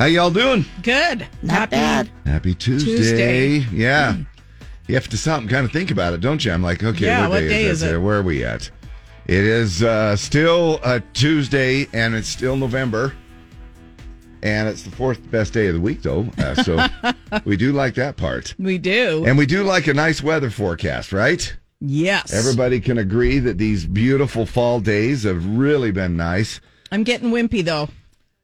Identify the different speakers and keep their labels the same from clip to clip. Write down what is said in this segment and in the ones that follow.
Speaker 1: How y'all doing?
Speaker 2: Good.
Speaker 3: Not bad.
Speaker 1: Happy Tuesday.
Speaker 2: Tuesday. Hmm.
Speaker 1: Yeah. You have to stop and kind of think about it, don't you? I'm like, okay,
Speaker 2: Yeah, what day is
Speaker 1: this here?
Speaker 2: it?
Speaker 1: Where are we at? It is uh, still a Tuesday and it's still November. And it's the fourth best day of the week, though. Uh, so we do like that part.
Speaker 2: We do.
Speaker 1: And we do like a nice weather forecast, right?
Speaker 2: yes.
Speaker 1: Everybody can agree that these beautiful fall days have really been nice.
Speaker 2: I'm getting wimpy though.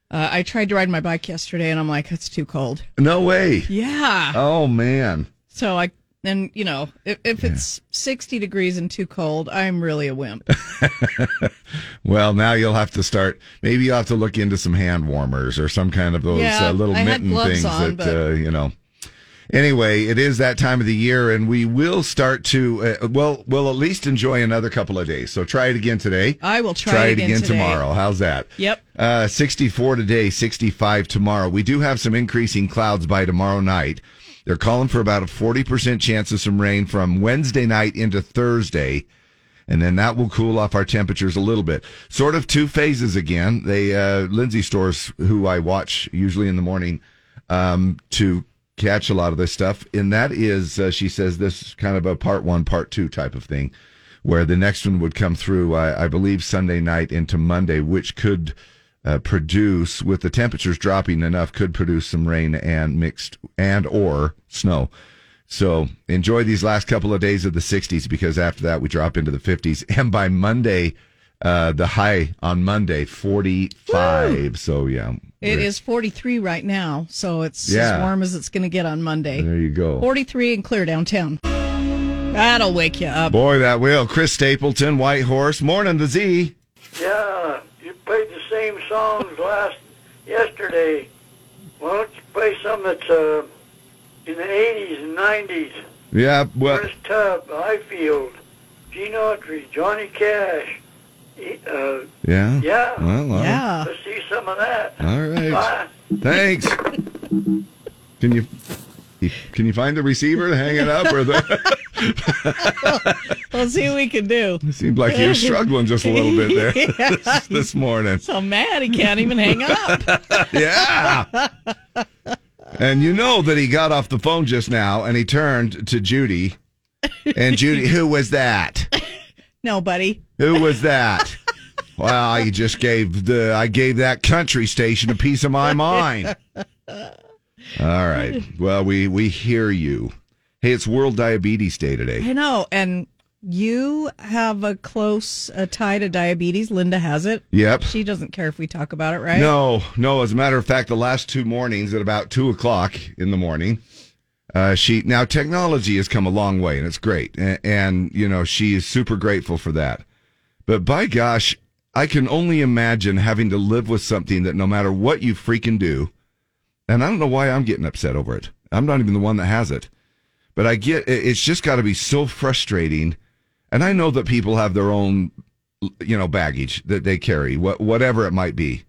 Speaker 2: Uh, I tried to ride my bike yesterday, and I'm like, it's too cold.
Speaker 1: No way.
Speaker 2: Yeah.
Speaker 1: Oh, man.
Speaker 2: So I and you know if, if it's 60 degrees and too cold, I'm really a wimp.
Speaker 1: Well, now you'll have to start. Maybe you'll have to look into some hand warmers or some kind of those
Speaker 2: Yeah,
Speaker 1: uh, little
Speaker 2: I had
Speaker 1: mitten
Speaker 2: gloves
Speaker 1: things
Speaker 2: on,
Speaker 1: that
Speaker 2: but-
Speaker 1: uh, you know. Anyway, it is that time of the year, and we will start to uh, well, we'll at least enjoy another couple of days. So try it again today.
Speaker 2: I will try,
Speaker 1: it again,
Speaker 2: today.
Speaker 1: tomorrow. How's that?
Speaker 2: Yep.
Speaker 1: Uh, 64 today, 65 tomorrow. We do have some increasing clouds by tomorrow night. They're calling for about a 40% chance of some rain from Wednesday night into Thursday. And then that will cool off our temperatures a little bit. Sort of two phases again. They, uh, Lindsay Stores, who I watch usually in the morning, um, to catch a lot of this stuff. And that is, uh, she says, this is kind of a part one, part two type of thing, where the next one would come through, I, I believe, Sunday night into Monday, which could uh, produce, with the temperatures dropping enough, could produce some rain and mixed and or snow. So enjoy these last couple of days of the 60s because after that we drop into the 50s, and by Monday. Uh, the high on Monday, 45. So, yeah.
Speaker 2: It
Speaker 1: we're-
Speaker 2: is 43 right now, so it's
Speaker 1: Yeah.
Speaker 2: as warm as it's going to get on Monday.
Speaker 1: There you go.
Speaker 2: 43 and clear downtown. That'll wake you up.
Speaker 1: Boy, that will. Chris Stapleton, White Horse. Morning, the Z.
Speaker 4: Yeah, you played the same songs last yesterday. Why don't you play some that's uh, in the 80s and 90s?
Speaker 1: Yeah, well,
Speaker 4: Chris Tubb, Highfield, Gene Autry, Johnny Cash. E- Uh,
Speaker 1: yeah.
Speaker 4: yeah,
Speaker 1: Well, all right.
Speaker 2: Yeah.
Speaker 4: let's see some of that.
Speaker 1: all right.
Speaker 4: Bye.
Speaker 1: Thanks. Can you can you find the receiver to hang it up? Or the
Speaker 2: Let's see what we can do.
Speaker 1: seemed like you were struggling just a little bit there
Speaker 2: Yeah.
Speaker 1: this morning.
Speaker 2: So mad he can't even hang up.
Speaker 1: Yeah. And you know that he got off the phone just now and he turned to Judy. And Judy, who was that?
Speaker 2: No, buddy.
Speaker 1: Who was that? well, you just gave the I gave that country station a piece of my mind. All right. Well, we we hear you. Hey, it's World Diabetes Day today.
Speaker 2: I know. And you have a close uh, tie to diabetes. Linda has it.
Speaker 1: Yep.
Speaker 2: She doesn't care if we talk about it, right?
Speaker 1: No, no. As a matter of fact, the last two mornings at about two o'clock in the morning, uh, she now technology has come a long way and it's great, and, and you know she is super grateful for that. But by gosh, I can only imagine having to live with something that no matter what you freaking do, and I don't know why I'm getting upset over it. I'm not even the one that has it, but I get it- it's just got to be so frustrating. And I know that people have their own, you know, baggage that they carry, wha- whatever it might be.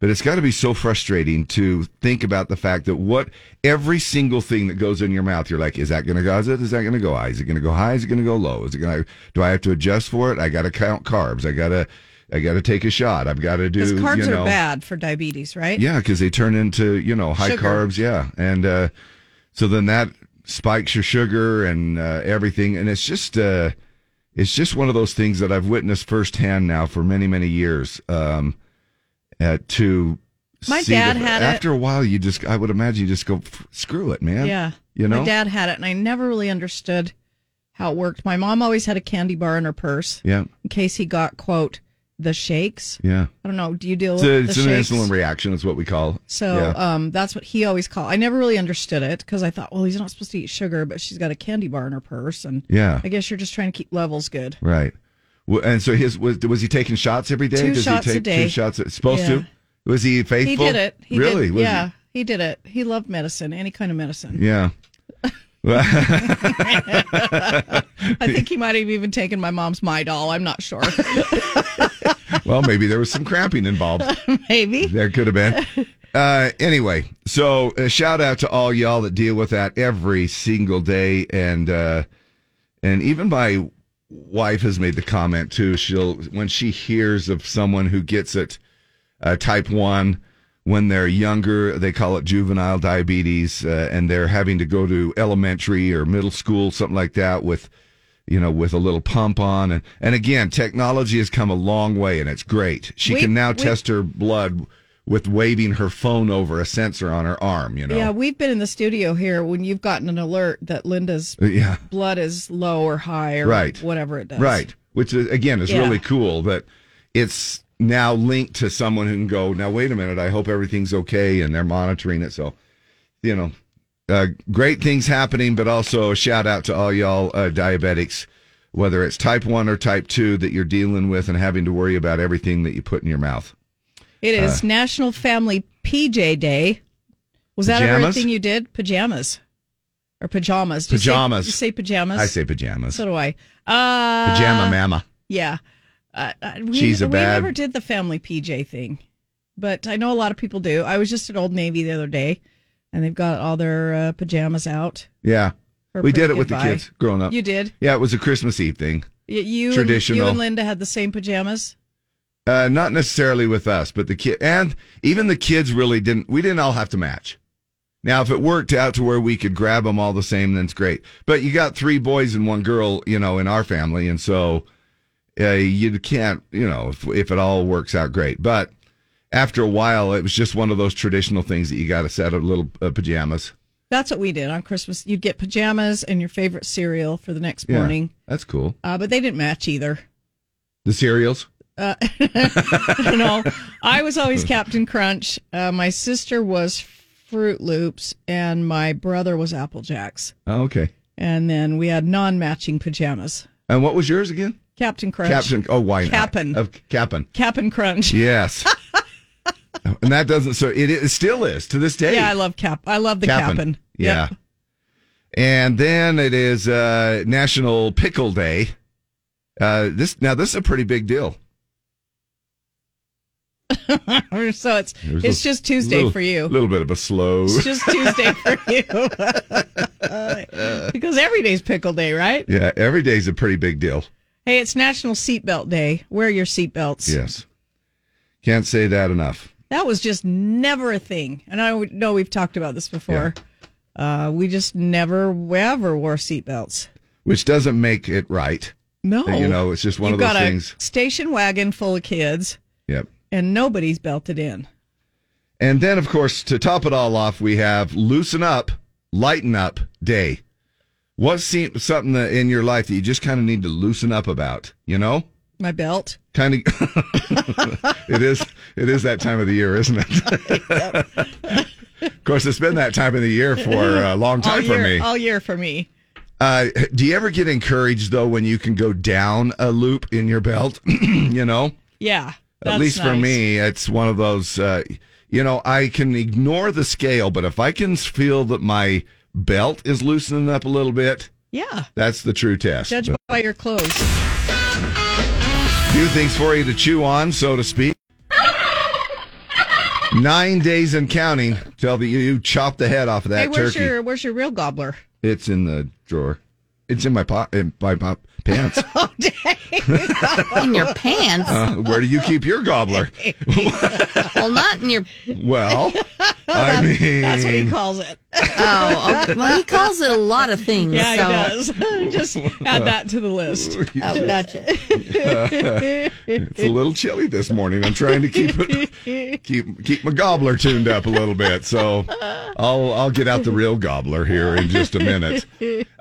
Speaker 1: But it's got to be so frustrating to think about the fact that what every single thing that goes in your mouth, you're like, is that going to cause it? Is that going to go high? Is it going to go high? Is it going to go low? Is it going to? Do I have to adjust for it? I got to count carbs. I got to. I got to take a shot. I've got to do.
Speaker 2: Because carbs
Speaker 1: you know,
Speaker 2: are bad for diabetes, right?
Speaker 1: yeah, because they turn into you know high
Speaker 2: Sugar.
Speaker 1: carbs. Yeah, and uh, so then that spikes your sugar and uh, everything, and it's just uh, it's just one of those things that I've witnessed firsthand now for many many years. Um, uh, to
Speaker 2: My
Speaker 1: see
Speaker 2: dad
Speaker 1: the-
Speaker 2: had it.
Speaker 1: after a while, you just I would imagine you just go "F- screw it, man.
Speaker 2: Yeah.
Speaker 1: you know.
Speaker 2: My dad had it, and I never really understood how it worked. My mom always had a candy bar in her purse
Speaker 1: yeah,
Speaker 2: in case he got, quote, the shakes.
Speaker 1: yeah.
Speaker 2: I don't know. Do you deal
Speaker 1: It's,
Speaker 2: with
Speaker 1: a,
Speaker 2: the
Speaker 1: it's an
Speaker 2: shakes?
Speaker 1: insulin reaction. It's what we call.
Speaker 2: So
Speaker 1: yeah.
Speaker 2: um, that's what he always called. I never really understood it because I thought, well, he's not supposed to eat sugar, but she's got a candy bar in her purse, and
Speaker 1: yeah.
Speaker 2: I guess you're just trying to keep levels good.
Speaker 1: Right. Well, and so his was was he taking shots every day?
Speaker 2: Two
Speaker 1: Does
Speaker 2: shots
Speaker 1: he
Speaker 2: a
Speaker 1: take
Speaker 2: day.
Speaker 1: Two shots. A, supposed
Speaker 2: Yeah.
Speaker 1: to. Was he
Speaker 2: He
Speaker 1: faithful?
Speaker 2: did it. He
Speaker 1: really?
Speaker 2: Did,
Speaker 1: Was
Speaker 2: yeah, he? did it. He loved medicine, any kind of medicine.
Speaker 1: He? Yeah. Well,
Speaker 2: I think he might have even taken my mom's my doll. I'm not sure.
Speaker 1: well, maybe there was some cramping involved.
Speaker 2: Maybe.
Speaker 1: There could have been. Uh, anyway, so uh, shout out to all y'all that deal with that every single day, and uh, and even my wife has made the comment too. She'll when she hears of someone who gets it, uh, type one, when they're younger. They call it juvenile diabetes, uh, and they're having to go to elementary or middle school, something like that, with you know, with a little pump on. And and again, technology has come a long way, and it's great. She
Speaker 2: We-
Speaker 1: can now
Speaker 2: we-
Speaker 1: test her blood with waving her phone over a sensor on her arm. You know,
Speaker 2: Yeah, we've been in the studio here when you've gotten an alert that Linda's
Speaker 1: yeah.
Speaker 2: blood is low or high or
Speaker 1: Right.
Speaker 2: whatever it does.
Speaker 1: Right. Which is, again is
Speaker 2: Yeah.
Speaker 1: really cool that it's now linked to someone who can go, now wait a minute, I hope everything's okay and they're monitoring it. So, you know, uh, great things happening, but also a shout out to all y'all uh, diabetics, whether it's type 1 or type 2 that you're dealing with and having to worry about everything that you put in your mouth.
Speaker 2: It
Speaker 1: Uh,
Speaker 2: is National Family PJ Day. Was that ever a
Speaker 1: Pajamas?
Speaker 2: thing you did? Pajamas or pajamas? Do you say-
Speaker 1: Pajamas.
Speaker 2: you say pajamas?
Speaker 1: I say pajamas.
Speaker 2: So do I. Uh,
Speaker 1: Pajama mama.
Speaker 2: Yeah. Uh, uh, we,
Speaker 1: She's a
Speaker 2: we
Speaker 1: bad-
Speaker 2: never did the family PJ thing, but I know a lot of people do. I was just at Old Navy the other day, and they've got all their uh, pajamas out.
Speaker 1: Yeah.
Speaker 2: for
Speaker 1: We did it
Speaker 2: pre-kid
Speaker 1: with the
Speaker 2: buy.
Speaker 1: kids growing up.
Speaker 2: You did.
Speaker 1: yeah, it was a Christmas Eve thing.
Speaker 2: Y- You And,
Speaker 1: Traditional.
Speaker 2: you and Linda had the same pajamas.
Speaker 1: Uh, not necessarily with us, but the kid and even the kids really didn't. We didn't all have to match. Now, if it worked out to where we could grab them all the same, then it's great. But you got three boys and one girl, you know, in our family, and so uh, you can't, you know, if if it all works out, great. But after a while, it was just one of those traditional things that you got a set of little uh, pajamas.
Speaker 2: That's what we did on Christmas. You'd get pajamas and your favorite cereal for the next
Speaker 1: Yeah,
Speaker 2: morning,
Speaker 1: that's cool.
Speaker 2: uh, but they didn't match either.
Speaker 1: The cereals.
Speaker 2: Uh, I don't know. I was always Captain Crunch. Uh, my sister was Fruit Loops, and my brother was Apple Jacks.
Speaker 1: Oh, okay.
Speaker 2: And then we had non-matching pajamas.
Speaker 1: And what was yours again?
Speaker 2: Captain Crunch.
Speaker 1: Captain. Oh, why not?
Speaker 2: Cap'n.
Speaker 1: Of Cap'n.
Speaker 2: Captain Crunch.
Speaker 1: Yes. and that doesn't so it, it still is to this day.
Speaker 2: Yeah, I love Cap. I love the Cap'n.
Speaker 1: Yeah.
Speaker 2: Yep.
Speaker 1: And then it is uh National Pickle Day. Uh this now this is a pretty big deal.
Speaker 2: so it's
Speaker 1: There's
Speaker 2: it's
Speaker 1: a
Speaker 2: just Tuesday
Speaker 1: little-
Speaker 2: for you.
Speaker 1: Little bit of a slow.
Speaker 2: It's just Tuesday for you. because every day's pickle day, right?
Speaker 1: Yeah, every day's a pretty big deal.
Speaker 2: Hey, it's National Seatbelt Day. Wear your seatbelts.
Speaker 1: Yes. Can't say that enough.
Speaker 2: That was just never a thing. And I would- know we've talked about this before. Uh, we just never, ever wore seatbelts.
Speaker 1: Which doesn't make it right.
Speaker 2: No.
Speaker 1: You know, it's just one
Speaker 2: You've
Speaker 1: of those
Speaker 2: got a
Speaker 1: things.
Speaker 2: station wagon full of kids,
Speaker 1: Yep.
Speaker 2: and nobody's belted in.
Speaker 1: And then, of course, to top it all off, we have Loosen Up, Lighten Up Day. What seems something that in your life that you just kind of need to loosen up about? You know,
Speaker 2: My belt.
Speaker 1: kind of. it is. It is that time of the year, isn't it? of course, it's been that time of the year for a long
Speaker 2: all
Speaker 1: time
Speaker 2: year,
Speaker 1: for me.
Speaker 2: All year for me.
Speaker 1: Uh, do you ever get encouraged though when you can go down a loop in your belt? you know.
Speaker 2: Yeah.
Speaker 1: At
Speaker 2: that's
Speaker 1: least for
Speaker 2: nice.
Speaker 1: me, it's one of those. Uh, you know, I can ignore the scale, but if I can feel that my belt is loosening up a little bit,
Speaker 2: Yeah.
Speaker 1: that's the true test.
Speaker 2: Judge
Speaker 1: But
Speaker 2: by your clothes.
Speaker 1: few things for you to chew on, so to speak. Nine days and counting till the, you chop the head off of that
Speaker 2: hey, where's
Speaker 1: turkey.
Speaker 2: your where's your real gobbler?
Speaker 1: It's in the drawer. It's in my pop, in my pop pants.
Speaker 2: Oh,
Speaker 3: in your pants.
Speaker 1: Uh, where do you keep your gobbler?
Speaker 3: well, not in your.
Speaker 1: Well, I mean,
Speaker 2: That's what he calls it.
Speaker 3: Oh, oh, well, he calls it a lot of things.
Speaker 2: Yeah,
Speaker 3: so.
Speaker 2: he does. Just add that to the list.
Speaker 3: Oh, gotcha.
Speaker 1: It's a little chilly this morning. I'm trying to keep it, keep keep my gobbler tuned up a little bit. So I'll I'll get out the real gobbler here in just a minute.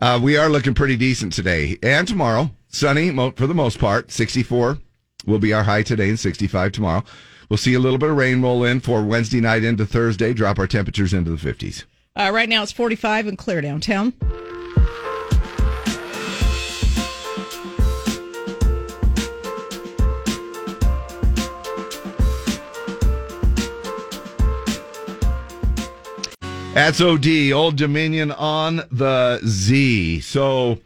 Speaker 1: Uh, we are looking pretty decent today and tomorrow. Sunny mo- for the most part. 64 will be our high today and 65 tomorrow. We'll see a little bit of rain roll in for Wednesday night into Thursday. Drop our temperatures into the 50s.
Speaker 2: Uh, right now it's 45 and clear downtown.
Speaker 1: That's OD, Old Dominion on the Z. So,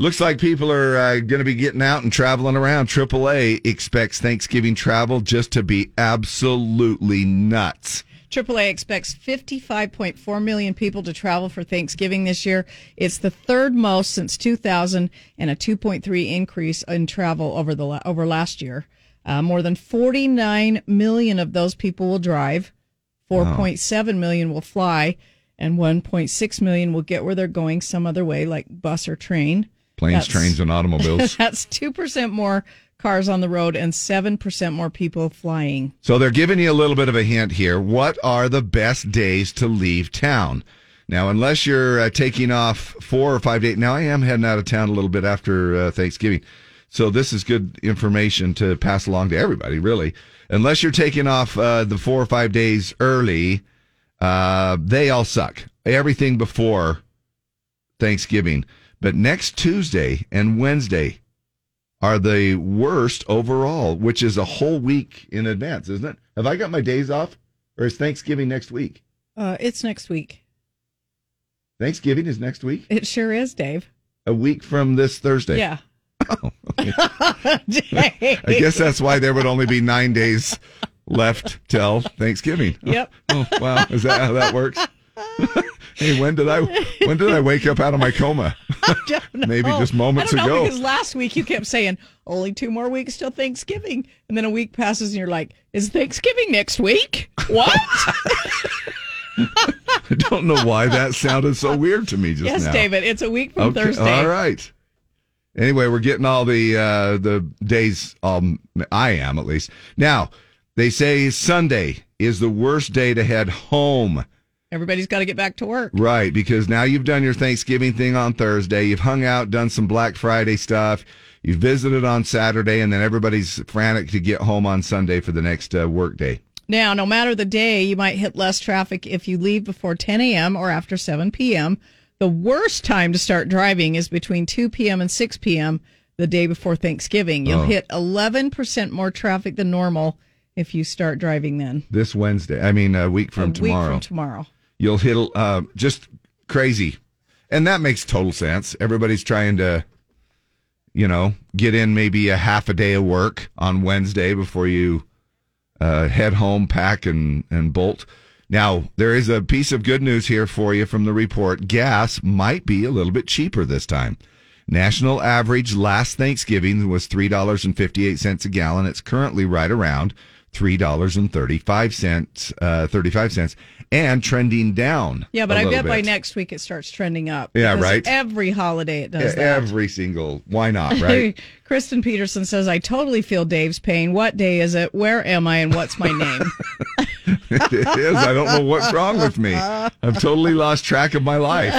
Speaker 1: looks like people are uh, going to be getting out and traveling around. AAA expects Thanksgiving travel just to be absolutely nuts.
Speaker 2: AAA expects 55.4 million people to travel for Thanksgiving this year. It's the third most since 2000 and a 2.3 increase in travel over the la- over last year. Uh, more than 49 million of those people will drive. Four point seven million will fly, and 1.6 million will get where they're going some other way, like bus or train. That's-
Speaker 1: Planes, trains, and automobiles.
Speaker 2: That's 2% more cars on the road and 7% more people flying.
Speaker 1: So they're giving you a little bit of a hint here. What are the best days to leave town? Now, unless you're uh, taking off four or five days. Now, I am heading out of town a little bit after uh, Thanksgiving. So this is good information to pass along to everybody, really. Unless you're taking off uh, the four or five days early, uh, they all suck. Everything before Thanksgiving. But next Tuesday and Wednesday are the worst overall, which is a whole week in advance, isn't it? Have I got my days off or is Thanksgiving next week?
Speaker 2: Uh, it's next week.
Speaker 1: Thanksgiving is next week?
Speaker 2: It sure is, Dave.
Speaker 1: A week from this Thursday.
Speaker 2: Yeah. Dave.
Speaker 1: I guess that's why there would only be nine days left till Thanksgiving.
Speaker 2: Yep.
Speaker 1: Oh, wow. Is that how that works? hey, when did I when did I wake up out of my coma? Maybe just moments
Speaker 2: Oh, I don't know,
Speaker 1: ago.
Speaker 2: Because last week you kept saying only two more weeks till Thanksgiving, and then a week passes, and you're like, "Is Thanksgiving next week? What?"
Speaker 1: I don't know why that sounded so weird to me just
Speaker 2: yes,
Speaker 1: now.
Speaker 2: David. It's a week from Thursday.
Speaker 1: All right. Anyway, we're getting all the uh, the days. Um, I am at least now. They say Sunday is the worst day to head home,
Speaker 2: Everybody's got to get back to work.
Speaker 1: right? Because now you've done your Thanksgiving thing on Thursday, you've hung out, done some Black Friday stuff, you visited on Saturday, and then everybody's frantic to get home on Sunday for the next uh, work day.
Speaker 2: Now, no matter the day, you might hit less traffic if you leave before 10 a.m. or after 7 p.m. The worst time to start driving is between 2 p.m. and 6 p.m. the day before Thanksgiving.
Speaker 1: Oh.
Speaker 2: You'll hit 11% more traffic than normal if you start driving then.
Speaker 1: This Wednesday, I mean, a week from
Speaker 2: a
Speaker 1: tomorrow.
Speaker 2: week from tomorrow.
Speaker 1: you'll hit uh, just crazy. And that makes total sense. Everybody's trying to, you know, get in maybe a half a day of work on Wednesday before you uh, head home, pack, and, and bolt. Now, there is a piece of good news here for you from the report. Gas might be a little bit cheaper this time. National average last Thanksgiving was $3.58 a gallon. It's currently right around $3.35, uh, 35 cents, and trending down.
Speaker 2: Yeah, but
Speaker 1: I
Speaker 2: I bet by next week it starts trending up.
Speaker 1: Yeah,
Speaker 2: because
Speaker 1: right.
Speaker 2: Every holiday it does that.
Speaker 1: E-, Every single, why not, right?
Speaker 2: Kristen Peterson says, I totally feel Dave's pain. What day is it? Where am I? And what's my name?
Speaker 1: it is. I don't know what's wrong with me. I've totally lost track of my life.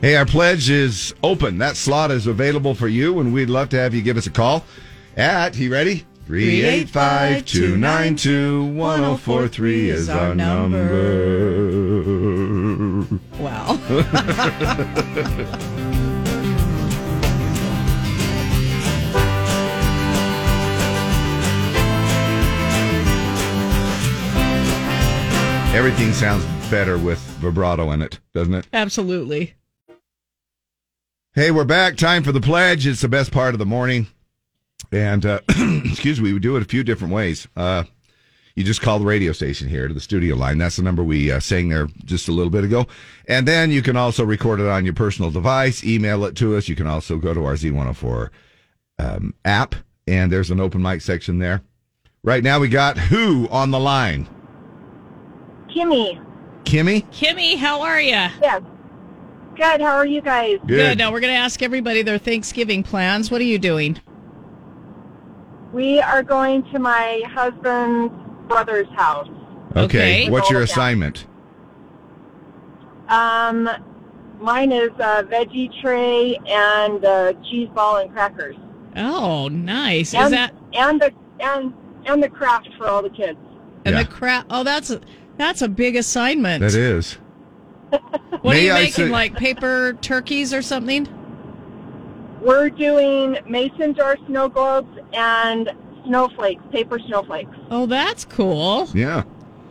Speaker 1: hey, our pledge is open. That slot is available for you, and we'd love to have you give us a call at, you ready? 385 292 1043 is our number.
Speaker 2: wow.
Speaker 1: Everything sounds better with vibrato in it, doesn't it?
Speaker 2: Absolutely.
Speaker 1: Hey, we're back. Time for the pledge. It's the best part of the morning. And, uh, excuse me, we do it a few different ways. Uh, you just call the radio station here to the studio line. That's the number we uh, sang there just a little bit ago. And then you can also record it on your personal device, email it to us. You can also go to our Z104 um, app, and there's an open mic section there. Right now, we got who on the line?
Speaker 5: Kimmy,
Speaker 1: Kimmy?
Speaker 2: Kimmy, how are you?
Speaker 5: yes. Good, how are you guys?
Speaker 2: Now we're going to ask everybody their Thanksgiving plans. What are you doing?
Speaker 5: We are going to my husband's brother's house.
Speaker 1: Okay.
Speaker 2: Okay.
Speaker 1: What's your
Speaker 5: Yeah.
Speaker 1: assignment?
Speaker 5: Um, mine is a veggie tray and a cheese ball and crackers.
Speaker 2: Oh, nice. Is
Speaker 5: and,
Speaker 2: that
Speaker 5: and the and and the craft for all the kids.
Speaker 2: and
Speaker 1: Yeah.
Speaker 2: the crap? Oh, that's a, that's a big assignment.
Speaker 1: That is.
Speaker 2: What
Speaker 1: May
Speaker 2: are
Speaker 1: I
Speaker 2: you making?
Speaker 1: say-
Speaker 2: like paper turkeys or something?
Speaker 5: We're doing mason jar snow globes and snowflakes, paper snowflakes.
Speaker 2: Oh, that's cool.
Speaker 1: Yeah.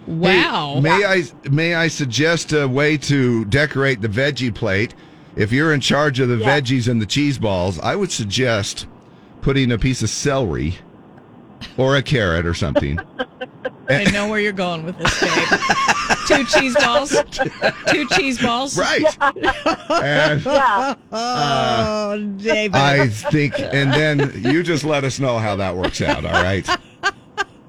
Speaker 1: Hey,
Speaker 2: Wow.
Speaker 1: may I may I suggest a way to decorate the veggie plate? If you're in charge of the
Speaker 5: Yeah.
Speaker 1: veggies and the cheese balls, I would suggest putting a piece of celery or a carrot or something. Eh.
Speaker 2: I know where you're going with this, babe. Two cheese balls. Two cheese balls.
Speaker 1: right. And
Speaker 5: Yeah.
Speaker 2: Oh, David.
Speaker 1: I think and then you just let us know how that works out, all right?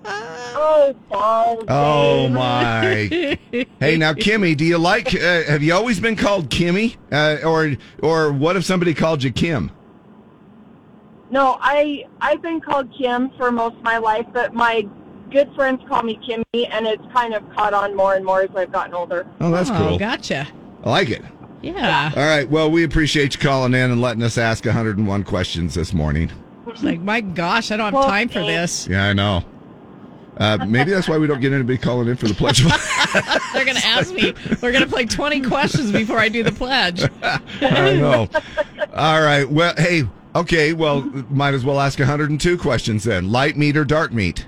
Speaker 5: Oh, balls.
Speaker 1: Oh
Speaker 5: Dave.
Speaker 1: my! hey, now Kimmy, do you like? Uh, have you always been called Kimmy, uh, or or what if somebody called you Kim?
Speaker 5: No, I I've been called Kim for most of my life, but my good friends call me Kimmy, and it's kind of caught on more and more as I've gotten older.
Speaker 1: Oh, that's
Speaker 2: oh,
Speaker 1: cool.
Speaker 2: gotcha.
Speaker 1: I like it.
Speaker 2: Yeah.
Speaker 1: All right. Well, we appreciate you calling in and letting us ask 101 questions this morning.
Speaker 2: It's like, my gosh, I don't have
Speaker 5: Well,
Speaker 2: time for
Speaker 5: thanks.
Speaker 2: this.
Speaker 1: Yeah, I know. Uh, maybe that's why we don't get anybody calling in for the pledge.
Speaker 2: They're going to ask me. We're going to play 20 questions before I do the pledge.
Speaker 1: I know. All right. Well, hey. Okay. Well, might as well ask 102 questions then. Light meat or dark meat?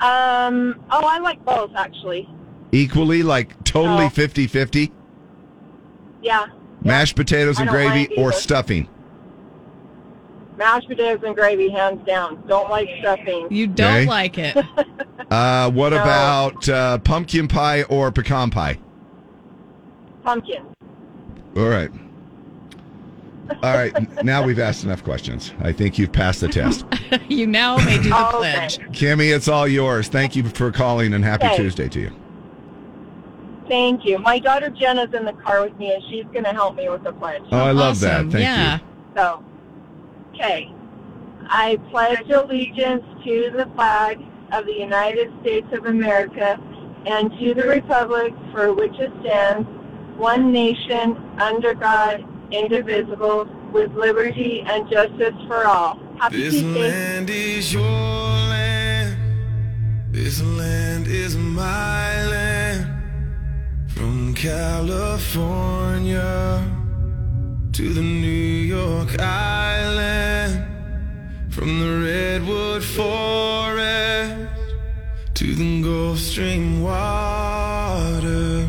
Speaker 5: Um, oh, I like both actually.
Speaker 1: Equally, like totally
Speaker 5: No.
Speaker 1: 50 50?
Speaker 5: Yeah,
Speaker 1: Mashed potatoes
Speaker 5: I
Speaker 1: and
Speaker 5: don't
Speaker 1: gravy
Speaker 5: mind
Speaker 1: or
Speaker 5: either.
Speaker 1: stuffing?
Speaker 5: mashed potatoes and gravy, hands down. Don't like stuffing.
Speaker 2: You don't
Speaker 1: Okay.
Speaker 2: like it.
Speaker 1: Uh, what
Speaker 5: No.
Speaker 1: about uh, pumpkin pie or pecan pie?
Speaker 5: Pumpkin.
Speaker 1: All right. All right. n- now we've asked enough questions. I think you've passed the test.
Speaker 2: You now may do the
Speaker 5: Okay.
Speaker 2: pledge.
Speaker 1: Kimmy, it's all yours. Thank you for calling and happy
Speaker 5: Okay.
Speaker 1: Tuesday to you.
Speaker 5: Thank you. My daughter Jenna's in the car with me, and she's going to help me with the pledge.
Speaker 1: Oh, I love
Speaker 2: Awesome.
Speaker 1: that. Thank
Speaker 2: yeah.
Speaker 1: you.
Speaker 5: So, okay. I pledge allegiance to the flag of the United States of America and to the republic for which it stands, one nation, under God, indivisible, with liberty and justice for all. Happy
Speaker 6: This
Speaker 5: Tuesday.
Speaker 6: land is your land. This land is my land. From California to the New York Island. From the Redwood Forest to the Gulf Stream waters.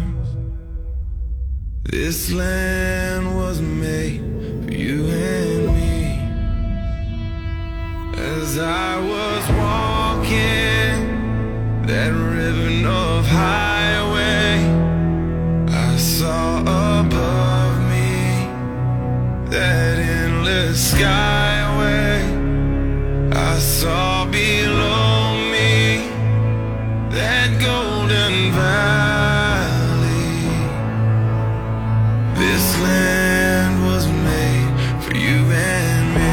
Speaker 6: This land was made for you and me. As I was walking that ribbon of highway, I saw above me that endless skyway. I saw below me that golden valley. This land was made for you and me.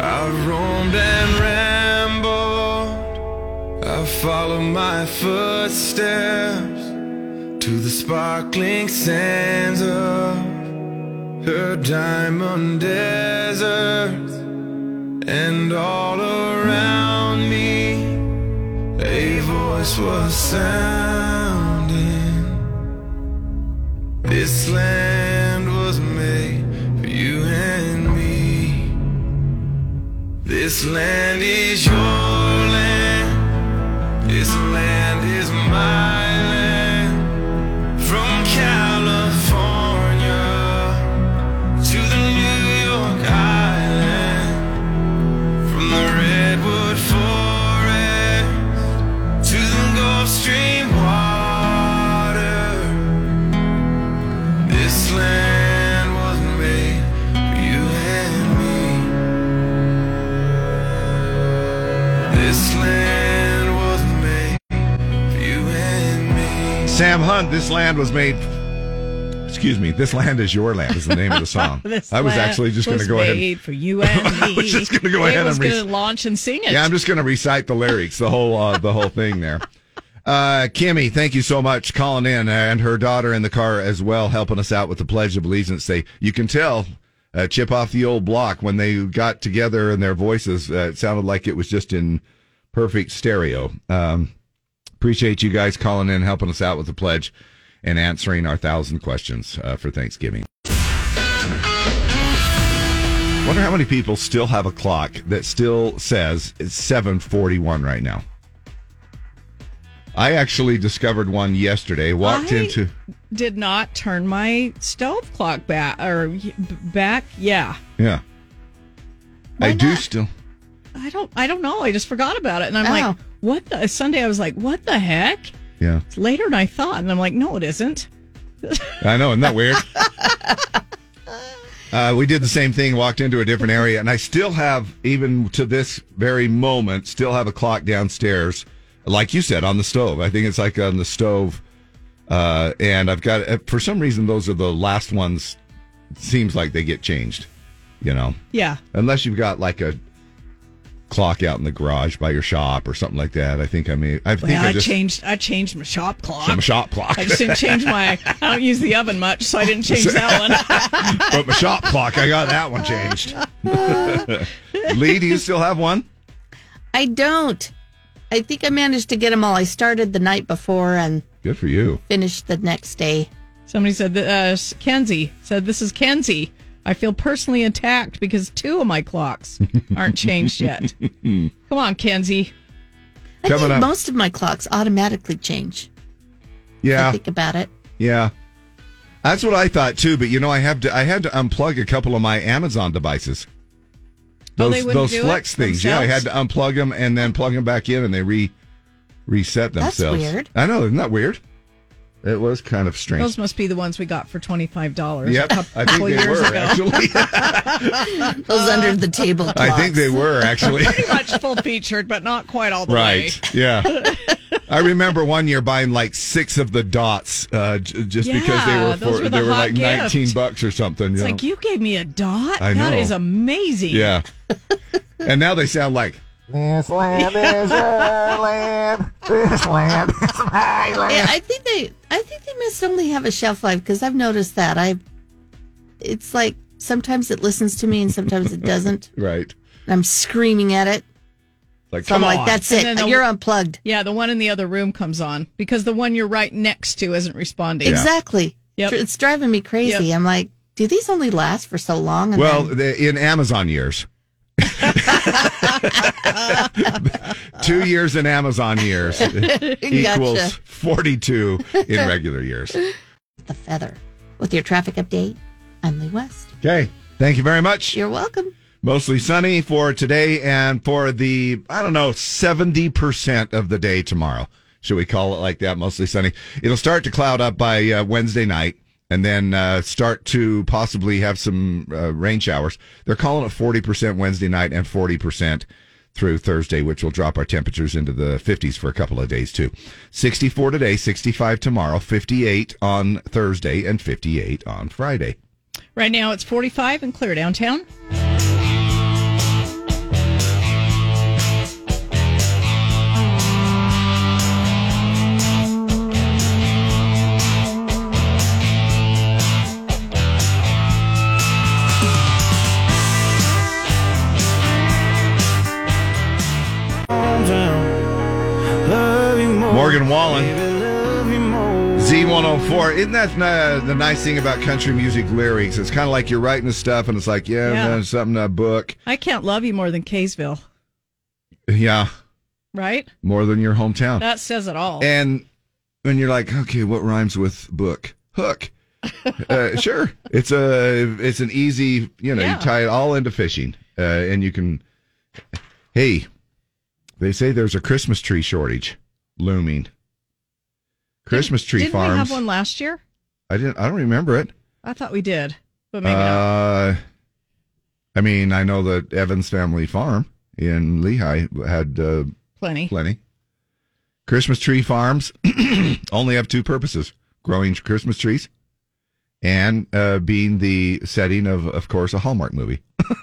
Speaker 6: I've roamed and rambled. I follow my footsteps to the sparkling sands of her diamond deserts, and all around me a voice was sounding. This land was made for you and me. This land is your land. This land is my land. From California to the New York Island. From the Redwood Forest to the Gulf Stream water. This land was made for you and me. This land was made for you and me.
Speaker 1: Sam Hunt, this land was made. Excuse me. This land is your land is the name of the song.
Speaker 2: This
Speaker 1: I was
Speaker 2: land
Speaker 1: actually just going to
Speaker 2: was
Speaker 1: go ahead.
Speaker 2: made for you and me.
Speaker 1: I was just gonna go
Speaker 2: Dave
Speaker 1: ahead
Speaker 2: was
Speaker 1: and re-
Speaker 2: going to launch and sing it.
Speaker 1: Yeah, I'm just going to recite the lyrics, the whole uh, the whole thing there. Uh, Kimmy, thank you so much calling in, uh, and her daughter in the car as well, helping us out with the Pledge of Allegiance. They, you can tell, uh, chip off the old block when they got together and their voices. Uh, it sounded like it was just in perfect stereo. Um, appreciate you guys calling in, helping us out with the pledge, and answering our thousand questions uh, for Thanksgiving. Wonder how many people still have a clock that still says it's 741 right now. I actually discovered one yesterday. Walked
Speaker 2: I-
Speaker 1: into
Speaker 2: Did not turn my stove clock back or y- b- back. Yeah.
Speaker 1: yeah. I
Speaker 3: Why
Speaker 1: do
Speaker 3: not?
Speaker 1: still
Speaker 2: I don't I don't know. I just forgot about it and I'm
Speaker 3: Oh.
Speaker 2: like, what the Sunday? I was like, what the heck?
Speaker 1: Yeah.
Speaker 2: It's later than I thought, and I'm like, no, it isn't.
Speaker 1: I know, isn't that weird? uh, we did the same thing, walked into a different area, and I still have, even to this very moment, still have a clock downstairs, like you said, on the stove. I think it's like on the stove. Uh, and I've got, uh, for some reason, those are the last ones, seems like they get changed, you know?
Speaker 2: Yeah.
Speaker 1: Unless you've got like a clock out in the garage by your shop or something like that. I think I may, I think
Speaker 2: Well,
Speaker 1: I
Speaker 2: I,
Speaker 1: just,
Speaker 2: changed. I changed my shop clock.
Speaker 1: some shop clock.
Speaker 2: I just didn't change my. I don't use the oven much, so I didn't change that one.
Speaker 1: but my shop clock, I got that one changed. Lee, do you still have one?
Speaker 3: I don't. I think I managed to get them all. I started the night before and
Speaker 1: Good for you.
Speaker 3: finished the next day.
Speaker 2: Somebody said that uh, Kenzie said this is Kenzie. I feel personally attacked because two of my clocks aren't changed yet. Come on, Kenzie.
Speaker 3: I
Speaker 1: Coming
Speaker 3: think
Speaker 1: up.
Speaker 3: most of my clocks automatically change. if I
Speaker 1: Yeah,
Speaker 3: think about it.
Speaker 1: yeah. That's what I thought too. But you know, I have to. I had to unplug a couple of my Amazon devices.
Speaker 2: Oh,
Speaker 1: Those
Speaker 2: they wouldn't
Speaker 1: those
Speaker 2: do it
Speaker 1: flex things. Yeah, I had
Speaker 2: themselves?
Speaker 1: to unplug them and then plug them back in, and they re reset
Speaker 3: That's
Speaker 1: themselves.
Speaker 3: weird.
Speaker 1: I know, isn't that weird? It was kind of strange.
Speaker 2: Those must be the ones we got for twenty five dollars.
Speaker 1: yep, I think they were actually.
Speaker 3: Those under the table clocks.
Speaker 1: I think they were actually.
Speaker 2: Pretty much full featured, but not quite all the way.
Speaker 1: Right. Yeah. I remember one year buying like six of the dots, uh, j- just because they
Speaker 2: Yeah,
Speaker 1: were
Speaker 2: those
Speaker 1: for,
Speaker 2: were the
Speaker 1: they were
Speaker 2: hot
Speaker 1: like
Speaker 2: gift.
Speaker 1: nineteen bucks or something.
Speaker 2: It's
Speaker 1: you
Speaker 2: like
Speaker 1: know?
Speaker 2: you gave me a dot.
Speaker 1: I
Speaker 2: That
Speaker 1: know.
Speaker 2: is amazing.
Speaker 1: yeah. and now they sound like this land is our land. This land is my land.
Speaker 3: Yeah, I think they. I think they must only have a shelf life because I've noticed that. I. It's like sometimes it listens to me and sometimes it doesn't.
Speaker 1: Right.
Speaker 3: And I'm screaming at it.
Speaker 1: Like
Speaker 3: So
Speaker 1: come
Speaker 3: I'm
Speaker 1: on.
Speaker 3: like, that's
Speaker 2: And
Speaker 3: it.
Speaker 2: then the-
Speaker 3: You're unplugged.
Speaker 2: Yeah, the one in the other room comes on because the one you're right next to isn't responding.
Speaker 3: Exactly.
Speaker 2: Yep.
Speaker 3: It's driving me crazy.
Speaker 2: Yep.
Speaker 3: I'm like, do these only last for so long? And
Speaker 1: Well,
Speaker 3: then-
Speaker 1: the, in Amazon years. Two years in Amazon years equals
Speaker 3: Gotcha.
Speaker 1: 42 in regular years.
Speaker 3: the feather. With your traffic update, I'm Lee West.
Speaker 1: Okay. Thank you very much.
Speaker 3: You're welcome.
Speaker 1: Mostly sunny for today and for the, I don't know, 70% of the day tomorrow. Should we call it like that? Mostly sunny. It'll start to cloud up by uh, Wednesday night and then uh, start to possibly have some uh, rain showers. They're calling it 40% Wednesday night and 40% through Thursday, which will drop our temperatures into the 50s for a couple of days too. 64 today, 65 tomorrow, 58 on Thursday, and 58 on Friday.
Speaker 2: Right now it's 45 and clear downtown.
Speaker 1: Morgan Wallen. Z104. Isn't that uh, the nice thing about country music lyrics? It's kind of like you're writing the stuff and it's like, yeah,
Speaker 2: Yeah.
Speaker 1: man, something in a book.
Speaker 2: I can't love you more than Kaysville,
Speaker 1: Yeah,
Speaker 2: right?
Speaker 1: more than your hometown.
Speaker 2: That says it all.
Speaker 1: and when you're like, okay, what rhymes with book? Hook. uh, sure. It's a it's an easy, you know,
Speaker 2: Yeah.
Speaker 1: you tie it all into fishing. Uh, and you can Hey, they say there's a Christmas tree shortage looming. Christmas tree
Speaker 2: Didn't
Speaker 1: farms.
Speaker 2: we have one last year?
Speaker 1: I didn't. I don't remember it.
Speaker 2: I thought we did, but maybe not.
Speaker 1: uh, I mean, I know that Evans Family Farm in Lehigh had uh,
Speaker 2: Plenty.
Speaker 1: plenty. Christmas tree farms only have two purposes: growing Christmas trees, and uh, being the setting of, of course, a Hallmark movie.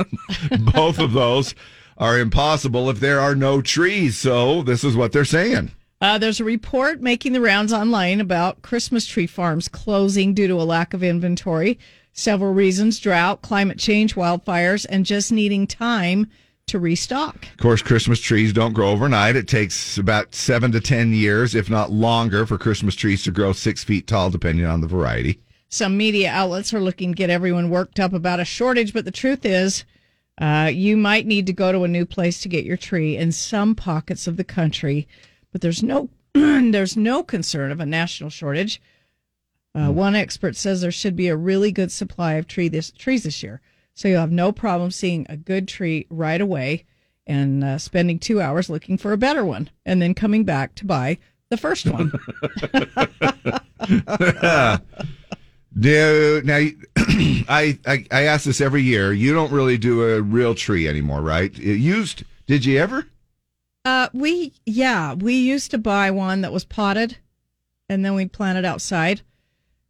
Speaker 1: Both of those are impossible if there are no trees. So this is what they're saying.
Speaker 2: Uh, there's a report making the rounds online about Christmas tree farms closing due to a lack of inventory. Several reasons drought, climate change, wildfires, and just needing time to restock.
Speaker 1: Of course, Christmas trees don't grow overnight. It takes about seven to 10 years, if not longer, for Christmas trees to grow six feet tall, depending on the variety.
Speaker 2: Some media outlets are looking to get everyone worked up about a shortage, but the truth is, uh, you might need to go to a new place to get your tree in some pockets of the country. But there's no there's no concern of a national shortage. Uh, one expert says there should be a really good supply of tree this trees this year, so you'll have no problem seeing a good tree right away. and uh, spending two hours looking for a better one and then coming back to buy the first one.
Speaker 1: Do now, you- I, I I ask this every year. You don't really do a real tree anymore, right? It used. Did you ever?
Speaker 2: Uh, we yeah, we used to buy one that was potted, and then we'd plant it outside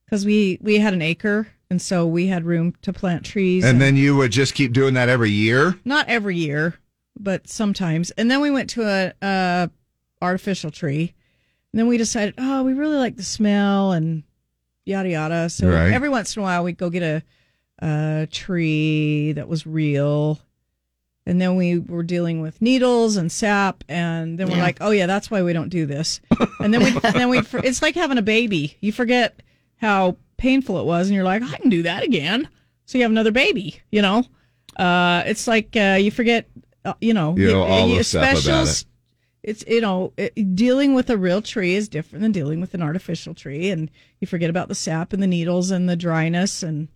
Speaker 2: because we we had an acre, and so we had room to plant trees.
Speaker 1: And then you would just keep doing that every year.
Speaker 2: not every year, but sometimes. And then we went to a, a artificial tree, and then we decided, oh, we really like the smell and yada yada. So
Speaker 1: Right.
Speaker 2: every once in a while, we'd go get a, a tree that was real. And then we were dealing with needles and sap, and then we're
Speaker 3: Yeah.
Speaker 2: like, "Oh yeah, that's why we don't do this." And then we, then we, it's like having a baby. You forget how painful it was, and you're like, "I can do that again." So you have another baby, you know. Uh, it's like uh, you forget, uh, you know,
Speaker 1: You know, all the stuff about
Speaker 2: specials- It's you know, it, dealing with a real tree is different than dealing with an artificial tree, and you forget about the sap and the needles and the dryness and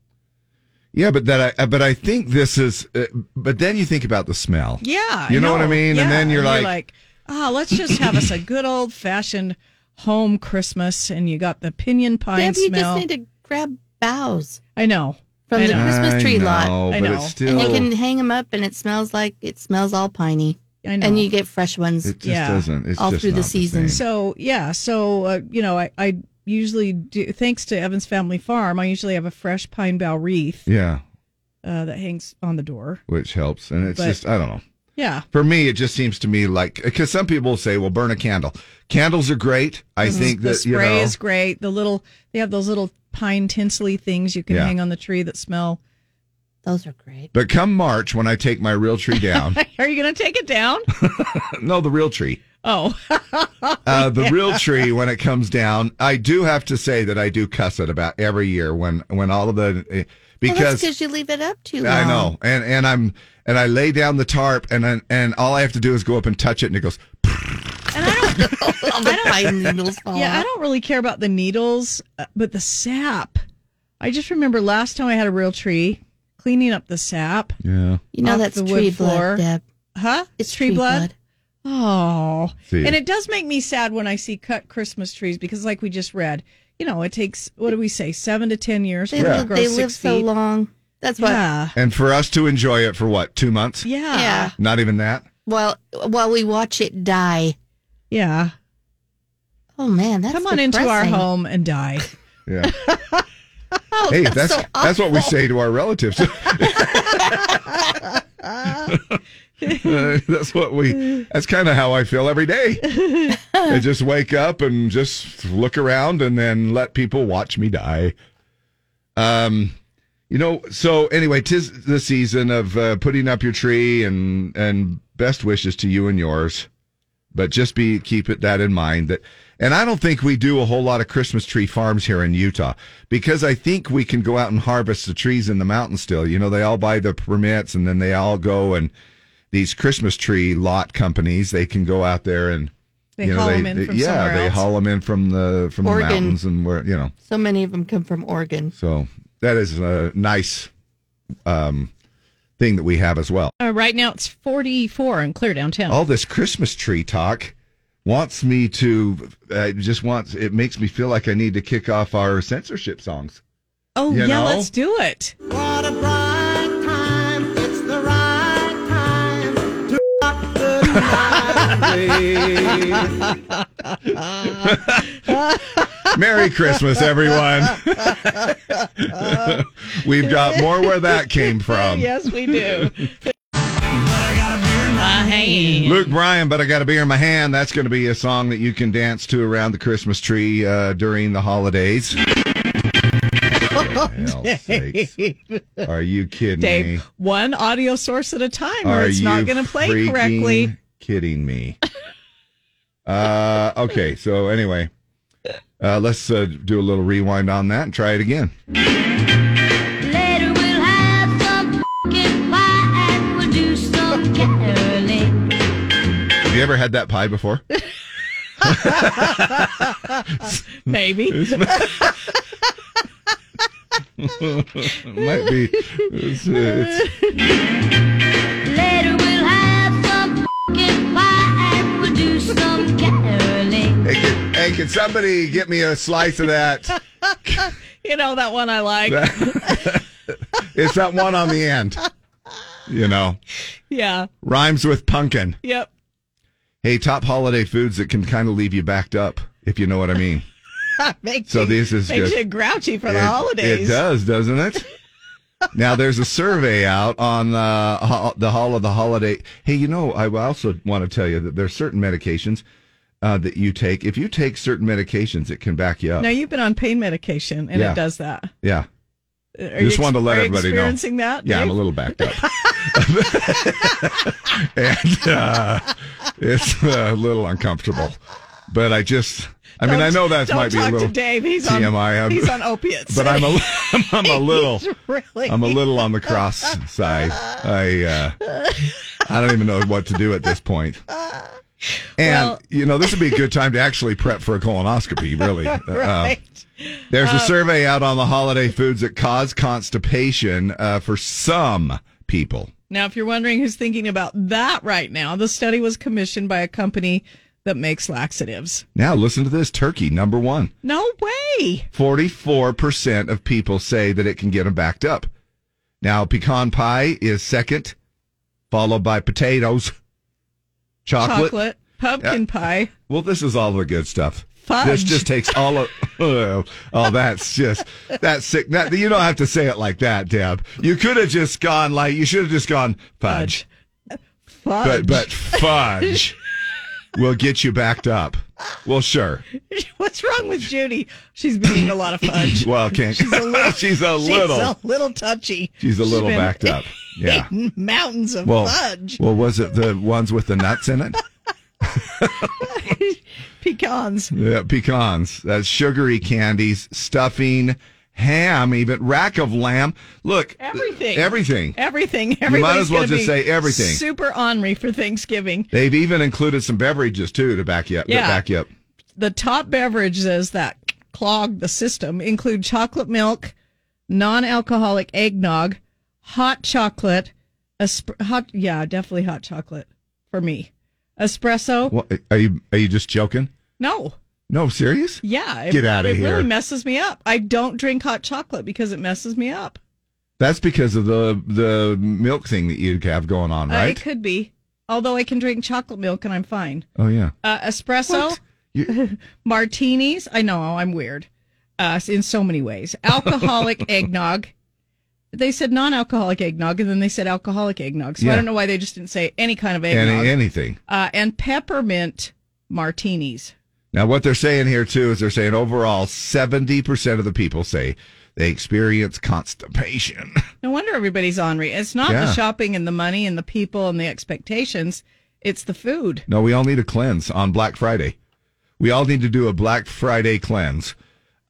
Speaker 1: Yeah, but that I uh, but I think this is. Uh, but then you think about the smell.
Speaker 2: yeah,
Speaker 1: You know what I mean? And then you're like-
Speaker 2: ah, let's just have us a good old fashioned home Christmas, and you got the pinion pine
Speaker 3: Deb, you
Speaker 2: smell.
Speaker 3: just need to grab boughs
Speaker 2: I know.
Speaker 3: from
Speaker 2: I
Speaker 3: the
Speaker 2: know.
Speaker 1: I
Speaker 3: Christmas tree lot,
Speaker 1: know,
Speaker 2: I
Speaker 1: but
Speaker 2: know.
Speaker 1: it's
Speaker 2: And
Speaker 1: still.
Speaker 3: and you can hang them up, and it smells like it smells all piney,
Speaker 2: I know.
Speaker 3: and you get fresh ones.
Speaker 1: it just
Speaker 2: yeah.
Speaker 1: doesn't. It's
Speaker 3: All
Speaker 1: just
Speaker 3: through the
Speaker 1: not
Speaker 3: season.
Speaker 1: same.
Speaker 2: So yeah, so uh, you know, I, I usually do. Thanks to Evans Family Farm, I usually have a fresh pine bough wreath
Speaker 1: yeah,
Speaker 2: uh, that hangs on the door.
Speaker 1: which helps, and it's
Speaker 2: But-
Speaker 1: just I don't know.
Speaker 2: Yeah,
Speaker 1: For me, it just seems to me like because some people say, "Well, burn a candle." Candles are great. I think
Speaker 2: Mm-hmm. the
Speaker 1: that
Speaker 2: spray
Speaker 1: you know.
Speaker 2: is great. The little they have those little pine tinsely things you can
Speaker 1: Yeah.
Speaker 2: hang on the tree that smell.
Speaker 3: Those are great.
Speaker 1: but come March, when I take my real tree down,
Speaker 2: Are you going to take it down?
Speaker 1: no, the real tree,
Speaker 2: Oh,
Speaker 1: uh, the real tree, when it comes down, I do have to say that I do cuss it about every year when when all of the
Speaker 3: Well,
Speaker 1: eh,
Speaker 3: that's
Speaker 1: because
Speaker 3: because you leave it up too long.
Speaker 1: I know, and and I'm and I lay down the tarp, and then- and all I have to do is go up and touch it, and it goes.
Speaker 2: and I don't.
Speaker 3: all the pine needles fall
Speaker 2: Yeah, I
Speaker 3: out.
Speaker 2: don't really care about the needles, uh, but the sap. I just remember last time I had a real tree, cleaning up the sap.
Speaker 1: Yeah.
Speaker 3: You know
Speaker 2: off
Speaker 3: that's
Speaker 2: the wood
Speaker 3: tree
Speaker 2: floor.
Speaker 3: blood, Deb.
Speaker 2: Huh?
Speaker 3: It's tree blood.
Speaker 2: Oh,
Speaker 1: See.
Speaker 2: and it does make me sad when I see cut Christmas trees because, like we just read, you know, it takes what do we say, seven to ten years
Speaker 3: They,
Speaker 2: for it to
Speaker 3: live,
Speaker 2: grow
Speaker 3: they
Speaker 2: six
Speaker 3: live
Speaker 2: feet.
Speaker 3: so long. That's why.
Speaker 2: Yeah,
Speaker 1: And for us to enjoy it for what two months?
Speaker 2: yeah, yeah,
Speaker 3: Yeah.
Speaker 1: Not even that.
Speaker 3: While while we watch it die. Oh man, that's
Speaker 2: Come on into our
Speaker 3: depressing.
Speaker 2: home and die.
Speaker 1: Yeah.
Speaker 3: Oh,
Speaker 1: Hey,
Speaker 3: that's,
Speaker 1: that's that's,
Speaker 3: so awful.
Speaker 1: what we say to our relatives. Uh, that's what we. That's kind of how I feel every day. I just wake up and just look around, and then let people watch me die. Um, you know. So anyway, tis the season of uh, putting up your tree, and and best wishes to you and yours. But just be keep it that in mind that and I don't think we do a whole lot of Christmas tree farms here in Utah because I think we can go out and harvest the trees in the mountains still. You know, they all buy the permits and then they all go and these Christmas tree lot companies, they can go out there and
Speaker 2: They
Speaker 1: you know,
Speaker 2: haul
Speaker 1: they,
Speaker 2: them in
Speaker 1: they-
Speaker 2: from
Speaker 1: yeah,
Speaker 2: somewhere
Speaker 1: they
Speaker 2: else.
Speaker 1: haul them in from the from
Speaker 3: Oregon.
Speaker 1: the mountains and where you know.
Speaker 3: So many of them come from Oregon.
Speaker 1: So that is a nice um thing that we have as well.
Speaker 2: Uh, right now it's forty-four and clear downtown.
Speaker 1: all this Christmas tree talk wants me to uh, just wants it makes me feel like I need to kick off our censorship songs.
Speaker 2: Oh
Speaker 1: You
Speaker 2: yeah,
Speaker 1: know?
Speaker 2: let's do it.
Speaker 1: Merry Christmas, everyone. We've got more where that came from.
Speaker 2: yes, we do. Hey.
Speaker 1: Luke Bryan, but I got a beer in my hand. That's going to be a song that you can dance to around the Christmas tree uh, during the holidays. Hell sakes. Are you kidding me?
Speaker 2: Dave, one audio source at a time, or
Speaker 1: Are
Speaker 2: it's not
Speaker 1: you
Speaker 2: going to play
Speaker 1: freaking
Speaker 2: correctly.
Speaker 1: Kidding me? uh, okay. So anyway, uh, let's uh, do a little rewind on that and try it again.
Speaker 7: Later we'll have some pumpkin pie and we'll do some caroling.
Speaker 1: Have you ever had that pie before?
Speaker 2: Maybe.
Speaker 1: It might be. it's- it's-
Speaker 7: Later we'll have some
Speaker 1: Can somebody get me a slice of that?
Speaker 2: You know that one I like.
Speaker 1: It's that one on the end. You know,
Speaker 2: yeah.
Speaker 1: rhymes with pumpkin.
Speaker 2: Yep.
Speaker 1: Hey, top holiday foods that can kind of leave you backed up, if you know what I mean.
Speaker 2: Makes
Speaker 1: So
Speaker 2: you,
Speaker 1: this is
Speaker 2: makes
Speaker 1: just-
Speaker 2: you grouchy for the
Speaker 1: It-
Speaker 2: holidays.
Speaker 1: It does, doesn't it? now there's a survey out on uh, ho- the hall of the holiday. Hey, you know, I also want to tell you that there's certain medications uh, that you take. If you take certain medications, it can back you up.
Speaker 2: Now you've been on pain medication, and
Speaker 1: Yeah.
Speaker 2: it does that.
Speaker 1: yeah,
Speaker 2: Are you
Speaker 1: just wanted to let
Speaker 2: are you
Speaker 1: everybody know.
Speaker 2: experiencing that?
Speaker 1: yeah, I'm a
Speaker 2: Dave?
Speaker 1: little backed up, and uh, it's a little uncomfortable. But I just, I mean, I
Speaker 2: Don't-
Speaker 1: know that
Speaker 2: don't
Speaker 1: might be a
Speaker 2: talk
Speaker 1: little
Speaker 2: to Dave. He's
Speaker 1: TMI.
Speaker 2: on.
Speaker 1: I'm-
Speaker 2: He's on opiates.
Speaker 1: but I'm a, I'm a little,
Speaker 2: He's really.
Speaker 1: I'm a little on the cross side. I, uh, I don't even know what to do at this point. And
Speaker 2: Well-
Speaker 1: you know, this would be a good time to actually prep for a colonoscopy. Really, Uh,
Speaker 2: right.
Speaker 1: there's
Speaker 2: Um,
Speaker 1: a survey out on the holiday foods that cause constipation uh, for some people.
Speaker 2: Now, if you're wondering who's thinking about that right now, the study was commissioned by a company that makes laxatives.
Speaker 1: Now, listen to this: turkey number one.
Speaker 2: No way.
Speaker 1: 44% of people say that it can get them backed up. Now, pecan pie is second, followed by potatoes, chocolate.
Speaker 2: Chocolate, pumpkin
Speaker 1: Yeah.
Speaker 2: pie.
Speaker 1: Well, this is all the good stuff.
Speaker 2: Fudge.
Speaker 1: This just takes all of. Oh, oh, that's just that's sick. That, you don't have to say it like that, Deb. You could have just gone like you should have just gone fudge,
Speaker 2: Fudge.
Speaker 1: but but fudge will get you backed up. Well, sure.
Speaker 2: What's wrong with Judy? She's been eating a lot of fudge.
Speaker 1: Well, can't she's a little. she's a
Speaker 2: She's
Speaker 1: little.
Speaker 2: a little touchy. been
Speaker 1: backed up. Yeah.
Speaker 2: eating Mountains of fudge,
Speaker 1: Well, was it the ones with the nuts in it?
Speaker 2: pecans.
Speaker 1: yeah, pecans. That's sugary candies, stuffing, ham, even rack of lamb. Look,
Speaker 2: Everything.
Speaker 1: everything.
Speaker 2: Everything. Everybody's
Speaker 1: as well
Speaker 2: gonna
Speaker 1: just
Speaker 2: be
Speaker 1: say everything.
Speaker 2: Super ornery for Thanksgiving.
Speaker 1: They've even included some beverages too to back you up.
Speaker 2: Yeah.
Speaker 1: To back you up.
Speaker 2: The top beverages that clog the system include chocolate milk, non-alcoholic eggnog, hot chocolate, esp- hot yeah, definitely hot chocolate for me. Espresso?
Speaker 1: What, are you are you just joking?
Speaker 2: No.
Speaker 1: No, serious?
Speaker 2: Yeah, it,
Speaker 1: Get outta
Speaker 2: it
Speaker 1: here.
Speaker 2: really messes me up. I don't drink hot chocolate because it messes me up.
Speaker 1: That's because of the the milk thing that you have going on,
Speaker 2: Uh,
Speaker 1: right?
Speaker 2: it could be. Although I can drink chocolate milk and I'm fine.
Speaker 1: oh yeah.
Speaker 2: Uh, espresso, martinis. I know I'm weird uh, in so many ways. Alcoholic eggnog. They said non-alcoholic eggnog, and then they said alcoholic eggnog. So
Speaker 1: Yeah.
Speaker 2: I don't know why they just didn't say any kind of eggnog.
Speaker 1: Any, anything.
Speaker 2: uh, and peppermint martinis.
Speaker 1: Now, what they're saying here too is they're saying overall, seventy percent of the people say they experience constipation.
Speaker 2: No wonder everybody's ornery. It's not
Speaker 1: Yeah.
Speaker 2: the shopping and the money and the people and the expectations. It's the food.
Speaker 1: No, we all need a cleanse on Black Friday. We all need to do a Black Friday cleanse.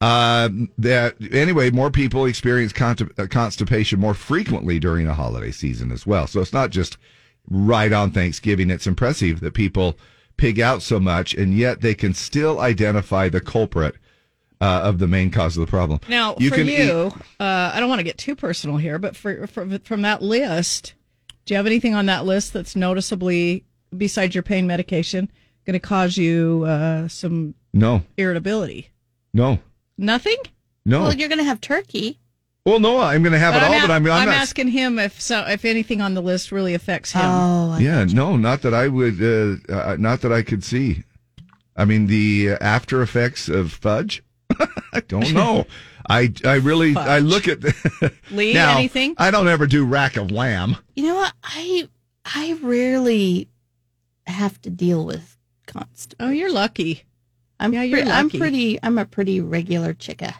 Speaker 1: Uh, that anyway, more people experience conti- uh, constipation more frequently during the holiday season as well. So it's not just right on Thanksgiving. It's impressive that people pig out so much, and yet they can still identify the culprit uh, of the main cause of the problem.
Speaker 2: Now, for
Speaker 1: can eat-
Speaker 2: you, uh, I don't want to get too personal here, but for, for from that list, do you have anything on that list that's noticeably besides your pain medication going to cause you uh, some
Speaker 1: no,
Speaker 2: irritability?
Speaker 1: no,
Speaker 2: Nothing.
Speaker 1: no.
Speaker 3: Well, you're going to have turkey.
Speaker 1: Well, no, I'm going to have it all,
Speaker 2: a-
Speaker 1: but I'm, I'm, not.
Speaker 2: asking him if so if anything on the list really affects him.
Speaker 3: Oh, I-
Speaker 1: Yeah, no, not that I would, uh, uh, not that I could see. I mean, the uh, after effects of fudge. I don't know. I, I really I look at
Speaker 2: Lee,
Speaker 1: now,
Speaker 2: anything?
Speaker 1: I don't ever do rack of lamb.
Speaker 3: you know what? I I rarely have to deal with constipation.
Speaker 2: oh, you're lucky.
Speaker 3: I'm
Speaker 2: Yeah, you're
Speaker 3: pre- I'm
Speaker 2: lucky.
Speaker 3: pretty. I'm a pretty regular chicka.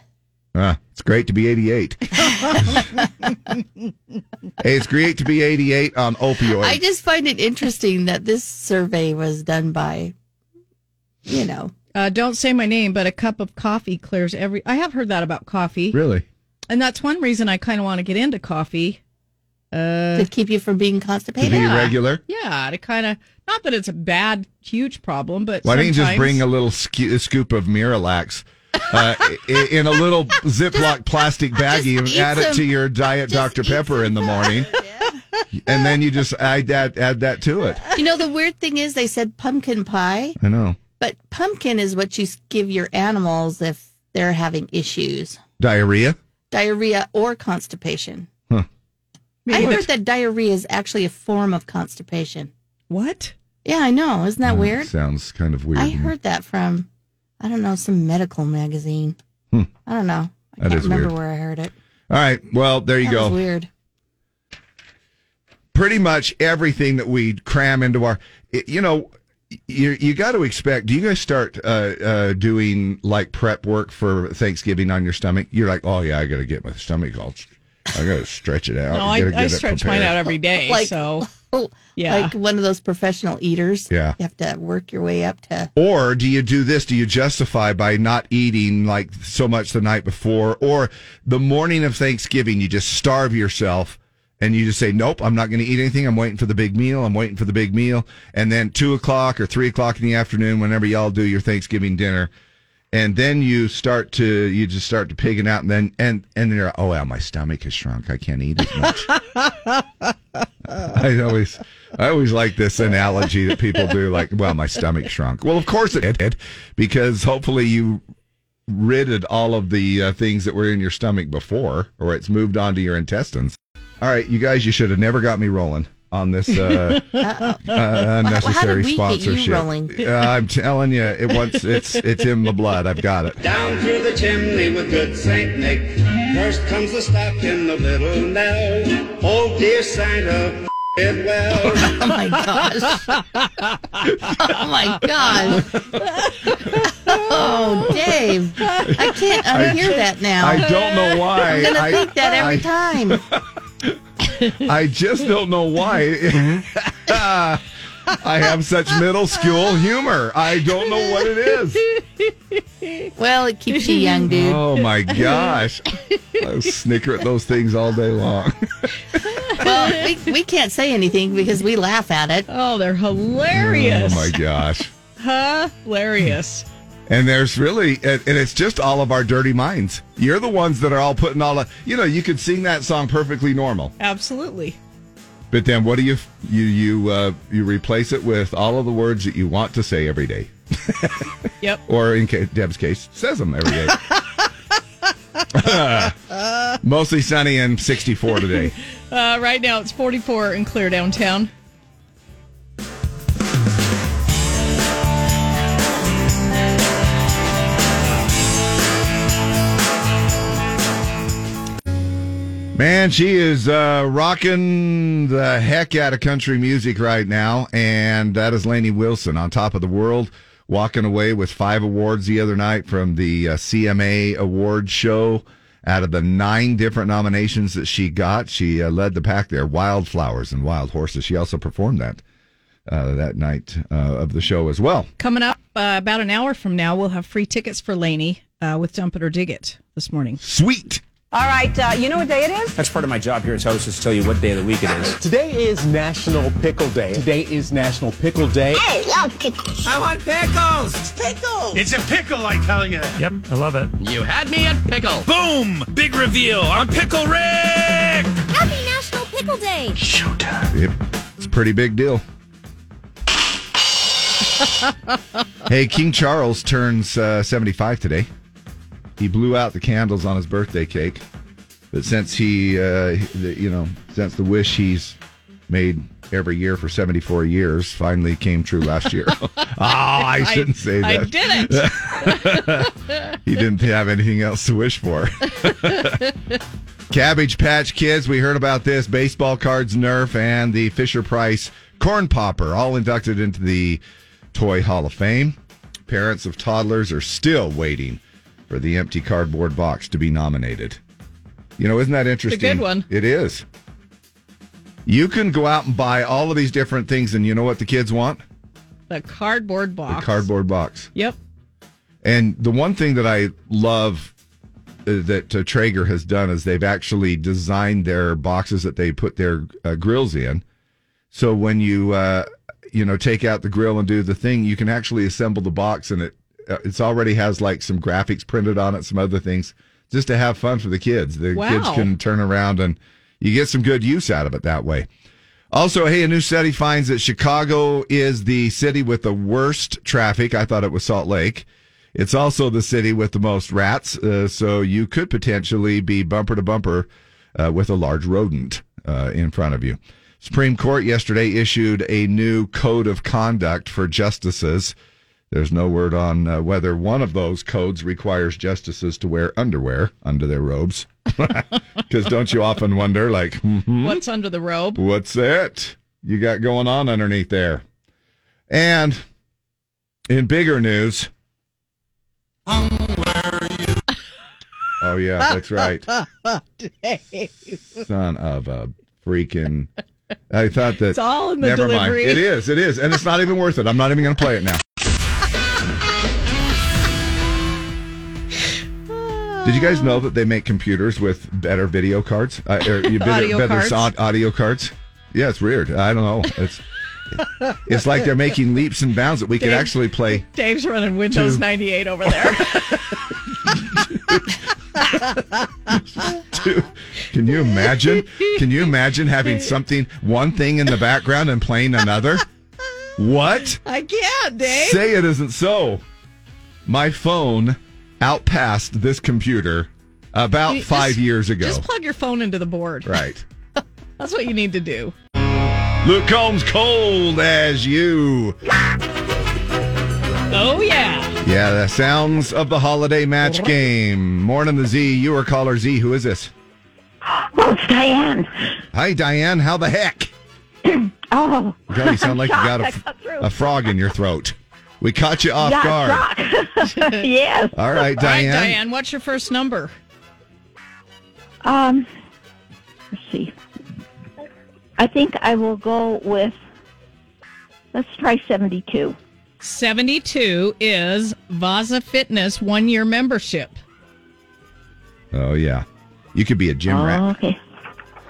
Speaker 1: Ah, it's great to be 88. hey, it's great to be 88 on opioids.
Speaker 3: I just find it interesting that this survey was done by, you know,
Speaker 2: Uh, don't say my name, but a cup of coffee clears every. I have heard that about coffee,
Speaker 1: really?
Speaker 2: and that's one reason I kind of want to get into coffee. uh,
Speaker 3: to keep you from being
Speaker 1: To
Speaker 3: constipated.
Speaker 1: be regular?
Speaker 2: Yeah, to kind of not that it's a bad, huge problem, but
Speaker 1: Why don't you just
Speaker 2: sometimes-
Speaker 1: bring a little scu- scoop of Miralax uh, i- in a little Ziploc plastic baggie and
Speaker 3: eat
Speaker 1: add it
Speaker 3: some-
Speaker 1: to your Diet
Speaker 3: just
Speaker 1: Dr.
Speaker 3: eat
Speaker 1: Pepper in the morning? And then you just add that, add that to it.
Speaker 3: You know, the weird thing is they said pumpkin pie,
Speaker 1: I know.
Speaker 3: But pumpkin is what you s- give your animals if they're having issues,
Speaker 1: Diarrhea?
Speaker 3: diarrhea or constipation. I
Speaker 2: Maybe
Speaker 3: heard that diarrhea is actually a form of constipation.
Speaker 2: What?
Speaker 3: Yeah, I know. Isn't that weird?
Speaker 1: Mm, Hmm, Sounds kind of weird.
Speaker 3: I heard that from, I don't know, some medical magazine.
Speaker 1: Hmm.
Speaker 3: I don't know. I
Speaker 1: That
Speaker 3: can't
Speaker 1: is
Speaker 3: remember
Speaker 1: weird.
Speaker 3: where I heard it.
Speaker 1: All right. Well, there you
Speaker 3: that
Speaker 1: go.
Speaker 3: was weird.
Speaker 1: pretty much everything that we cram into our it- you know you you got to expect do you guys start uh, uh, doing like prep work for thanksgiving on your stomach you're like oh yeah i gotta get my stomach all i gotta stretch it out
Speaker 2: No,
Speaker 1: gotta get
Speaker 2: I, I
Speaker 1: it
Speaker 2: stretch
Speaker 1: prepared."
Speaker 2: mine out every day.
Speaker 3: Like-
Speaker 2: so
Speaker 3: Oh,
Speaker 2: Yeah.
Speaker 3: Like one of those professional eaters.
Speaker 1: Yeah.
Speaker 3: You have to work your way up to.
Speaker 1: or do you do this do you justify by not eating like so much the night before or the morning of thanksgiving you just starve yourself and you just say nope i'm not going to eat anything i'm waiting for the big meal i'm waiting for the big meal and then two o'clock or three o'clock in the afternoon whenever y'all do your thanksgiving dinner and then you start to you just start to pigging out and then and and then you're oh wow my stomach has shrunk i can't eat as much I always, I always like this analogy that people do, like, "Well, my stomach shrunk." Well, of course it did, because hopefully you ridded all of the uh, things that were in your stomach before, or it's moved on to your intestines. All right, you guys, you should have never got me rolling on this uh, uh,
Speaker 3: how
Speaker 1: unnecessary
Speaker 3: did we get you
Speaker 1: sponsorship.
Speaker 3: rolling?
Speaker 1: Uh, I'm telling you, it once it's it's in the blood. I've got it.
Speaker 8: Down through the chimney with good Saint Nick. First comes the stocking, the little Nell. Oh dear Santa, it well.
Speaker 3: Oh my gosh. oh my gosh. Oh, Dave. I can't unhear that now.
Speaker 1: I don't know why.
Speaker 3: am going to
Speaker 1: I
Speaker 3: think that every
Speaker 1: I-
Speaker 3: time.
Speaker 1: I just don't know why. I have such middle school humor. I don't know what it is.
Speaker 3: Well, it keeps you young, dude.
Speaker 1: Oh my gosh. I snicker at those things all day long.
Speaker 3: Well, we, we can't say anything because we laugh at it.
Speaker 2: oh, they're
Speaker 1: Oh
Speaker 2: hilarious.
Speaker 1: my gosh.
Speaker 2: Hilarious.
Speaker 1: And there's really, and and it's just all of our dirty minds. You're the ones that are all putting all, of, you know, you could sing that song perfectly normal,
Speaker 2: Absolutely.
Speaker 1: but then what do you, you, you, uh, you replace it with all of the words that you want to say every day.
Speaker 2: Yep.
Speaker 1: or in ca- Deb's case, says them every day. Mostly sunny and 64 today.
Speaker 2: Uh, right now it's 44 and clear downtown.
Speaker 1: Man, she is uh, rocking the heck out of country music right now, and that is Lainey Wilson on top of the world, walking away with five awards the other night from the uh, CMA Award Show. Out of the nine different nominations that she got, she uh, led the pack there. Wildflowers and Wild Horses. She also performed that uh, that night uh, of the show as well.
Speaker 2: Coming up uh, about an hour from now, we'll have free tickets for Laney uh, with Dump It or Dig It this morning.
Speaker 1: Sweet.
Speaker 9: All right, uh, you know what day it is?
Speaker 10: That's part of my job here as host is to tell you what day of the week it is.
Speaker 11: Today is National Pickle Day. Today is National Pickle Day.
Speaker 10: I want pickles!
Speaker 8: It's a pickle, I tell you.
Speaker 10: Yep, I love it.
Speaker 8: You had me at pickle.
Speaker 10: Boom! Big reveal on Pickle Rick!
Speaker 7: Happy National Pickle Day!
Speaker 1: Yep. It's a pretty big deal. hey, King Charles turns uh, 75 today. He blew out the candles on his birthday cake. But since he, uh, the, you know, since the wish he's made every year for 74 years finally came true last year. oh, I shouldn't say that.
Speaker 2: I did it.
Speaker 1: He didn't have anything else to wish for. Cabbage Patch Kids, we heard about this. Baseball cards Nerf and the Fisher Price Corn Popper, all inducted into the Toy Hall of Fame. Parents of toddlers are still waiting for the empty cardboard box to be nominated. You know, isn't that interesting?
Speaker 2: good one.
Speaker 1: It is. You can go out and buy all of these different things, and you know what the kids want?
Speaker 2: the cardboard
Speaker 1: The
Speaker 2: box.
Speaker 1: cardboard box.
Speaker 2: Yep.
Speaker 1: And the one thing that I love uh, that uh, Traeger has done is they've actually designed their boxes that they put their uh, grills in. So when you uh, you know take out the grill and do the thing, you can actually assemble the box, and it uh, it's already has like some graphics printed on it, some other things, just to have fun for the kids. The
Speaker 2: Wow.
Speaker 1: kids can turn around and you get some good use out of it that way. Also, hey, a new study finds that Chicago is the city with the worst traffic. I thought it was Salt Lake. It's also the city with the most rats, uh, so you could potentially be bumper to bumper uh, with a large rodent uh, in front of you. Supreme Court yesterday issued a new code of conduct for justices. There's no word on uh, whether one of those codes requires justices to wear underwear under their robes. Because don't you often wonder, like, mhm.
Speaker 2: What's under the robe?
Speaker 1: What's that you got going on underneath there? And in bigger news. Oh, yeah, that's right.
Speaker 2: Dave.
Speaker 1: Son of a freaking. I thought that.
Speaker 2: It's all in the
Speaker 1: Never
Speaker 2: delivery.
Speaker 1: mind. It is. It is. And it's not even worth it. I'm not even going to play it now. Did you guys know that they make computers with better video cards? Uh, or you- better,
Speaker 2: Audio
Speaker 1: better
Speaker 2: cards?
Speaker 1: so- audio cards? Yeah, it's weird. I don't know. It's it's like they're making leaps and bounds that we could
Speaker 2: Dave.
Speaker 1: actually play.
Speaker 2: Dave's running Windows
Speaker 1: Two.
Speaker 2: 98 over there.
Speaker 1: Can you imagine? Can you imagine having something, one thing in the background and playing another? What?
Speaker 2: I can't, Dave.
Speaker 1: Say it isn't so. My phone outpassed this computer about
Speaker 2: You-
Speaker 1: five
Speaker 2: just-
Speaker 1: years ago.
Speaker 2: Just plug your phone into the board.
Speaker 1: right.
Speaker 2: That's what you need to do.
Speaker 1: Luke Combs cold as you.
Speaker 2: Oh, yeah.
Speaker 1: Yeah, the sounds of the holiday match game. Morning the Z, you are caller Z. Who is this?
Speaker 12: it's Diane.
Speaker 1: Hi, Diane. How the heck?
Speaker 12: Oh,
Speaker 1: God, you sound like you
Speaker 12: I'm
Speaker 1: got a,
Speaker 12: shocked I got through.
Speaker 1: a frog in your throat. We caught you off
Speaker 12: Yeah,
Speaker 1: guard.
Speaker 12: shock. yes.
Speaker 1: All right, Diane.
Speaker 2: Diane, what's your first number?
Speaker 12: Um, let's see. I think I will go with. Let's try seventy-two.
Speaker 2: 72 is Vaza Fitness one year membership.
Speaker 1: Oh, yeah. You could be a gym rat.
Speaker 12: Oh, Okay.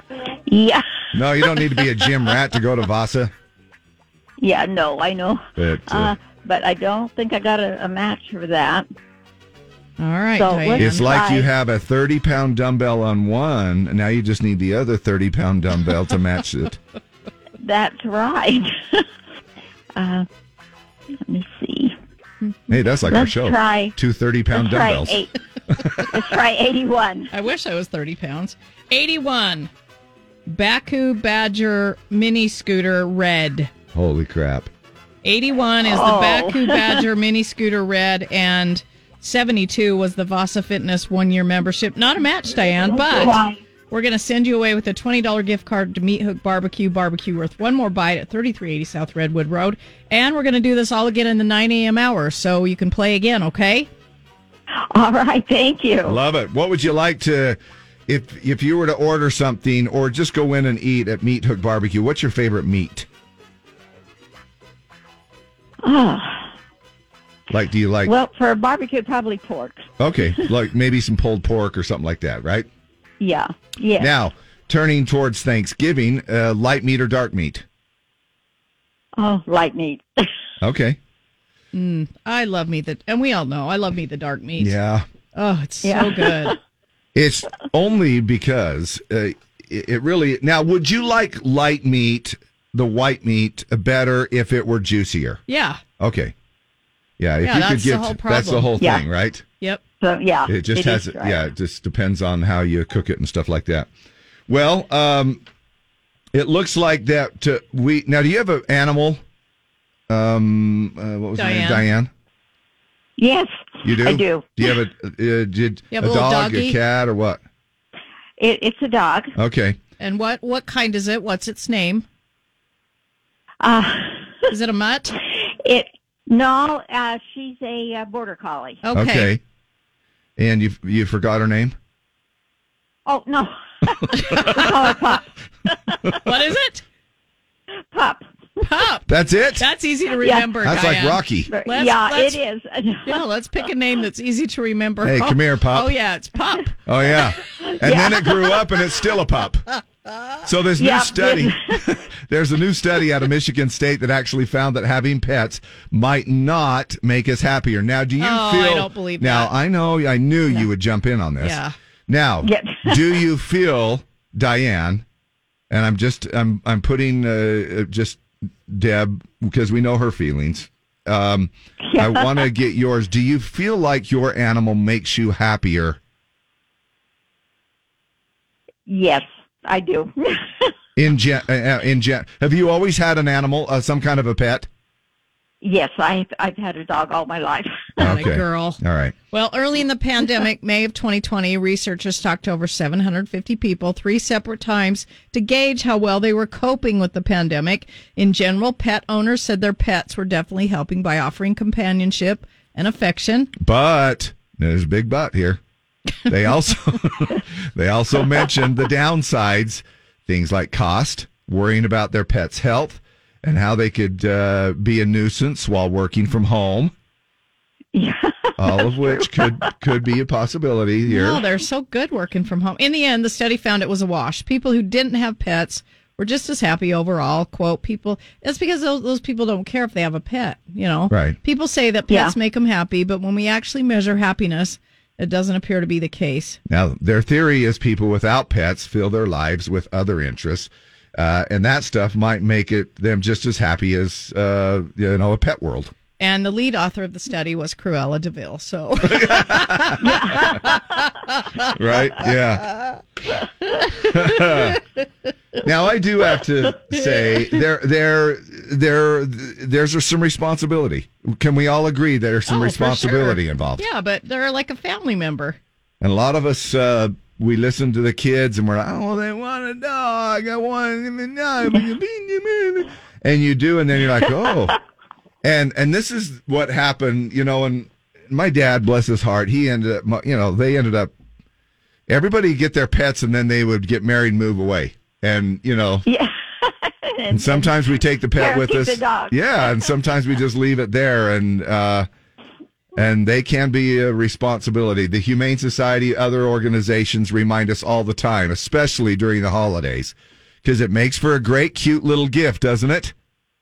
Speaker 12: Uh, Yeah.
Speaker 1: No, you don't need to be a gym rat to go to Vasa.
Speaker 12: Yeah. No, I know.
Speaker 1: But, uh,
Speaker 12: Uh, but I don't think I got a, a match for that.
Speaker 2: All right.
Speaker 12: So let's
Speaker 1: It's like
Speaker 12: try-
Speaker 1: you have a 30 pound dumbbell on one, and now you just need the other 30 pound dumbbell to match it.
Speaker 12: That's right. uh, let me see.
Speaker 1: Hey, that's like our
Speaker 12: Let's
Speaker 1: show.
Speaker 12: try-
Speaker 1: Two 30
Speaker 12: let's
Speaker 1: pound
Speaker 12: try
Speaker 1: dumbbells.
Speaker 12: eight. let's try eighty-one.
Speaker 2: I wish I was 30 pounds. 81. Baku Badger mini scooter red.
Speaker 1: Holy crap.
Speaker 2: 81 is
Speaker 12: Oh.
Speaker 2: the Baku Badger mini scooter red and 72 was the Vasa Fitness one year membership. Not a match, Diane, but we're going to send you away with a $20 gift card to Meat Hook Barbecue, barbecue worth one more bite at 3380 South Redwood Road. And we're going to do this all again in the 9 a.m. hour so you can play again, okay?
Speaker 12: All right. Thank you.
Speaker 1: Love it. What would you like to, if if you were to order something or just go in and eat at Meat Hook Barbecue, what's your favorite meat?
Speaker 12: Oh,
Speaker 1: Like, do you like,
Speaker 12: well, for a barbecue, probably pork.
Speaker 1: okay, like maybe some pulled pork or something like that, right?
Speaker 12: Yeah. Yeah.
Speaker 1: Now, turning towards Thanksgiving, uh, light meat or dark meat?
Speaker 12: Oh, light meat.
Speaker 1: Okay.
Speaker 2: Mm, I love meat that, and we all know I love meat the dark meat.
Speaker 1: Yeah.
Speaker 2: Oh, it's so
Speaker 12: Yeah.
Speaker 2: good.
Speaker 1: It's only because uh, it, it really. Now, would you like light meat, the white meat, uh, better if it were juicier?
Speaker 2: Yeah.
Speaker 1: Okay. Yeah, if
Speaker 2: Yeah,
Speaker 1: you could
Speaker 2: that's the
Speaker 1: get
Speaker 2: whole
Speaker 1: that's the
Speaker 2: problem.
Speaker 1: whole
Speaker 2: Yeah.
Speaker 1: thing, right?
Speaker 2: Yep.
Speaker 12: So yeah.
Speaker 1: It just has
Speaker 12: is
Speaker 1: yeah, it just depends on how you cook it and stuff like that. Well, um it looks like that to, we Now, do you have an animal? Um uh, what was her
Speaker 2: Diane.
Speaker 1: name? Diane.
Speaker 12: Yes.
Speaker 1: You do?
Speaker 12: I do.
Speaker 1: Do you have a uh, did
Speaker 2: You have
Speaker 1: a,
Speaker 2: a little
Speaker 1: dog, a
Speaker 2: doggy?
Speaker 1: cat or what?
Speaker 12: It, it's a dog.
Speaker 1: Okay.
Speaker 2: And what what kind is it? What's its name?
Speaker 12: Uh,
Speaker 2: Is it a mutt?
Speaker 12: it no. Uh, she's a uh, border collie.
Speaker 2: Okay.
Speaker 1: And you you forgot her name?
Speaker 12: Oh no. I call her pup.
Speaker 2: What is it?
Speaker 12: Pup.
Speaker 2: Pup.
Speaker 1: That's it?
Speaker 2: That's easy to remember.
Speaker 1: That's like
Speaker 2: Diane.
Speaker 1: Rocky.
Speaker 2: Let's-
Speaker 12: yeah,
Speaker 2: let's-
Speaker 12: it
Speaker 2: Yeah, let's pick a name that's easy to remember.
Speaker 1: Hey, come here, pup.
Speaker 2: Oh yeah, it's pup.
Speaker 1: Oh yeah. And
Speaker 12: Yeah.
Speaker 1: then it grew up and it's still a pup. So this
Speaker 12: Yeah.
Speaker 1: new study there's a new study out of Michigan State that actually found that having pets might not make us happier. Now do you
Speaker 2: Oh, I
Speaker 1: feel
Speaker 2: don't believe
Speaker 1: Now
Speaker 2: that.
Speaker 1: I know I knew you would jump in on this.
Speaker 2: Yeah.
Speaker 1: Now
Speaker 12: Yes.
Speaker 1: do you feel, Diane, and I'm just I'm I'm putting uh, just Deb because we know her feelings. Um, I want to get yours. Do you feel like your animal makes you happier
Speaker 12: Yes, I do.
Speaker 1: in gen? Uh, uh, in gen, have you always had an animal, uh, some kind of a pet?
Speaker 12: yes, I I've had a dog all my life.
Speaker 1: Okay.
Speaker 2: girl.
Speaker 1: All right.
Speaker 2: Well, early in the pandemic, May of 2020, researchers talked to over 750 people three separate times to gauge how well they were coping with the pandemic. In general, pet owners said their pets were definitely helping by offering companionship and affection.
Speaker 1: But there's a big but here. They also they also mentioned the downsides, things like cost, worrying about their pet's health, and how they could uh, be a nuisance while working from home. All of which could could be a possibility here.
Speaker 2: No, they're so good working from home. In the end, the study found it was a wash. People who didn't have pets were just as happy overall. Quote people. That's because those, those people don't care if they have a pet. You know,
Speaker 1: Right.
Speaker 2: People say that
Speaker 1: Yeah.
Speaker 2: pets make them happy, but when we actually measure happiness, it doesn't appear to be the case.
Speaker 1: Now, their theory is people without pets fill their lives with other interests, uh, and that stuff might make it them just as happy as uh, you know a pet world.
Speaker 2: And the lead author of the study was Cruella Deville. So,
Speaker 1: right? Yeah. now I do have to say there there there there's some responsibility. Can we all agree there's some
Speaker 2: Oh, for
Speaker 1: responsibility
Speaker 2: sure.
Speaker 1: involved?
Speaker 2: Yeah, but they're like a family member.
Speaker 1: And a lot of us uh, we listen to the kids and we're like, oh, they want a dog. I want him and and you do, and then you're like, oh. and and this is what happened, you know. And my dad, bless his heart, he ended up, my- you know, they ended up. Everybody get their pets, and then they would get married, and move away, and you know. Yeah. And sometimes we take the pet
Speaker 12: Yeah,
Speaker 1: with
Speaker 12: keep
Speaker 1: us.
Speaker 12: the dog.
Speaker 1: Yeah, and sometimes we just leave it there, and uh, and they can be a responsibility. The Humane Society, other organizations remind us all the time, especially during the holidays, because it makes for a great, cute little gift, doesn't it?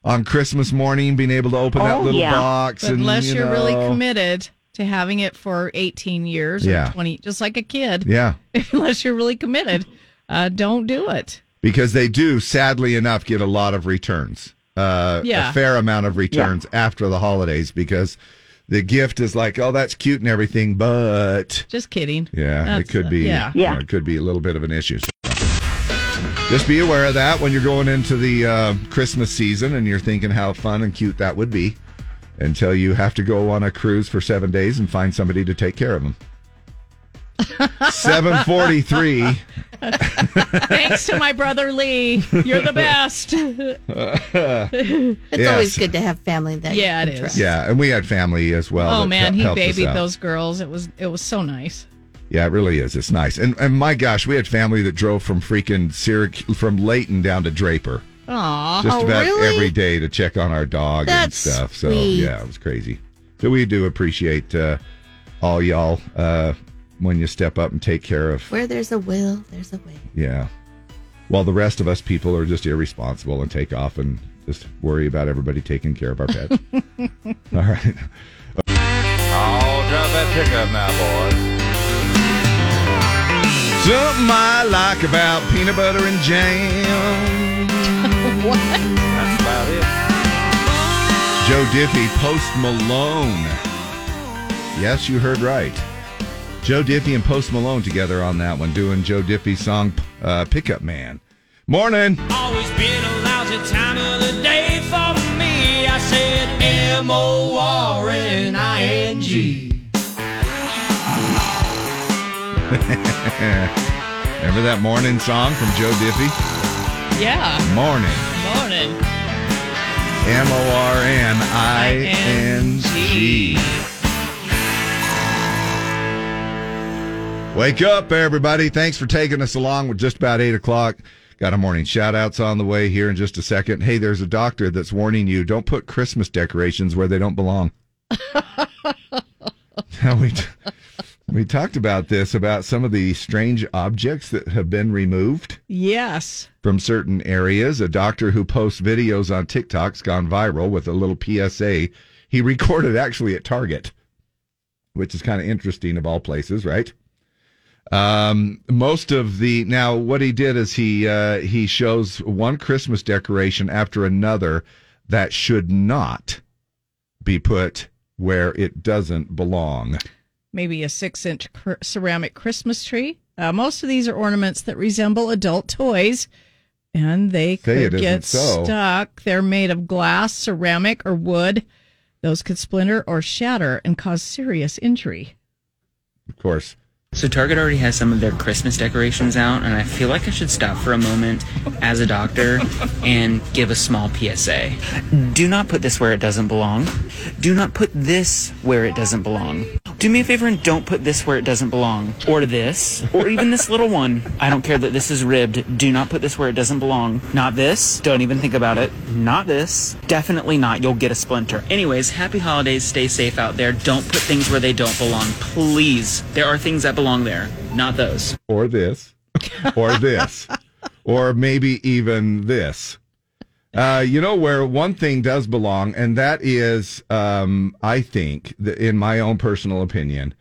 Speaker 1: On Christmas morning, being able to open
Speaker 13: Oh,
Speaker 1: that little box,
Speaker 2: Oh, But
Speaker 1: and
Speaker 2: unless
Speaker 1: you
Speaker 2: are really
Speaker 1: know.
Speaker 2: committed to having it for 18 years
Speaker 1: Yeah.
Speaker 2: or 20, just like a kid.
Speaker 1: Yeah.
Speaker 2: unless you're really committed, uh, don't do it.
Speaker 1: because they do, sadly enough, get a lot of returns. Uh,
Speaker 2: Yeah.
Speaker 1: A fair amount of returns after the holidays because the gift is like, oh, that's cute and everything, but
Speaker 2: Just kidding.
Speaker 1: yeah,
Speaker 2: That's- uh,
Speaker 1: it could be,
Speaker 2: Yeah.
Speaker 1: you know, it could be a little bit of an issue. So, Just be aware of that when you're going into the uh, Christmas season and you're thinking how fun and cute that would be until you have to go on a cruise for seven days and find somebody to take care of them. 743.
Speaker 2: Thanks to my brother Lee. You're the best.
Speaker 3: it's always good to have family that you
Speaker 2: Yeah,
Speaker 3: can
Speaker 2: it is.
Speaker 3: trust.
Speaker 1: Yeah, and we had family as well.
Speaker 2: oh
Speaker 1: that
Speaker 2: man,
Speaker 1: hel-
Speaker 2: he
Speaker 1: helped us
Speaker 2: babied
Speaker 1: out.
Speaker 2: those girls. It was it was so nice.
Speaker 1: Yeah, it really is. It's nice. And and my gosh, we had family that drove from freaking Syracuse, from Layton down to Draper,
Speaker 2: Aw.
Speaker 1: just about every day to check on our dog
Speaker 2: Oh, That's
Speaker 1: and stuff. So
Speaker 2: sweet.
Speaker 1: yeah, it was crazy. So we do appreciate uh, all y'all uh, when you step up and take care of
Speaker 3: Where there's a will, there's a way.
Speaker 1: yeah. While the rest of us people are just irresponsible and take off and just worry about everybody taking care of our pets. all right.
Speaker 13: Oh, drive that pickup now, boys.
Speaker 1: Something I like about peanut butter and jam.
Speaker 2: what?
Speaker 13: That's about it.
Speaker 1: Joe Diffie, Post Malone. Yes, you heard right. Joe Diffie and Post Malone together on that one, doing Joe Diffie's song uh, Pickup Man. Morning.
Speaker 10: Always been a lousy time of the day for me. I said M O R N I N G.
Speaker 1: Remember that morning song from Joe Diffie?
Speaker 2: Yeah.
Speaker 1: Morning.
Speaker 2: Morning.
Speaker 1: M O R N I N G. Wake up, everybody. Thanks for taking us along with just about 8 o'clock. Got a morning shout outs on the way here in just a second. Hey, there's a doctor that's warning you don't put Christmas decorations where they don't belong. now, we, t- we talked about this about some of the strange objects that have been removed
Speaker 2: Yes.
Speaker 1: from certain areas. A doctor who posts videos on TikTok's gone viral with a little PSA he recorded actually at Target, which is kind of interesting of all places, right? Um, most of the now, what he did is he uh, he shows one Christmas decoration after another that should not be put where it doesn't belong.
Speaker 2: maybe a six inch cr- ceramic Christmas tree. Uh, most of these are ornaments that resemble adult toys and they
Speaker 1: it
Speaker 2: could
Speaker 1: isn't
Speaker 2: get
Speaker 1: so.
Speaker 2: stuck. They're made of glass, ceramic, or wood. Those could splinter or shatter and cause serious injury.
Speaker 1: Of course.
Speaker 14: So Target already has some of their Christmas decorations out, and I feel like I should stop for a moment as a doctor and give a small PSA. Do not put this where it doesn't belong. Do not put this where it doesn't belong. Do me a favor and don't put this where it doesn't belong, or this, or even this little one. I don't care that this is ribbed. Do not put this where it doesn't belong. Not this. Don't even think about it. Not this. Definitely not. You'll get a splinter. Anyways, happy holidays. Stay safe out there. Don't put things where they don't belong. Please. There are things that belong there, not those.
Speaker 1: or this, or this, or maybe even this. Uh, you know where one thing does belong, and that is, um, I think, th- in my own personal opinion,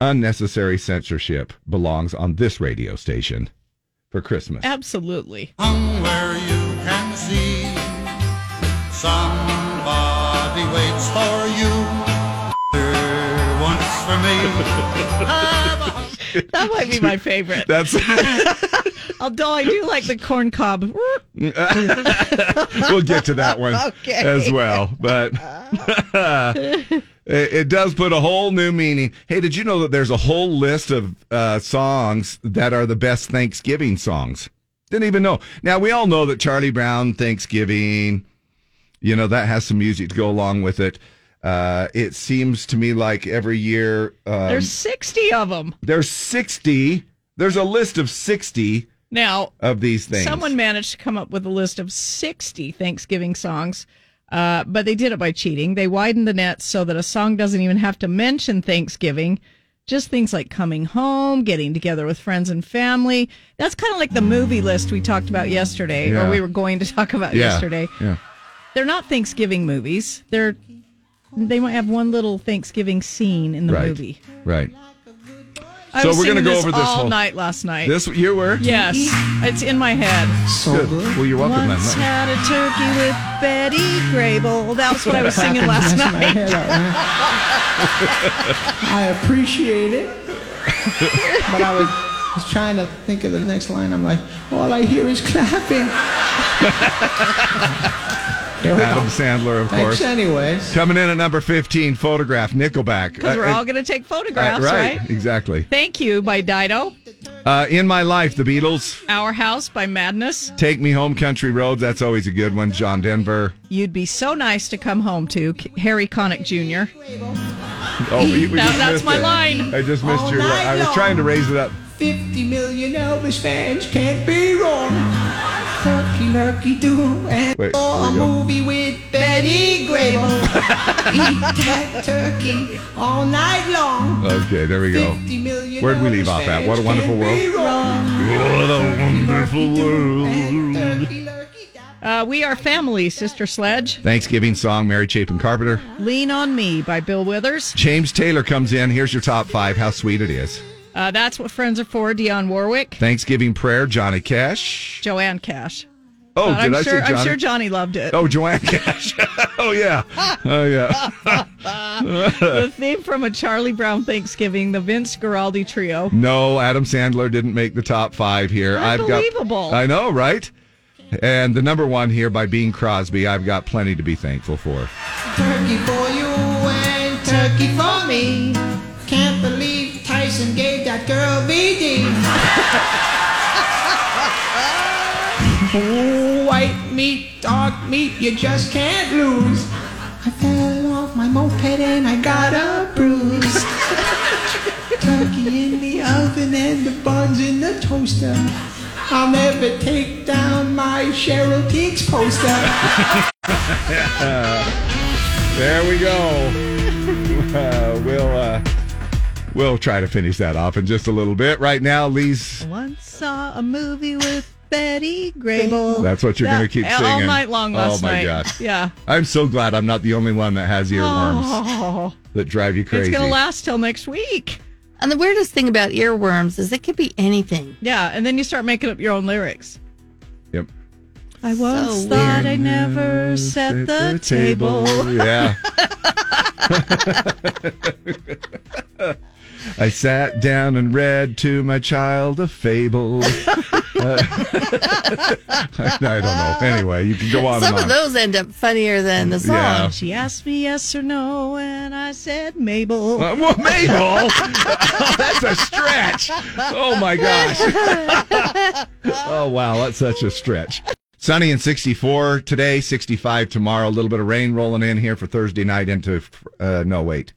Speaker 1: unnecessary censorship belongs on this radio station for Christmas.
Speaker 2: Absolutely.
Speaker 15: Somewhere you can see somebody waits for you. There once for me.
Speaker 2: That might be my favorite.
Speaker 1: That's
Speaker 2: Although I do like the corn
Speaker 1: Um,
Speaker 2: cob.
Speaker 1: we'll get to that one
Speaker 2: Okay. Oh.
Speaker 1: as well, but it, it does put a whole new meaning. Hey, did you know that there's a whole list of uh, songs that are the best Thanksgiving songs? Didn't even know. Now we all know that Charlie Brown Thanksgiving, you know, that has some music to go along with it. Uh, it seems to me like every year um,
Speaker 2: There's 60 of them.
Speaker 1: there's sixty. There's a list of sixty
Speaker 2: Now,
Speaker 1: of these things.
Speaker 2: Someone managed to come up with a list of 60 Thanksgiving songs, uh, but they did it by cheating. They widened the net so that a song doesn't even have to mention Thanksgiving, just things like coming home, getting together with friends and family. That's kind of like the movie list we talked about yesterday,
Speaker 7: Yeah.
Speaker 2: or we were going to talk about
Speaker 7: Yeah.
Speaker 2: yesterday.
Speaker 1: Yeah.
Speaker 2: They're not Thanksgiving movies. They're they might have one little Thanksgiving scene in the
Speaker 1: right.
Speaker 2: movie.
Speaker 1: Right.
Speaker 2: I
Speaker 1: So
Speaker 2: was
Speaker 1: we're gonna
Speaker 2: singing
Speaker 1: go over this
Speaker 2: all
Speaker 1: whole-
Speaker 2: night last night.
Speaker 1: This you were
Speaker 2: Yes, it's in my head.
Speaker 1: So Good. good. Well, you're welcome,
Speaker 2: Once
Speaker 1: Lynn.
Speaker 2: had a turkey with Betty Grable. That was what I was singing last
Speaker 16: That's my
Speaker 2: night.
Speaker 16: head out, I appreciate it, but I was, was trying to think of the next line. I'm like, all I hear is clapping. There we go.
Speaker 1: Adam Sandler, of
Speaker 16: Thanks
Speaker 1: course.
Speaker 16: anyways.
Speaker 1: Coming in at number 15, Photograph, Nickelback.
Speaker 2: Because we're
Speaker 1: Uh,
Speaker 2: all going to take photographs,
Speaker 1: uh,
Speaker 2: right?
Speaker 1: Exactly.
Speaker 2: Thank you by Dido.
Speaker 1: Uh, in My Life, The Beatles.
Speaker 2: Our House by Madness.
Speaker 1: Take Me Home, Country Roads. That's always a good one. John Denver.
Speaker 2: You'd be so nice to come home to K- Harry Connick Jr.
Speaker 1: Oh, you- we
Speaker 2: That-
Speaker 1: just
Speaker 2: that's
Speaker 1: missed
Speaker 2: my
Speaker 1: it.
Speaker 2: line.
Speaker 1: I just missed
Speaker 16: All
Speaker 1: your line.
Speaker 16: night
Speaker 1: I was
Speaker 16: long.
Speaker 1: trying to raise it up.
Speaker 16: 50 million Elvis fans can't be wrong. Turkey, lurkey, doo, and
Speaker 1: Wait,
Speaker 16: saw a
Speaker 1: here we go.
Speaker 16: movie with Betty Grable. Eat that turkey all night long.
Speaker 1: Okay, there we go.
Speaker 16: 50 million
Speaker 1: Where'd we leave
Speaker 16: Elvis
Speaker 1: off at?
Speaker 16: fans
Speaker 1: What a wonderful
Speaker 16: can't be
Speaker 1: world.
Speaker 16: wrong.
Speaker 1: What a wonderful world.
Speaker 2: Uh, we Are Family, Sister Sledge.
Speaker 1: Thanksgiving song, Mary Chapin Carpenter.
Speaker 2: Lean on Me by Bill Withers.
Speaker 1: James Taylor comes in. Here's your top five. How sweet it is.
Speaker 2: Uh, that's What Friends Are For, Dionne Warwick,
Speaker 1: Thanksgiving Prayer, Johnny Cash.
Speaker 2: Joanne Cash.
Speaker 1: Oh,
Speaker 2: But
Speaker 1: did
Speaker 2: I'm
Speaker 1: I say
Speaker 2: sure, I'm
Speaker 1: Johnny?
Speaker 2: sure Johnny loved it.
Speaker 1: Oh, Joanne Cash. oh, yeah. Oh, yeah.
Speaker 2: the theme from a Charlie Brown Thanksgiving, the Vince Guaraldi Trio.
Speaker 1: No, Adam Sandler didn't make the top five here.
Speaker 2: Unbelievable.
Speaker 1: I've got, I know, right? And the number one here by Bing Crosby, I've got plenty to be thankful for.
Speaker 16: Turkey for you and turkey for me. Can't believe Tyson gave that girl BD. Ooh, White meat, dark meat, you just can't lose. I fell off my moped and I got a bruise. turkey in the oven and the buns in the toaster. I'll never take down my Cheryl Teague's poster.
Speaker 1: there we go. Uh, we'll uh, we'll try to finish that off in just a little bit. Right now, Lee's.
Speaker 2: Once saw a movie with Betty Grable.
Speaker 1: That's what you're
Speaker 2: That-
Speaker 1: gonna keep
Speaker 2: all
Speaker 1: singing.
Speaker 2: night long
Speaker 1: Oh,
Speaker 2: last
Speaker 1: my
Speaker 2: night.
Speaker 1: gosh.
Speaker 2: Yeah.
Speaker 1: I'm so glad I'm not the only one that has earworms
Speaker 2: Oh,
Speaker 1: that drive you crazy.
Speaker 2: it's gonna last till next week.
Speaker 3: And the weirdest thing about earworms is it could be anything.
Speaker 2: Yeah, and then you start making up your own lyrics.
Speaker 1: Yep.
Speaker 2: I once
Speaker 3: So
Speaker 2: thought
Speaker 3: weird.
Speaker 2: I never set the, table.
Speaker 1: Yeah. I sat down and read to my child a fable. Uh, I don't know. Anyway, you can go on
Speaker 3: Some
Speaker 1: and on.
Speaker 3: of those end up funnier than the song.
Speaker 1: Yeah.
Speaker 2: She asked me yes or no, and I said Mabel.
Speaker 1: Uh, well, Mabel? That's a stretch. Oh my gosh. oh wow, that's such a stretch. Sunny and 64 today, 65 tomorrow. A little bit of rain rolling in here for Thursday night into uh, no wait,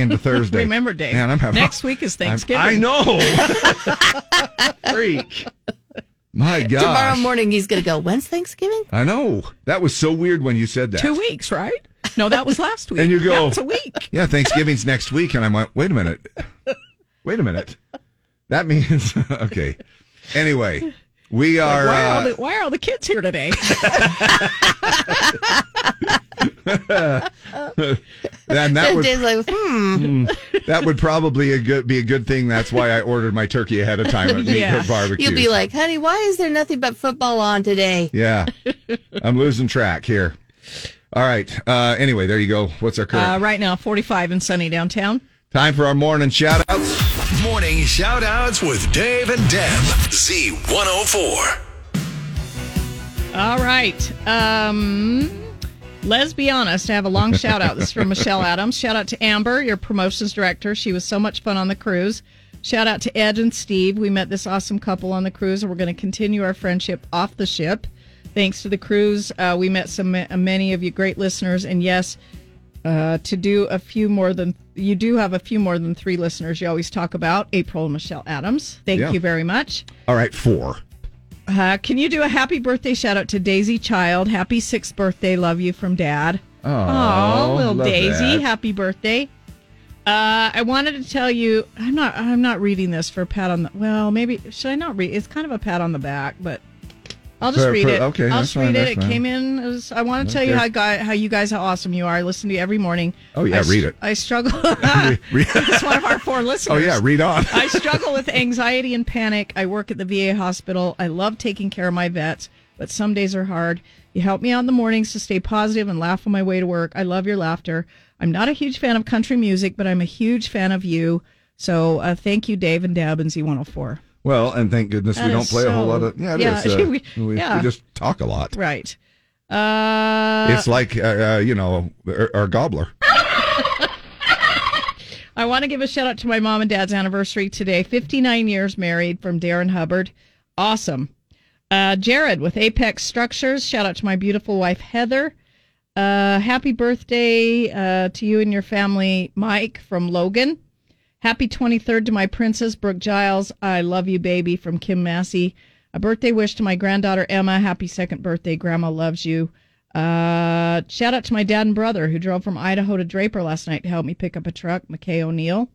Speaker 1: into Thursday.
Speaker 2: Remember, Dave.
Speaker 1: Man, I'm having
Speaker 2: Next week is
Speaker 1: I'm-
Speaker 2: Thanksgiving.
Speaker 1: I know. Freak. My gosh.
Speaker 3: Tomorrow morning he's going to go, when's Thanksgiving?
Speaker 1: I know. That was so weird when you said that.
Speaker 2: Two weeks, right? No, that was last week.
Speaker 1: And you go,
Speaker 2: That's a week.
Speaker 1: Yeah, Thanksgiving's next week. And I went, wait a minute. Wait a minute. That means, okay. Anyway, we
Speaker 2: Like,
Speaker 1: are.
Speaker 2: why, are all
Speaker 1: uh,
Speaker 2: the, why are all the kids here today?
Speaker 1: and uh, that would,
Speaker 3: Dave's like, hmm.
Speaker 1: Mm, that would probably a good, be a good thing. That's why I ordered my turkey ahead of time at Meat Hook Barbecue.
Speaker 3: You'll be like, honey, why is there nothing but football on today?
Speaker 1: yeah, I'm losing track here. All right. Uh, anyway, there you go. What's our current
Speaker 2: Uh, right now, 45 and sunny downtown.
Speaker 1: time for our morning shout outs?
Speaker 17: Morning shout outs with Dave and Deb. Z104.
Speaker 2: All right. Um, let's be honest. I have a long shout out. This is from Michelle Adams. Shout out to Amber, your promotions director. She was so much fun on the cruise. Shout out to Ed and Steve. We met this awesome couple on the cruise, and we're going to continue our friendship off the ship. Thanks to the cruise, uh, we met some uh, many of you great listeners, and yes, uh, to do a few more than you do have a few more than three listeners. You always talk about April and Michelle Adams. Thank
Speaker 1: Yeah.
Speaker 2: you very much.
Speaker 1: All right, four.
Speaker 2: Uh, can you do a happy birthday shout out to Daisy Child? Happy sixth birthday. Love you from dad.
Speaker 1: Oh,
Speaker 2: Aw, little
Speaker 1: love
Speaker 2: Daisy.
Speaker 1: that.
Speaker 2: Happy birthday. Uh, I wanted to tell you, I'm not, I'm not reading this for a pat on the, well, maybe, should I not read? It's kind of a pat on the back, but I'll just
Speaker 1: For-
Speaker 2: read
Speaker 1: for-
Speaker 2: it.
Speaker 1: okay,
Speaker 2: I'll
Speaker 1: that's
Speaker 2: just
Speaker 1: fine,
Speaker 2: read it.
Speaker 1: that's
Speaker 2: It
Speaker 1: fine.
Speaker 2: came in. It was, I want to tell you
Speaker 1: Okay.
Speaker 2: how, guy, how you guys, how awesome you are. I listen to you every morning.
Speaker 1: Oh, yeah,
Speaker 2: I s-
Speaker 1: read it.
Speaker 2: I Ah, struggle.
Speaker 1: Read-
Speaker 2: it's one of our four listeners.
Speaker 1: Oh, yeah, read on.
Speaker 2: I struggle with anxiety and panic. I work at the VA hospital. I love taking care of my vets, but some days are hard. You help me out in the mornings to stay positive and laugh on my way to work. I love your laughter. I'm not a huge fan of country music, but I'm a huge fan of you. So uh, thank you, Dave and Deb and Z104.
Speaker 1: Well, and thank goodness
Speaker 2: That
Speaker 1: we don't
Speaker 2: is
Speaker 1: play a whole
Speaker 2: so-
Speaker 1: lot of. Yeah, it
Speaker 2: Yeah,
Speaker 1: is, uh,
Speaker 2: we-
Speaker 1: we,
Speaker 2: yeah.
Speaker 1: we just talk a lot.
Speaker 2: Right. Uh,
Speaker 1: it's like, uh, uh, you know, our, our gobbler.
Speaker 2: I want to give a shout out to my mom and dad's anniversary today. 59 years married from Darren Hubbard. Awesome. Uh, Jared with Apex Structures. Shout out to my beautiful wife, Heather. Uh, happy birthday uh, to you and your family, Mike from Logan. Happy 23rd to my princess, Brooke Giles. I love you, baby, from Kim Massey. A birthday wish to my granddaughter, Emma. Happy second birthday. Grandma loves you. Uh, shout out to my dad and brother who drove from Idaho to Draper last night to help me pick up a truck, McKay O'Neill.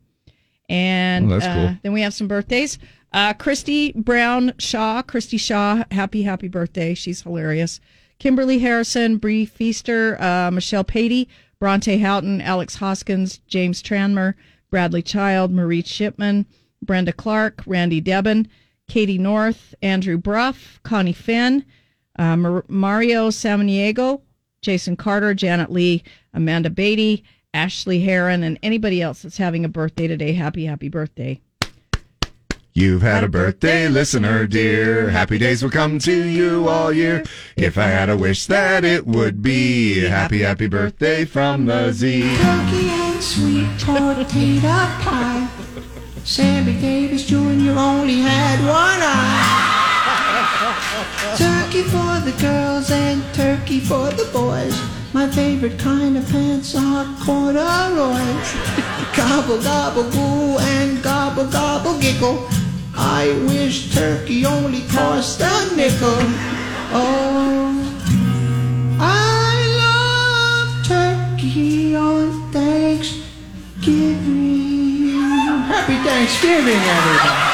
Speaker 2: And
Speaker 18: Oh, that's
Speaker 2: uh,
Speaker 18: cool.
Speaker 2: then we have some birthdays. Uh, Christy Brown Shaw, Christy Shaw, happy, happy birthday. She's hilarious. Kimberly Harrison, Bree Feaster, uh, Michelle Patey, Bronte Houghton, Alex Hoskins, James Tranmer, Bradley Child, Marie Shipman, Brenda Clark, Randy Debin, Katie North, Andrew Bruff, Connie Finn, uh, Mar- Mario Samaniego, Jason Carter, Janet Lee, Amanda Beatty, Ashley Heron, and anybody else that's having a birthday today. Happy, happy birthday.
Speaker 1: You've had a birthday, listener dear. Happy days will come to you all year. If I had a wish that it would be happy, happy birthday from the Z.
Speaker 16: Turkey and sweet potato pie. Sammy Davis Jr. only had one eye. Turkey for the girls and turkey for the boys. My favorite kind of pants are corduroys. gobble gobble goo and gobble gobble giggle. I wish turkey only cost a nickel. Oh. I love turkey on Thanksgiving. Happy Thanksgiving, everybody.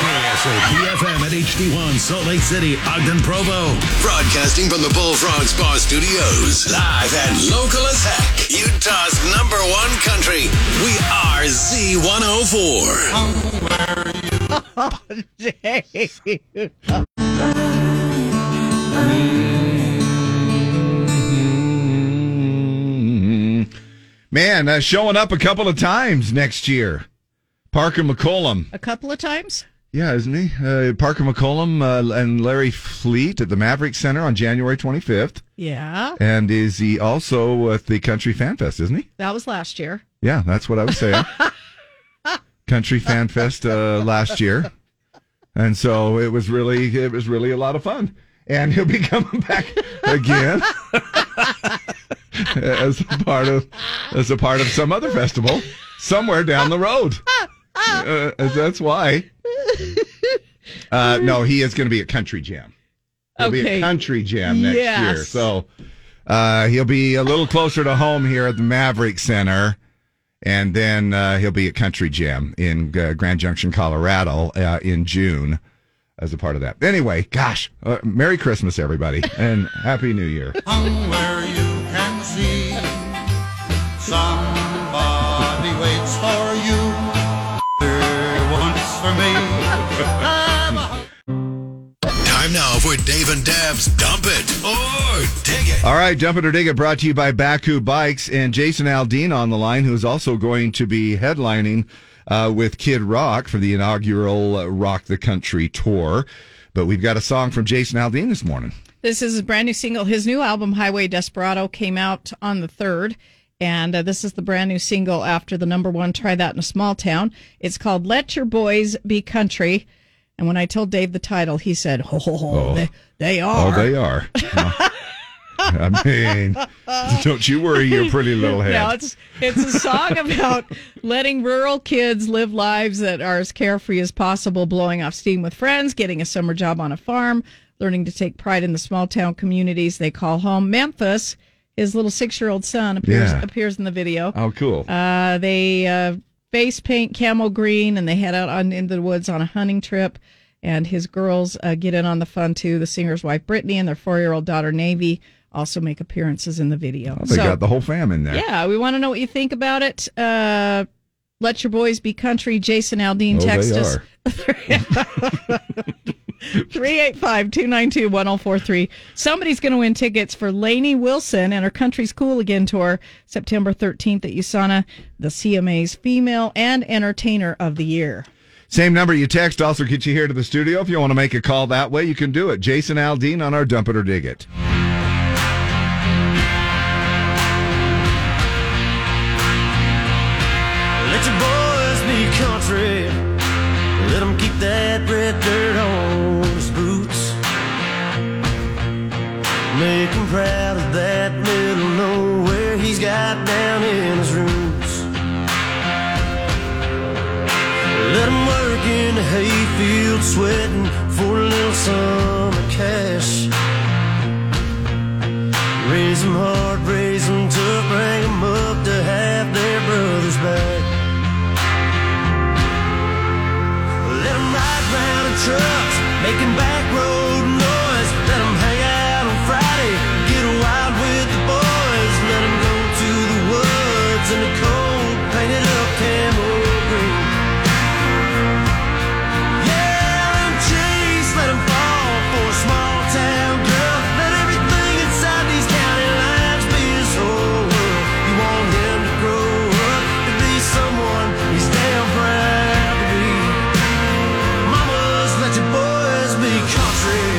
Speaker 18: KSOP FM at HD1 Salt Lake City, Ogden, Provo.
Speaker 17: Broadcasting from the Bullfrog Spa Studios, live and local as heck, Utah's number one country. We are Z104.
Speaker 1: Man, uh, showing up a couple of times next year. Parker McCollum.
Speaker 2: A couple of times?
Speaker 1: Yeah, isn't he? Uh, Parker McCollum uh, and Larry Fleet at the Maverick Center on January 25th.
Speaker 2: Yeah.
Speaker 1: And is he also at the Country Fan Fest, isn't he?
Speaker 2: That was last year.
Speaker 1: Yeah, that's what I was saying. Country Fan Fest uh, last year. And so it was really it was really a lot of fun. And he'll be coming back again as a part of as a part of some other festival somewhere down the road. Uh, that's why. Uh, no, he is going to be at Country Jam. He'll be
Speaker 2: Okay.
Speaker 1: at Country Jam next year.
Speaker 2: Yes.
Speaker 1: So uh, he'll be a little closer to home here at the Maverick Center. And then uh, he'll be at Country Jam in uh, Grand Junction, Colorado uh, in June as a part of that. Anyway, gosh, uh, Merry Christmas, everybody, and Happy New Year.
Speaker 15: Somewhere you can see somebody waits for you. There once for me. I'm a
Speaker 17: Time now for Dave and Dab's Dump It or Dig It.
Speaker 1: All right, Dump It or Dig It brought to you by Baku Bikes and Jason Aldean on the line, who's also going to be headlining uh, with Kid Rock for the inaugural uh, Rock the Country tour. But we've got a song from Jason Aldean this morning.
Speaker 2: This is his brand new single. His new album, Highway Desperado, came out on the 3rd. And uh, this is the brand new single after the number one Try That in a Small Town. It's called Let Your Boys Be Country. And when I told Dave the title, he said, Oh, They, they are.
Speaker 1: Oh, they are. I mean, don't you worry, your pretty little head.
Speaker 2: No, it's it's a song about letting rural kids live lives that are as carefree as possible, blowing off steam with friends, getting a summer job on a farm, learning to take pride in the small town communities they call home. Memphis, his little six year old son appears
Speaker 1: Yeah.
Speaker 2: appears in the video.
Speaker 1: oh, cool.
Speaker 2: Uh, they uh, face paint camel green and they head out on into the woods on a hunting trip. And his girls uh, get in on the fun too. The singer's wife Brittany and their four year old daughter Navy also make appearances in the video.
Speaker 1: Oh, they got the whole fam in there.
Speaker 2: Yeah, we want to know what you think about it. Uh, let your boys be country. Jason Aldean
Speaker 1: Oh, they
Speaker 2: text us.
Speaker 1: are.
Speaker 2: 385 292 1043. Somebody's going to win tickets for Lainey Wilson and her Country's Cool Again tour, September 13th at USANA, the CMA's Female and Entertainer of the Year.
Speaker 1: Same number you text also gets you here to the studio. If you want to make a call that way, you can do it. Jason Aldean on our Dump It or Dig It.
Speaker 19: Let your boys be country. Let 'em keep that red dirt on his boots. Make 'em proud of that little nowhere he's got down in his roots. Let 'em work in the hayfield sweating for a little summer cash. Raise 'em hard, raise 'em tough, bring 'em up to have their brothers back. Let 'em ride round in trucks, making back road noise. Let 'em hang out on Friday, get wild with the boys. Let 'em go to the woods in the cold, painted up camel green. Yeah, and trees, let 'em fall for a small town girl. Let everything inside these county lines be his whole world. You want him to grow up to be someone he's damn proud to be. Mamas, let your boys be country.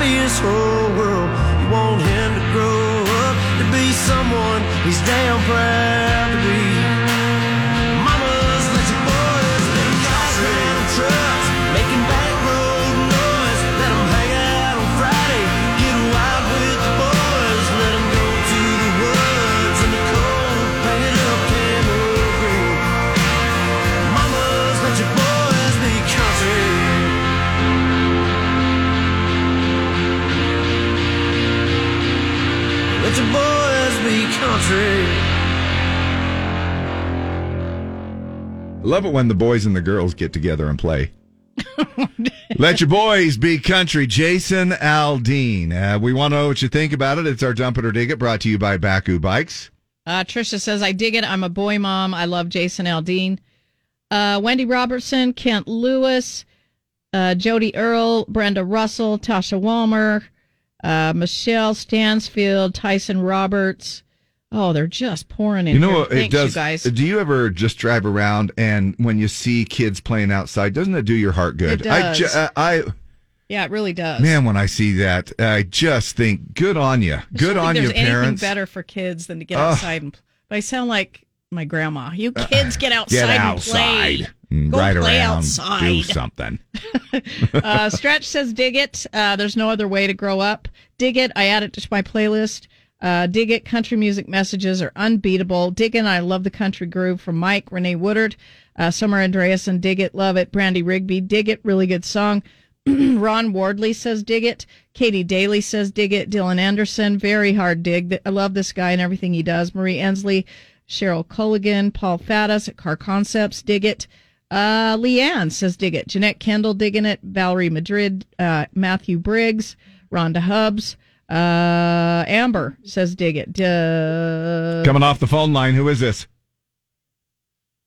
Speaker 19: be his whole world. You want him to grow up to be someone he's damn proud to be. Mamas, let your boys let 'em drive around trucks, making back road noise. Let 'em hang out on Friday, get wild with the boys. Let 'em go to the woods in the cold, painted up camo green. Mamas, let your boys be country. Let your boys be country.
Speaker 1: Love it when the boys and the girls get together and play. Let your boys be country. Jason Aldean. Uh, we want to know what you think about it. It's our Dump It or Dig It brought to you by Baku Bikes.
Speaker 2: Uh, Trisha says, I dig it. I'm a boy mom. I love Jason Aldean. Uh, Wendy Robertson, Kent Lewis, uh, Jody Earl, Brenda Russell, Tasha Walmer, uh, Michelle Stansfield, Tyson Roberts. Oh, they're just pouring in.
Speaker 1: You know,
Speaker 2: here.
Speaker 1: what it
Speaker 2: Thanks,
Speaker 1: does.
Speaker 2: you guys.
Speaker 1: Do you ever just drive around and when you see kids playing outside, doesn't it do your heart good?
Speaker 2: It
Speaker 1: I, ju-
Speaker 2: does.
Speaker 1: uh, I
Speaker 2: yeah, it really does.
Speaker 1: man, when I see that, I just think, good on you,
Speaker 2: I just
Speaker 1: good
Speaker 2: don't
Speaker 1: on
Speaker 2: think
Speaker 1: you,
Speaker 2: there's
Speaker 1: parents.
Speaker 2: anything better for kids than to get
Speaker 1: Ugh.
Speaker 2: outside and. pl- But I sound like my grandma. You kids get outside
Speaker 1: Get
Speaker 2: and
Speaker 1: outside,
Speaker 2: play.
Speaker 1: and
Speaker 2: Go
Speaker 1: ride
Speaker 2: play
Speaker 1: around,
Speaker 2: outside.
Speaker 1: do something.
Speaker 2: uh, Stretch says, "Dig it." Uh, there's no other way to grow up. Dig it. I add it to my playlist. Uh, dig it. Country music messages are unbeatable. Dig it. I love the country groove from Mike, Renee Woodard, uh, Summer Andreasen. Dig it. Love it. Brandy Rigby. Dig it. Really good song. Ron Wardley says, "Dig it." Katie Daly says, "Dig it." Dylan Anderson, very hard dig. I love this guy and everything he does. Marie Ensley, Cheryl Culligan, Paul Faddis at Car Concepts. Dig it. Uh, Leanne says, dig it. Jeanette Kendall digging it. Valerie Madrid, uh, Matthew Briggs, Rhonda Hubbs, uh, Amber says, dig it. Duh.
Speaker 1: Coming off the phone line, who is this?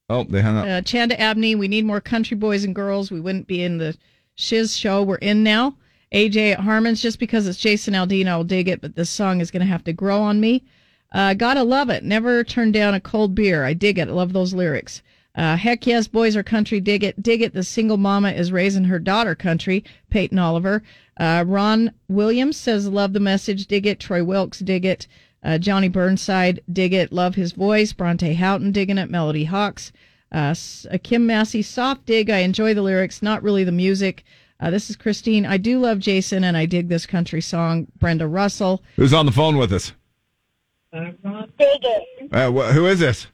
Speaker 1: Oh, they hung up.
Speaker 2: Uh, Chanda Abney, we need more country boys and girls. We wouldn't be in the shiz show we're in now. AJ at Harmon's, just because it's Jason Aldean, I'll dig it, but this song is going to have to grow on me. Uh, gotta love it. Never turn down a cold beer. I dig it. I love those lyrics. Uh, heck yes, boys are country. Dig it. Dig it. The single mama is raising her daughter country. Peyton Oliver. Uh, Ron Williams says, love the message. Dig it. Troy Wilkes, dig it. Uh, Johnny Burnside, dig it. Love his voice. Bronte Houghton, digging it. Melody Hawks. Uh, S- uh, Kim Massey, soft dig. I enjoy the lyrics, not really the music. Uh, this is Christine. I do love Jason and I dig this country song. Brenda Russell.
Speaker 1: Who's on the phone with us?
Speaker 20: Dig it.
Speaker 1: Uh, wh- who is this?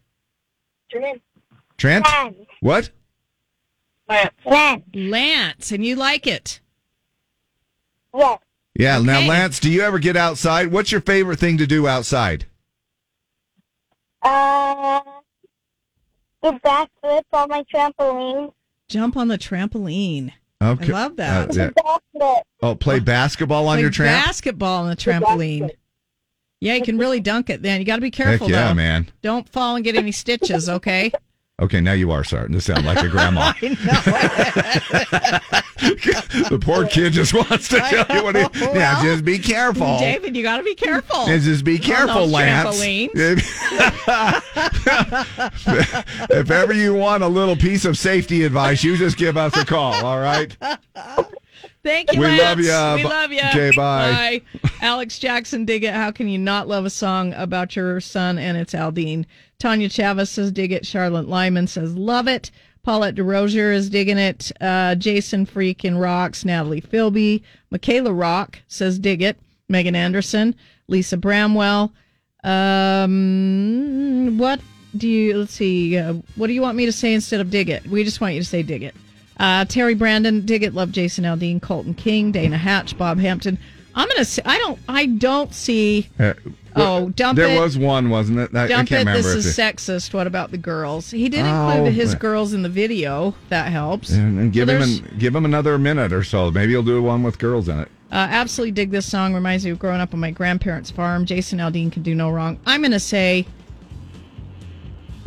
Speaker 20: Lance.
Speaker 1: Trent? What?
Speaker 2: Lance. Lance. And you like it?
Speaker 20: Yes.
Speaker 1: Yeah. Now, Lance, do you ever get outside? What's your favorite thing to do outside?
Speaker 20: Uh, the backflip on my trampoline.
Speaker 2: Jump on the trampoline.
Speaker 1: Okay.
Speaker 2: I love that.
Speaker 1: Uh, yeah.
Speaker 20: Backflip.
Speaker 1: Oh, play basketball on
Speaker 2: Like
Speaker 1: your tramp?
Speaker 2: Basketball on the trampoline. Yeah, you can really dunk it then. You got to be careful,
Speaker 1: Heck yeah,
Speaker 2: though.
Speaker 1: man.
Speaker 2: Don't fall and get any stitches, okay?
Speaker 1: Okay, now you are starting to sound like a grandma.
Speaker 2: I know.
Speaker 1: the poor kid just wants to tell you what he.
Speaker 2: Well,
Speaker 1: yeah, just be careful.
Speaker 2: David, you got to be careful.
Speaker 1: Yeah, just be
Speaker 2: on
Speaker 1: careful,
Speaker 2: those
Speaker 1: Lance.
Speaker 2: trampolines.
Speaker 1: if ever you want a little piece of safety advice, you just give us a call, all right?
Speaker 2: Thank you,
Speaker 1: We
Speaker 2: Lance.
Speaker 1: love ya.
Speaker 2: We
Speaker 1: Bu-
Speaker 2: love you.
Speaker 1: Okay, bye.
Speaker 2: Alex Jackson, dig it. How can you not love a song about your son? And it's Aldine. Tanya Chavez says, dig it. Charlotte Lyman says, love it. Paulette DeRozier is digging it. Uh, Jason Freakin' Rocks. Natalie Philby. Michaela Rock says, dig it. Megan Anderson. Lisa Bramwell. Um, what do you, let's see, uh, what do you want me to say instead of dig it? We just want you to say dig it. Uh, Terry Brandon, dig it, love Jason Aldean, Colton King, Dana Hatch, Bob Hampton. I'm gonna. Say, I don't. I don't see.
Speaker 1: Uh,
Speaker 2: Oh, dump
Speaker 1: there
Speaker 2: it.
Speaker 1: was one, wasn't it? I, I
Speaker 2: Dump
Speaker 1: can't
Speaker 2: it.
Speaker 1: remember.
Speaker 2: This
Speaker 1: if
Speaker 2: is
Speaker 1: it-
Speaker 2: sexist. What about the girls? He did
Speaker 1: Oh,
Speaker 2: include his
Speaker 1: but-
Speaker 2: girls in the video. That helps.
Speaker 1: and, and give
Speaker 2: So
Speaker 1: him
Speaker 2: there's-
Speaker 1: an, give him another minute or so. Maybe you'll do one with girls in it.
Speaker 2: Uh, absolutely dig this song. Reminds me of growing up on my grandparents' farm. Jason Aldean can do no wrong. I'm gonna say.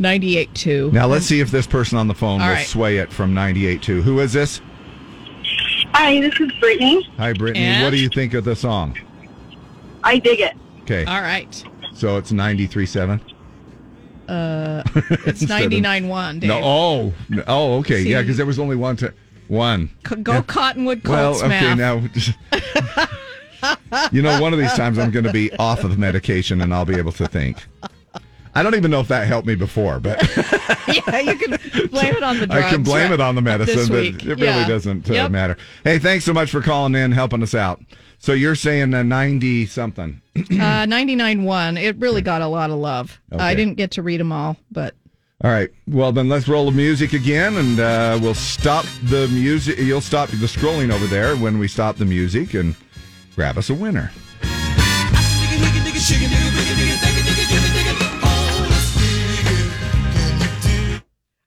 Speaker 2: 98.2.
Speaker 1: Now let's see if this person on the phone
Speaker 2: All
Speaker 1: will
Speaker 2: right.
Speaker 1: sway it from 98.2. Who is this?
Speaker 20: Hi, this is Brittany.
Speaker 1: Hi, Brittany.
Speaker 20: And?
Speaker 1: What do you think of the song?
Speaker 20: I dig it.
Speaker 1: Okay.
Speaker 2: All right.
Speaker 1: So it's 93.7.
Speaker 2: Uh, it's
Speaker 1: Instead of-
Speaker 2: 99.1, Dave.
Speaker 1: No. Oh. no- Oh. Okay. Yeah,
Speaker 2: See?
Speaker 1: because there was only one. To, one.
Speaker 2: C- Go Cottonwood Colts,
Speaker 1: Well, okay,
Speaker 2: math.
Speaker 1: now You know, one of these times I'm going to be off of medication and I'll be able to think. I don't even know if that helped me before, but
Speaker 2: yeah, you can blame it on the drugs.
Speaker 1: I can blame
Speaker 2: right?
Speaker 1: it on the
Speaker 2: This
Speaker 1: medicine, but
Speaker 2: week.
Speaker 1: it really
Speaker 2: Yeah.
Speaker 1: doesn't uh,
Speaker 2: Yep.
Speaker 1: matter. Hey, thanks so much for calling in, helping us out. So you're saying uh, 90 something.
Speaker 2: Uh, 99.1. It really got a lot of love. I
Speaker 1: Okay.
Speaker 2: didn't get to read them all, but
Speaker 1: All right. Well, then let's roll the music again, and uh, we'll stop the music. You'll stop the scrolling over there when we stop the music and grab us a winner.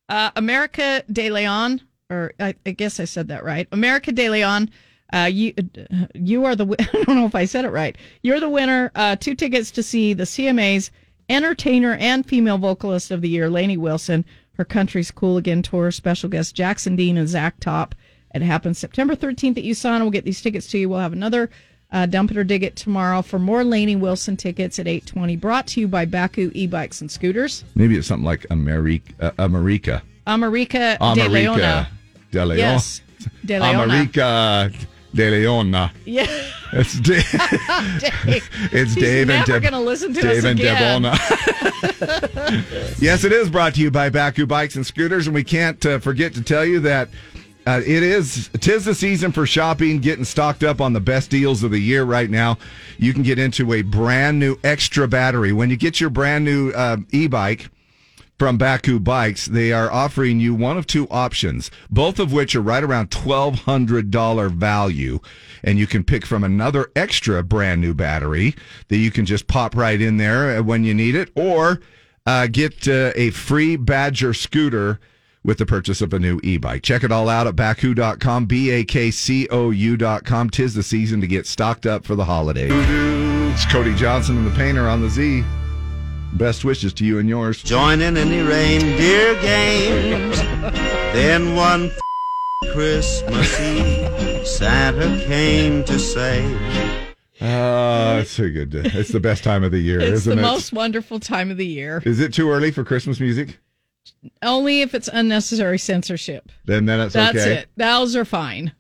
Speaker 2: uh, America De Leon, or I, I guess I said that right. America De Leon, uh, you uh, you are the wi- I don't know if I said it right. You're the winner. Uh, two tickets to see the CMAs entertainer and female vocalist of the year, Lainey Wilson. Her country's cool again tour. Special guest Jackson Dean and Zach Top. It happens September 13th at USANA. We'll get these tickets to you. We'll have another uh, dump it or dig it tomorrow for more Lainey Wilson tickets at 8:20. Brought to you by Baku e-bikes and scooters.
Speaker 1: Maybe it's something like America. Uh, America.
Speaker 2: America, Uh, De Leona.
Speaker 1: America. De Leon.
Speaker 2: Yes. De Leona.
Speaker 1: America De Leona.
Speaker 2: Yeah.
Speaker 1: It's De-
Speaker 2: Dave.
Speaker 1: It's
Speaker 2: He's
Speaker 1: Dave and
Speaker 2: never
Speaker 1: Deb-
Speaker 2: going to listen to
Speaker 1: Dave
Speaker 2: us
Speaker 1: and
Speaker 2: again.
Speaker 1: Debona. yes, it is brought to you by Baku Bikes and Scooters, and we can't uh, forget to tell you that uh, it is tis the season for shopping, getting stocked up on the best deals of the year right now. You can get into a brand new extra battery when you get your brand new uh, e-bike. From Baku Bikes, they are offering you one of two options, both of which are right around $1,200 value. And you can pick from another extra brand new battery that you can just pop right in there uh, when you need it, or uh, get uh, a free Badger scooter with the purchase of a new e-bike. Check it all out at baku.com, B-A-K-C-O-U.com. Tis the season to get stocked up for the holiday. It's Cody Johnson and the Painter on the Z. Best wishes to you and yours.
Speaker 21: Join in any reindeer games. Then one Christmas Eve, Santa came to say,
Speaker 1: Ah, it's so good. to- It's the best time of the year,
Speaker 2: It's
Speaker 1: isn't
Speaker 2: the
Speaker 1: it?
Speaker 2: most wonderful time of the year.
Speaker 1: Is it too early for Christmas music?
Speaker 2: Only if it's unnecessary censorship.
Speaker 1: Then then it's
Speaker 2: That's
Speaker 1: okay.
Speaker 2: it. Those are fine.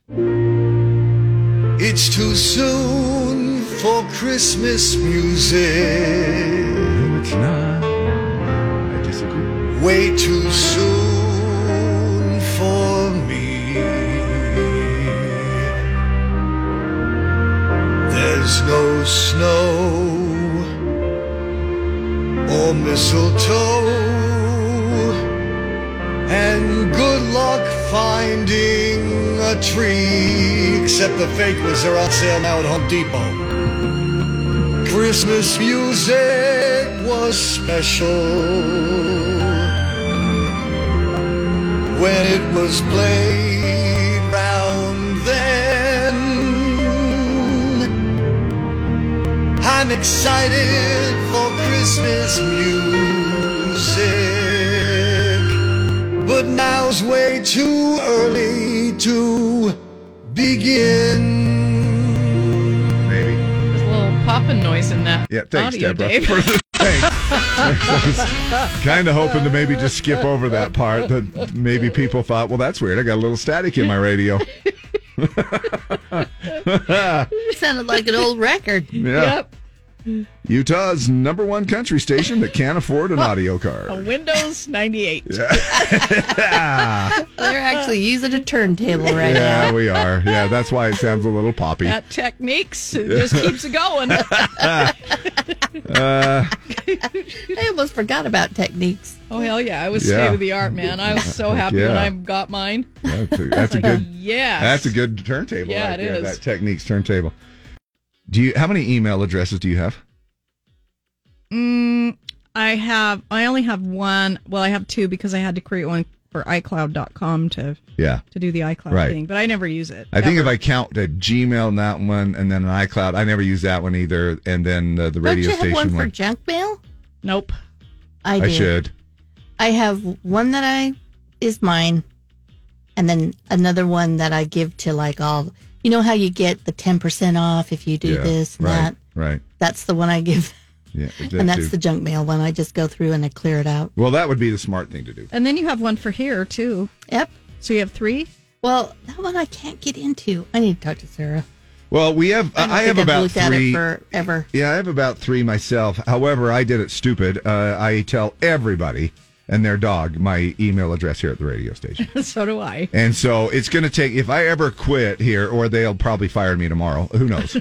Speaker 19: It's too soon for Christmas music. No, it's not. I disagree. Way too soon for me. There's no snow or mistletoe and good luck finding a tree. Except the fake ones are on sale now at Home Depot. Christmas music was special when it was played round then. I'm excited for Christmas music, but now's way too early to begin.
Speaker 1: Maybe.
Speaker 2: There's a little popping noise in that.
Speaker 1: Yeah, thanks,
Speaker 2: audio,
Speaker 1: Deborah.
Speaker 2: Dave.
Speaker 1: For the- thanks. kind of hoping to maybe just skip over that part that maybe people thought, well, that's weird. I got a little static in my radio.
Speaker 3: Sounded like an old record.
Speaker 1: Yeah. Utah's number one country station that can't afford an audio
Speaker 2: A
Speaker 1: card.
Speaker 2: Windows 98.
Speaker 3: They're actually using a turntable right
Speaker 1: yeah,
Speaker 3: now.
Speaker 1: we are. Yeah, that's why it sounds a little poppy.
Speaker 2: That techniques it just keeps it going.
Speaker 1: Uh,
Speaker 3: I almost forgot about techniques.
Speaker 2: Oh hell yeah! I was
Speaker 1: Yeah.
Speaker 2: state of the art, man. I was so
Speaker 1: Heck
Speaker 2: happy when
Speaker 1: yeah.
Speaker 2: I got mine.
Speaker 1: that's a, that's a
Speaker 2: Like,
Speaker 1: good.
Speaker 2: yes.
Speaker 1: That's a good turntable.
Speaker 2: Yeah,
Speaker 1: right
Speaker 2: it
Speaker 1: there,
Speaker 2: is.
Speaker 1: That techniques turntable. Do you? How many email addresses do you have?
Speaker 2: Mm, I have. I only have one. Well, I have two because I had to create one for iCloud.com to
Speaker 1: Yeah.
Speaker 2: to do the iCloud
Speaker 1: Right.
Speaker 2: thing, but I never use it.
Speaker 1: I think
Speaker 2: ever.
Speaker 1: if I count a Gmail and that one, and then an iCloud, I never use that one either, and then uh, the
Speaker 3: Don't
Speaker 1: radio
Speaker 3: you have
Speaker 1: station
Speaker 3: one for junk mail?
Speaker 2: Nope.
Speaker 3: I do.
Speaker 1: I should.
Speaker 3: I have one that I is mine, and then another one that I give to like all. You know how you get the ten percent off if you do
Speaker 1: Yeah,
Speaker 3: this and
Speaker 1: right,
Speaker 3: that.
Speaker 1: Right.
Speaker 3: That's the one I give,
Speaker 1: Yeah.
Speaker 3: and that's
Speaker 1: too.
Speaker 3: the junk mail one. I just go through and I clear it out.
Speaker 1: well, that would be the smart thing to do.
Speaker 2: And then you have one for here too.
Speaker 3: Yep.
Speaker 2: So you have three.
Speaker 3: Well, that one I can't get into. I need to talk to Sarah.
Speaker 1: Well, we have.
Speaker 3: I
Speaker 1: I,
Speaker 3: don't
Speaker 1: have
Speaker 3: think I've
Speaker 1: about
Speaker 3: looked at it
Speaker 1: three.
Speaker 3: forever.
Speaker 1: Yeah, I have about three myself. However, I did it stupid. Uh, I tell everybody and their dog my email address here at the radio station.
Speaker 2: so do I.
Speaker 1: And so it's going to take, if I ever quit here, or they'll probably fire me tomorrow. Who knows?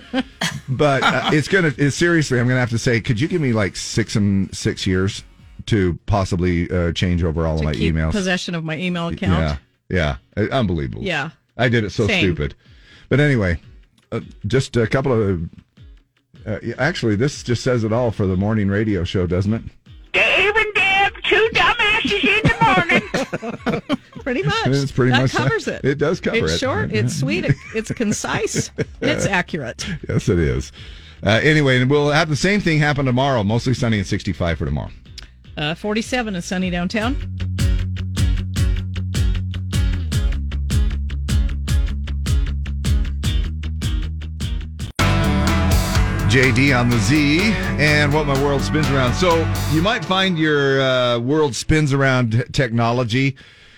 Speaker 1: but uh, it's going to, seriously, I'm going to have to say, could you give me like six and six years to possibly uh, change over all of my
Speaker 2: Keep
Speaker 1: emails?
Speaker 2: possession of my email account.
Speaker 1: Yeah. Yeah. Uh, Unbelievable.
Speaker 2: Yeah.
Speaker 1: I did it so
Speaker 2: Same.
Speaker 1: stupid. But anyway, uh, just a couple of. Uh, actually, this just says it all for the morning radio show, doesn't it?
Speaker 19: Dave and Deb, two dumbasses in the morning.
Speaker 2: Pretty much.
Speaker 1: It's pretty
Speaker 2: that
Speaker 1: much that.
Speaker 2: covers it.
Speaker 1: It does cover
Speaker 2: it's
Speaker 1: it.
Speaker 2: It's short, it's sweet, it- it's concise, and it's accurate.
Speaker 1: Yes, it is. Uh, anyway, and we'll have the same thing happen tomorrow. Mostly sunny and 65 for tomorrow.
Speaker 2: Uh, 47 in sunny downtown.
Speaker 1: JD on the Z and what my world spins around. So you might find your uh, world spins around technology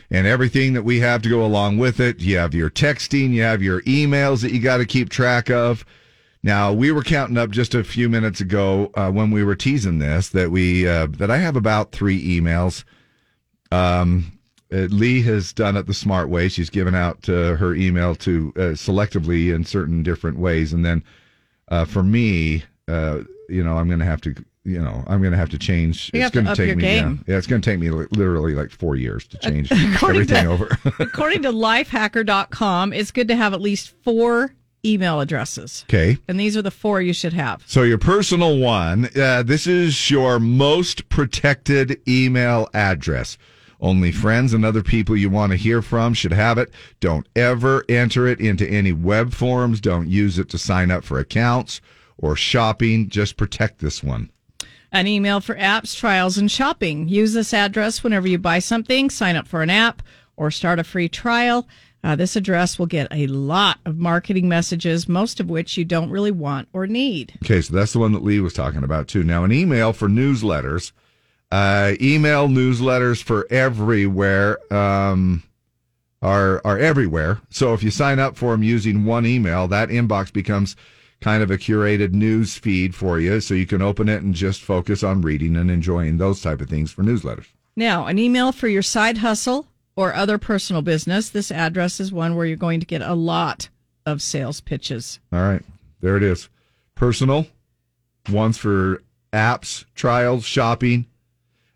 Speaker 1: and everything that we have to go along with it. You have your texting, you have your emails that you got to keep track of. Now we were counting up just a few minutes ago uh, when we were teasing this that we uh, that I have about three emails. Um, uh, Lee has done it the smart way. She's given out uh, her email to uh, selectively in certain different ways, and then uh, for me, uh, you know, I'm going to have to, you know, I'm going to have to change.
Speaker 2: You have to
Speaker 1: gonna
Speaker 2: up
Speaker 1: take
Speaker 2: your
Speaker 1: me,
Speaker 2: game.
Speaker 1: Yeah, yeah, it's going to take me li- literally like four years to change
Speaker 2: According
Speaker 1: everything
Speaker 2: to-
Speaker 1: over.
Speaker 2: According to lifehacker.com, it's good to have at least four email addresses.
Speaker 1: okay.
Speaker 2: And these are the four you should have.
Speaker 1: So your personal one, uh, this is your most protected email address. Only friends and other people you want to hear from should have it. Don't ever enter it into any web forums. Don't use it to sign up for accounts or shopping. Just protect this one.
Speaker 2: An email for apps, trials, and shopping. Use this address whenever you buy something, sign up for an app, or start a free trial. Uh, this address will get a lot of marketing messages, most of which you don't really want or need.
Speaker 1: Okay, so that's the one that Lee was talking about too. Now, an email for newsletters, uh, email newsletters for everywhere um, are are everywhere. So if you sign up for them using one email, that inbox becomes kind of a curated news feed for you, so you can open it and just focus on reading and enjoying those type of things for newsletters.
Speaker 2: Now, an email for your side hustle or other personal business. This address is one where you're going to get a lot of sales pitches.
Speaker 1: All right. There it is. Personal, ones for apps, trials, shopping.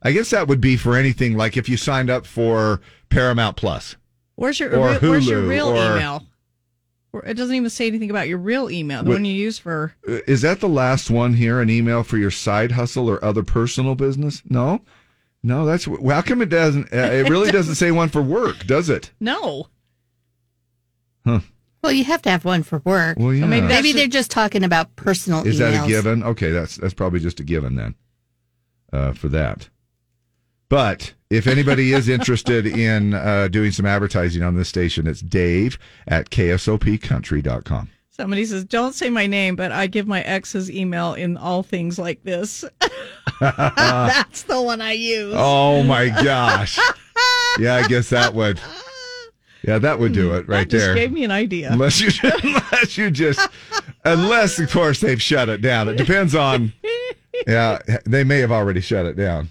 Speaker 1: I guess that would be for anything like if you signed up for Paramount Plus.
Speaker 2: Where's your
Speaker 1: Or
Speaker 2: where's your
Speaker 1: Hulu,
Speaker 2: real
Speaker 1: or-
Speaker 2: email? Or It doesn't even say anything about your real email, the
Speaker 1: Wait.
Speaker 2: one you use for
Speaker 1: Uh, Is that the last one here? An email for your side hustle or other personal business? No. No, that's well, how come it doesn't? Uh, it really doesn't say one for work, does it?
Speaker 2: no.
Speaker 3: Well, you have to have one for work.
Speaker 1: Well, yeah.
Speaker 3: maybe
Speaker 1: Maybe that's
Speaker 3: they're just talking about personal
Speaker 1: Is
Speaker 3: emails.
Speaker 1: that a given? Okay, that's that's probably just a given then. Uh, for that. But if anybody is interested in uh, doing some advertising on this station, it's Dave at ksopcountry.com.
Speaker 2: Somebody says, "Don't say my name," but I give my ex's email in all things like this. That's the one I use.
Speaker 1: oh my gosh. Yeah, I guess that would. Yeah, that would do it right
Speaker 2: That just
Speaker 1: there.
Speaker 2: gave me an idea.
Speaker 1: Unless you, unless you just, unless of course they've shut it down. It depends on. Yeah, they may have already shut it down.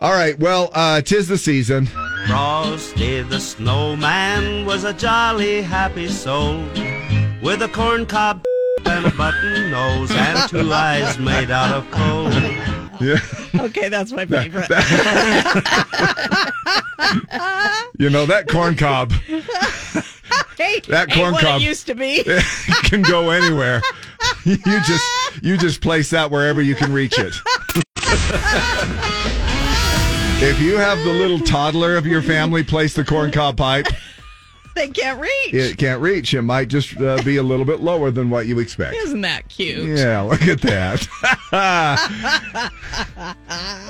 Speaker 1: All right. Well, uh, tis the season.
Speaker 2: Oh,
Speaker 19: Frosty the snowman was a jolly happy soul with a corncob and a button nose and two eyes made out of coal.
Speaker 1: Yeah.
Speaker 2: okay, that's my favorite.
Speaker 1: You know that corn cob
Speaker 2: hey,
Speaker 1: That
Speaker 2: ain't
Speaker 1: corn
Speaker 2: what
Speaker 1: cob-
Speaker 2: it used to be.
Speaker 1: can go anywhere. You just you just place that wherever you can reach it. If you have the little toddler of your family place the corn cob pipe,
Speaker 2: they can't reach.
Speaker 1: it can't reach. It might just uh, be a little bit lower than what you expect.
Speaker 2: Isn't that cute?
Speaker 1: Yeah, look at that.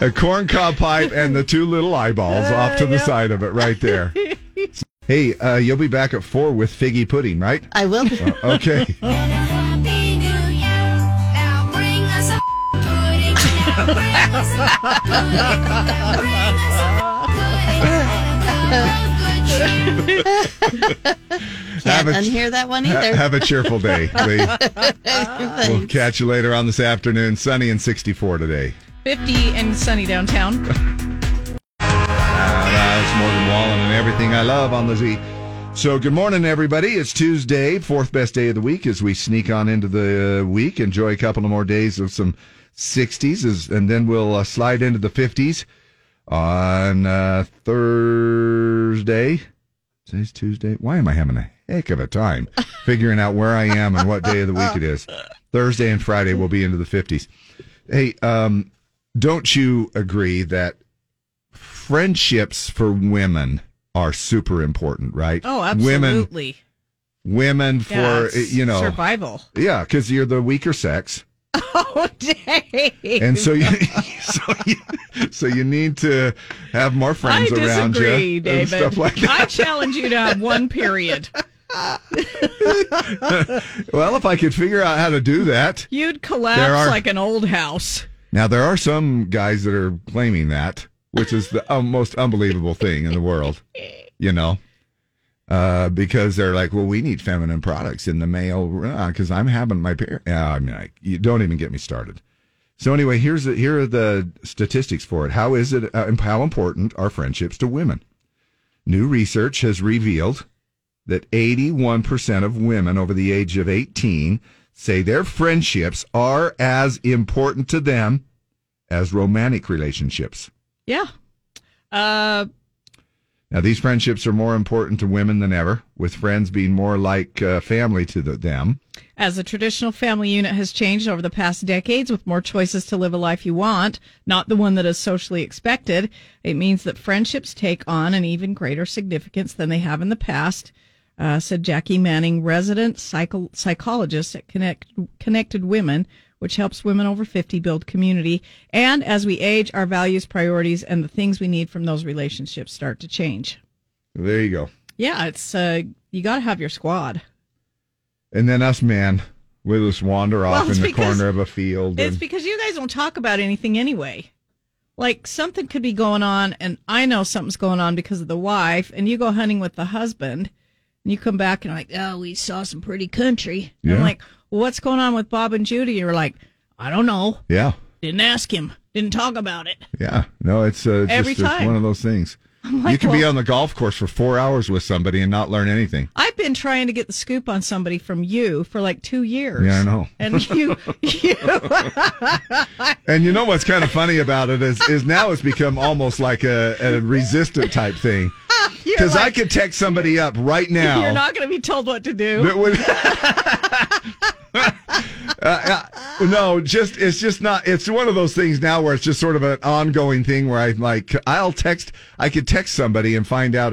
Speaker 1: a corn cob pipe and the two little eyeballs off
Speaker 3: Uh,
Speaker 1: to the side of it right there. hey, uh, you'll be back at four with figgy pudding, right? Uh,
Speaker 3: I will. be.
Speaker 1: okay. Have
Speaker 3: Can't
Speaker 1: a-
Speaker 3: unhear that one either.
Speaker 1: Ha- have a cheerful day. Lee. we'll
Speaker 3: Thanks.
Speaker 1: catch you later on this afternoon. Sunny and 64 today.
Speaker 2: 50 and sunny downtown.
Speaker 1: Ah, It's Morgan Wallen and everything I love on the Z. So, good morning, everybody. It's Tuesday, fourth best day of the week as we sneak on into the uh, week. Enjoy a couple of more days of some 60s, as, and then we'll uh, slide into the 50s on uh, Thursday. Today's Tuesday. Why am I having a heck of a time figuring out where I am and what day of the week it is? Thursday and Friday will be into the 50s. Hey, um, don't you agree that friendships for women are super important, right?
Speaker 2: Oh,
Speaker 1: Women,
Speaker 2: absolutely.
Speaker 1: women for
Speaker 2: Yeah,
Speaker 1: uh,
Speaker 2: it's
Speaker 1: you know
Speaker 2: survival.
Speaker 1: Yeah, because you're the weaker sex,
Speaker 2: Oh, dang.
Speaker 1: and so you, so you, so you need to have more
Speaker 2: I
Speaker 1: friends around you
Speaker 2: disagree,
Speaker 1: and
Speaker 2: David.
Speaker 1: stuff like
Speaker 2: I
Speaker 1: that.
Speaker 2: challenge you to have one period.
Speaker 1: well, if I could figure out how to do that,
Speaker 2: You'd collapse
Speaker 1: There are-
Speaker 2: like an old house.
Speaker 1: Now there are some guys that are claiming that, which is the um, most unbelievable thing in the world. You know, uh, because they're like, "Well, we need feminine products in the male because I'm having my period." I mean, like, you don't even get me started. So anyway, here's the, here are the statistics for it. How is it? Uh, how important are friendships to women? New research has revealed that 81% of women over the age of 18 say their friendships are as important to them as romantic relationships.
Speaker 2: Yeah. Uh,
Speaker 1: Now, these friendships are more important to women than ever, with friends being more like uh, family to the, them.
Speaker 2: As the traditional family unit has changed over the past decades with more choices to live a life you want, not the one that is socially expected, it means that friendships take on an even greater significance than they have in the past, uh, said Jackie Manning, resident psycho- psychologist at Connect- Connected Women, which helps women over 50 build community. And as we age, our values, priorities, and the things we need from those relationships start to change.
Speaker 1: There you go.
Speaker 2: Yeah, it's, uh, you got to have your squad.
Speaker 1: And then us men, we just wander
Speaker 2: Well,
Speaker 1: off
Speaker 2: it's
Speaker 1: in the
Speaker 2: because-
Speaker 1: corner of a field.
Speaker 2: It's
Speaker 1: And,
Speaker 2: because you guys don't talk about anything anyway. Like something could be going on, and I know something's going on because of the wife, and you go hunting with the husband, and you come back and like, oh, we saw some pretty country. And I'm
Speaker 1: Yeah.
Speaker 2: like, well, what's going on with Bob and Judy? You're like, I don't know.
Speaker 1: yeah,
Speaker 2: Didn't ask him. Didn't talk about it.
Speaker 1: yeah. No, it's uh, just,
Speaker 2: Every
Speaker 1: it's
Speaker 2: time.
Speaker 1: one of those things.
Speaker 2: I'm like,
Speaker 1: you can be
Speaker 2: well-
Speaker 1: on the golf course for four hours with somebody and not learn anything.
Speaker 2: I've been trying to get the scoop on somebody from you for like two years.
Speaker 1: Yeah, I know.
Speaker 2: And you, you
Speaker 1: And you know what's kind of funny about it is, is now it's become almost like a, a resistant type thing.
Speaker 2: You're
Speaker 1: Because I
Speaker 2: like-
Speaker 1: could text somebody up right now.
Speaker 2: you're not going to be told what to do.
Speaker 1: that would- Uh, uh, no, just it's just not. It's one of those things now where it's just sort of an ongoing thing where I'm like, I'll text. I could text somebody and find out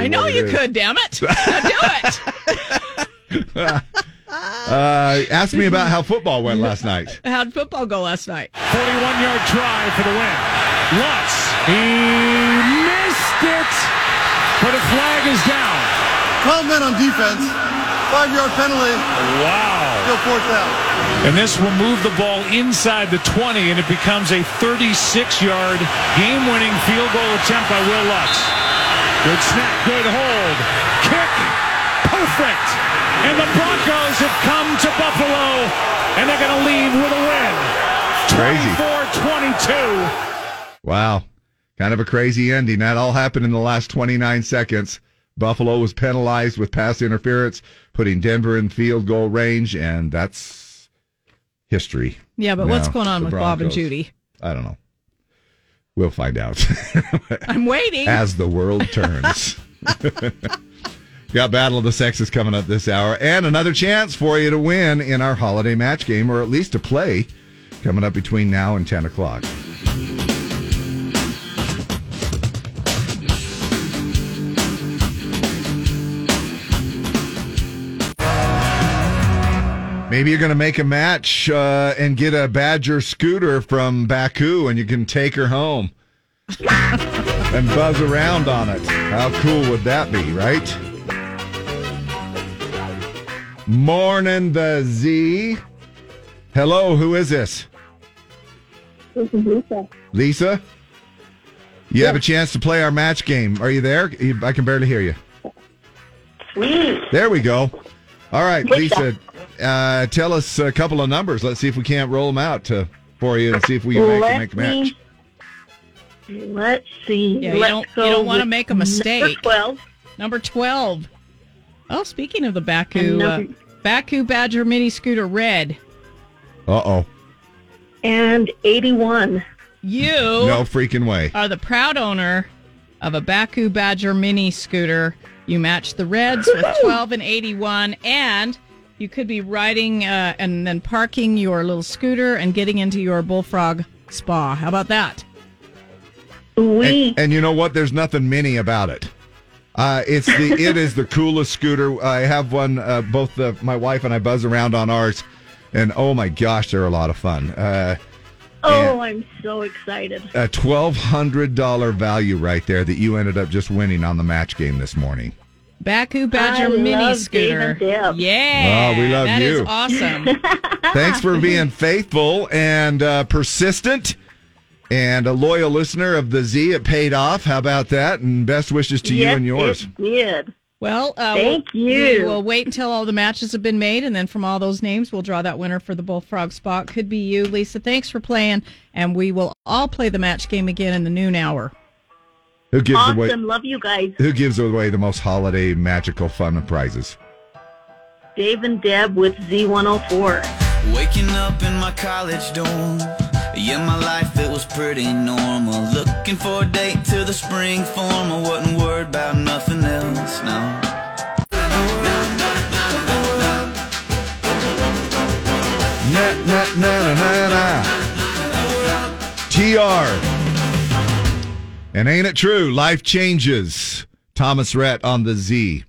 Speaker 2: I know
Speaker 1: what it
Speaker 2: you
Speaker 1: is.
Speaker 2: could. Damn it! Now do it.
Speaker 1: Uh, ask me about how football went last night.
Speaker 2: How'd football go last night?
Speaker 22: 41 yard drive for the win. Lutz, he missed it, but a flag is down.
Speaker 15: 12 men on defense, five yard penalty. Wow. Still fourth down.
Speaker 22: And this will move the ball inside the 20, and it becomes a 36 yard game winning field goal attempt by Will Lutz. Good snap, good hold, kick, perfect. And the Broncos have come to Buffalo, and they're going to leave with a win.
Speaker 1: Crazy.
Speaker 22: 24 22.
Speaker 1: Wow. Kind of a crazy ending. That all happened in the last 29 seconds. Buffalo was penalized with pass interference, putting Denver in field goal range, and that's history.
Speaker 2: Yeah, but
Speaker 1: Now,
Speaker 2: what's going on
Speaker 1: the
Speaker 2: with Bob and
Speaker 1: Broncos.
Speaker 2: Judy?
Speaker 1: I don't know. We'll find out
Speaker 2: I'm waiting.
Speaker 1: as the world turns. Got Battle of the Sexes coming up this hour, and another chance for you to win in our holiday match game, or at least to play, coming up between now and 10 o'clock. Maybe you're going to make a match uh, and get a Badger scooter from Baku, and you can take her home and buzz around on it. How cool would that be, right? Morning, the Z. Hello, who is this?
Speaker 20: This is Lisa.
Speaker 1: Lisa? You have a chance to play our match game. Are you there? You- I can barely hear you. There we go. All right, Lisa, uh, tell us a couple of numbers. Let's see if we can't roll them out to, for you and see if we can make,
Speaker 20: Let
Speaker 1: make a match.
Speaker 20: Let's see.
Speaker 2: Yeah, you
Speaker 20: Let's
Speaker 2: don't,
Speaker 20: go
Speaker 2: you don't want to
Speaker 20: with
Speaker 2: make a mistake.
Speaker 20: Number 12.
Speaker 2: Number 12. Oh, speaking of the Baku,
Speaker 20: And
Speaker 2: uh,
Speaker 20: number-
Speaker 2: Baku Badger Mini Scooter Red.
Speaker 1: Uh oh.
Speaker 20: And 81.
Speaker 2: You
Speaker 1: No freaking way.
Speaker 2: are the proud owner of a Baku Badger Mini Scooter. You match the reds with 12 and 81, and you could be riding uh, and then parking your little scooter and getting into your bullfrog spa. How about that?
Speaker 1: And, and you know what? There's nothing mini about it. Uh, it's the it is the coolest scooter. I have one. Uh, both the, my wife and I buzz around on ours, and oh my gosh, they're a lot of fun. Uh,
Speaker 20: Oh, I'm so excited.
Speaker 1: a twelve hundred dollar value right there that you ended up just winning on the match game this morning.
Speaker 2: Baku Badger
Speaker 20: I
Speaker 2: Mini
Speaker 20: love
Speaker 2: Scooter.
Speaker 20: Dave and Deb.
Speaker 2: Yeah.
Speaker 1: Oh, we love
Speaker 2: That is
Speaker 1: you.
Speaker 2: awesome.
Speaker 1: Thanks for being faithful and uh, persistent and a loyal listener of the Z. It paid off. How about that? And best wishes to you and yours.
Speaker 20: did.
Speaker 2: Well, uh,
Speaker 20: Thank
Speaker 2: we'll,
Speaker 20: you.
Speaker 2: We will wait until all the matches have been made, and then from all those names, we'll draw that winner for the Bullfrog spot. Could be you, Lisa. Thanks for playing, and we will all play the match game again in the noon hour.
Speaker 1: Who gives away
Speaker 20: Awesome. Love you guys.
Speaker 1: who gives away the most holiday magical fun and prizes?
Speaker 20: Dave and Deb with Z104.
Speaker 4: Waking up in my college dorm. Yeah, my life it was pretty normal. Looking for a date to the spring form. I wasn't worried about nothing else. No.
Speaker 1: Na, na, na, na, na, na. TR. And ain't it true? Life changes. Thomas Rhett on the Z.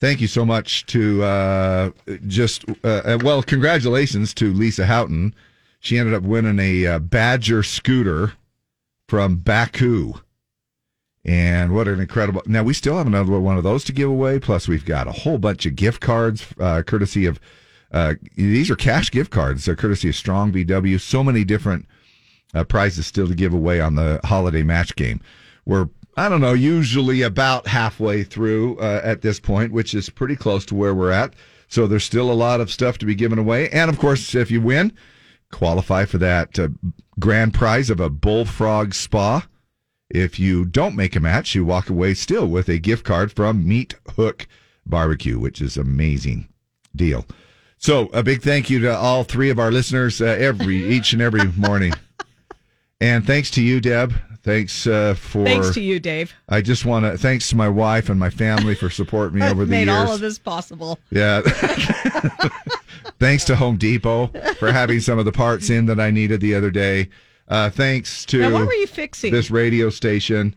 Speaker 1: Thank you so much to uh, just, uh, uh, well, congratulations to Lisa Houghton. She ended up winning a uh, Badger scooter from Baku. And what an incredible. Now, we still have another one of those to give away. Plus, we've got a whole bunch of gift cards, uh, courtesy of, uh, these are cash gift cards, so courtesy of Strong VW. So many different uh, prizes still to give away on the holiday match game. We're, I don't know, usually about halfway through uh, at this point, which is pretty close to where we're at. So there's still a lot of stuff to be given away. And of course, if you win, qualify for that uh, grand prize of a bullfrog spa. If you don't make a match, you walk away still with a gift card from Meat Hook Barbecue, which is amazing deal. So a big thank you to all three of our listeners uh, every each and every morning, and thanks to you, Deb. Thanks uh, for
Speaker 2: Thanks to you, Dave.
Speaker 1: I just want to thanks to my wife and my family for supporting me over the
Speaker 2: made
Speaker 1: years.
Speaker 2: all of this possible.
Speaker 1: Yeah. thanks to Home Depot for having some of the parts in that I needed the other day. Uh, thanks to
Speaker 2: Now, what were you fixing?
Speaker 1: this radio station.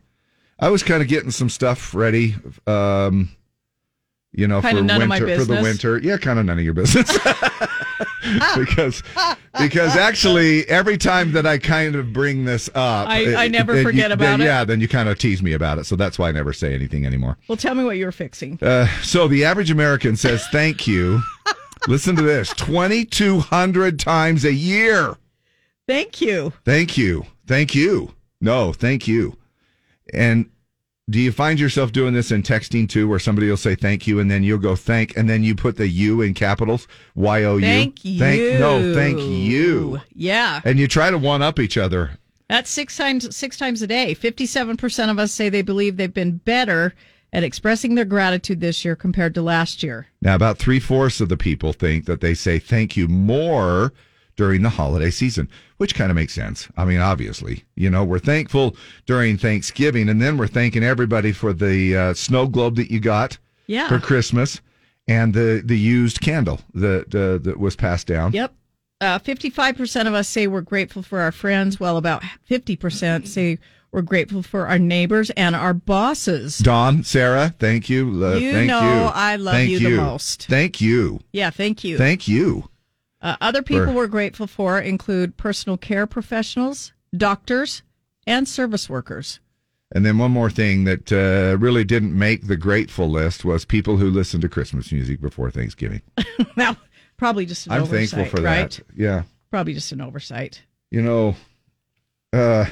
Speaker 1: I was kind of getting some stuff ready, um, you know,
Speaker 2: Kinda
Speaker 1: for
Speaker 2: none
Speaker 1: winter
Speaker 2: of my
Speaker 1: for the
Speaker 2: business. Ah.
Speaker 1: winter. Yeah, kind of none of your business because because actually every time that I kind of bring this up,
Speaker 2: I- I never
Speaker 1: you-
Speaker 2: forget about
Speaker 1: then-
Speaker 2: it.
Speaker 1: Yeah, then you kind of tease me about it, so that's why I never say anything anymore.
Speaker 2: Well, tell me what you were fixing.
Speaker 1: Uh, so the average American says thank you. Listen to this 2,200 times a year.
Speaker 2: Thank you.
Speaker 1: Thank you. Thank you. No, thank you. And do you find yourself doing this in texting too, where somebody will say thank you and then you'll go thank and then you put the you in capitals? Y O U.
Speaker 2: Thank you.
Speaker 1: No, thank you.
Speaker 2: Yeah.
Speaker 1: And you try to one up each other.
Speaker 2: That's six times six times a day. Fifty-seven percent of us say they believe they've been better at expressing their gratitude this year compared to last year.
Speaker 1: Now, about three fourths of the people think that they say thank you more during the holiday season, which kind of makes sense. I mean, obviously, you know, we're thankful during Thanksgiving, and then we're thanking everybody for the uh, snow globe that you got
Speaker 2: Yeah.
Speaker 1: for Christmas and the, the used candle that, uh, that was passed down.
Speaker 2: Yep. Uh, 55% of us say we're grateful for our friends, while about 50% say we're grateful for our neighbors and our bosses.
Speaker 1: Don, Sarah, thank you. Uh,
Speaker 2: You
Speaker 1: thank
Speaker 2: know
Speaker 1: you.
Speaker 2: I love
Speaker 1: Thank
Speaker 2: you the most.
Speaker 1: Thank you.
Speaker 2: Yeah, thank you.
Speaker 1: Thank you.
Speaker 2: uh, other people
Speaker 1: For-
Speaker 2: we're grateful for include personal care professionals, doctors, and service workers.
Speaker 1: And then one more thing that uh, really didn't make the grateful list was people who listen to Christmas music before Thanksgiving.
Speaker 2: now, probably just an
Speaker 1: I'm
Speaker 2: oversight,
Speaker 1: thankful for
Speaker 2: right?
Speaker 1: that. Yeah.
Speaker 2: Probably just an oversight.
Speaker 1: You know, uh,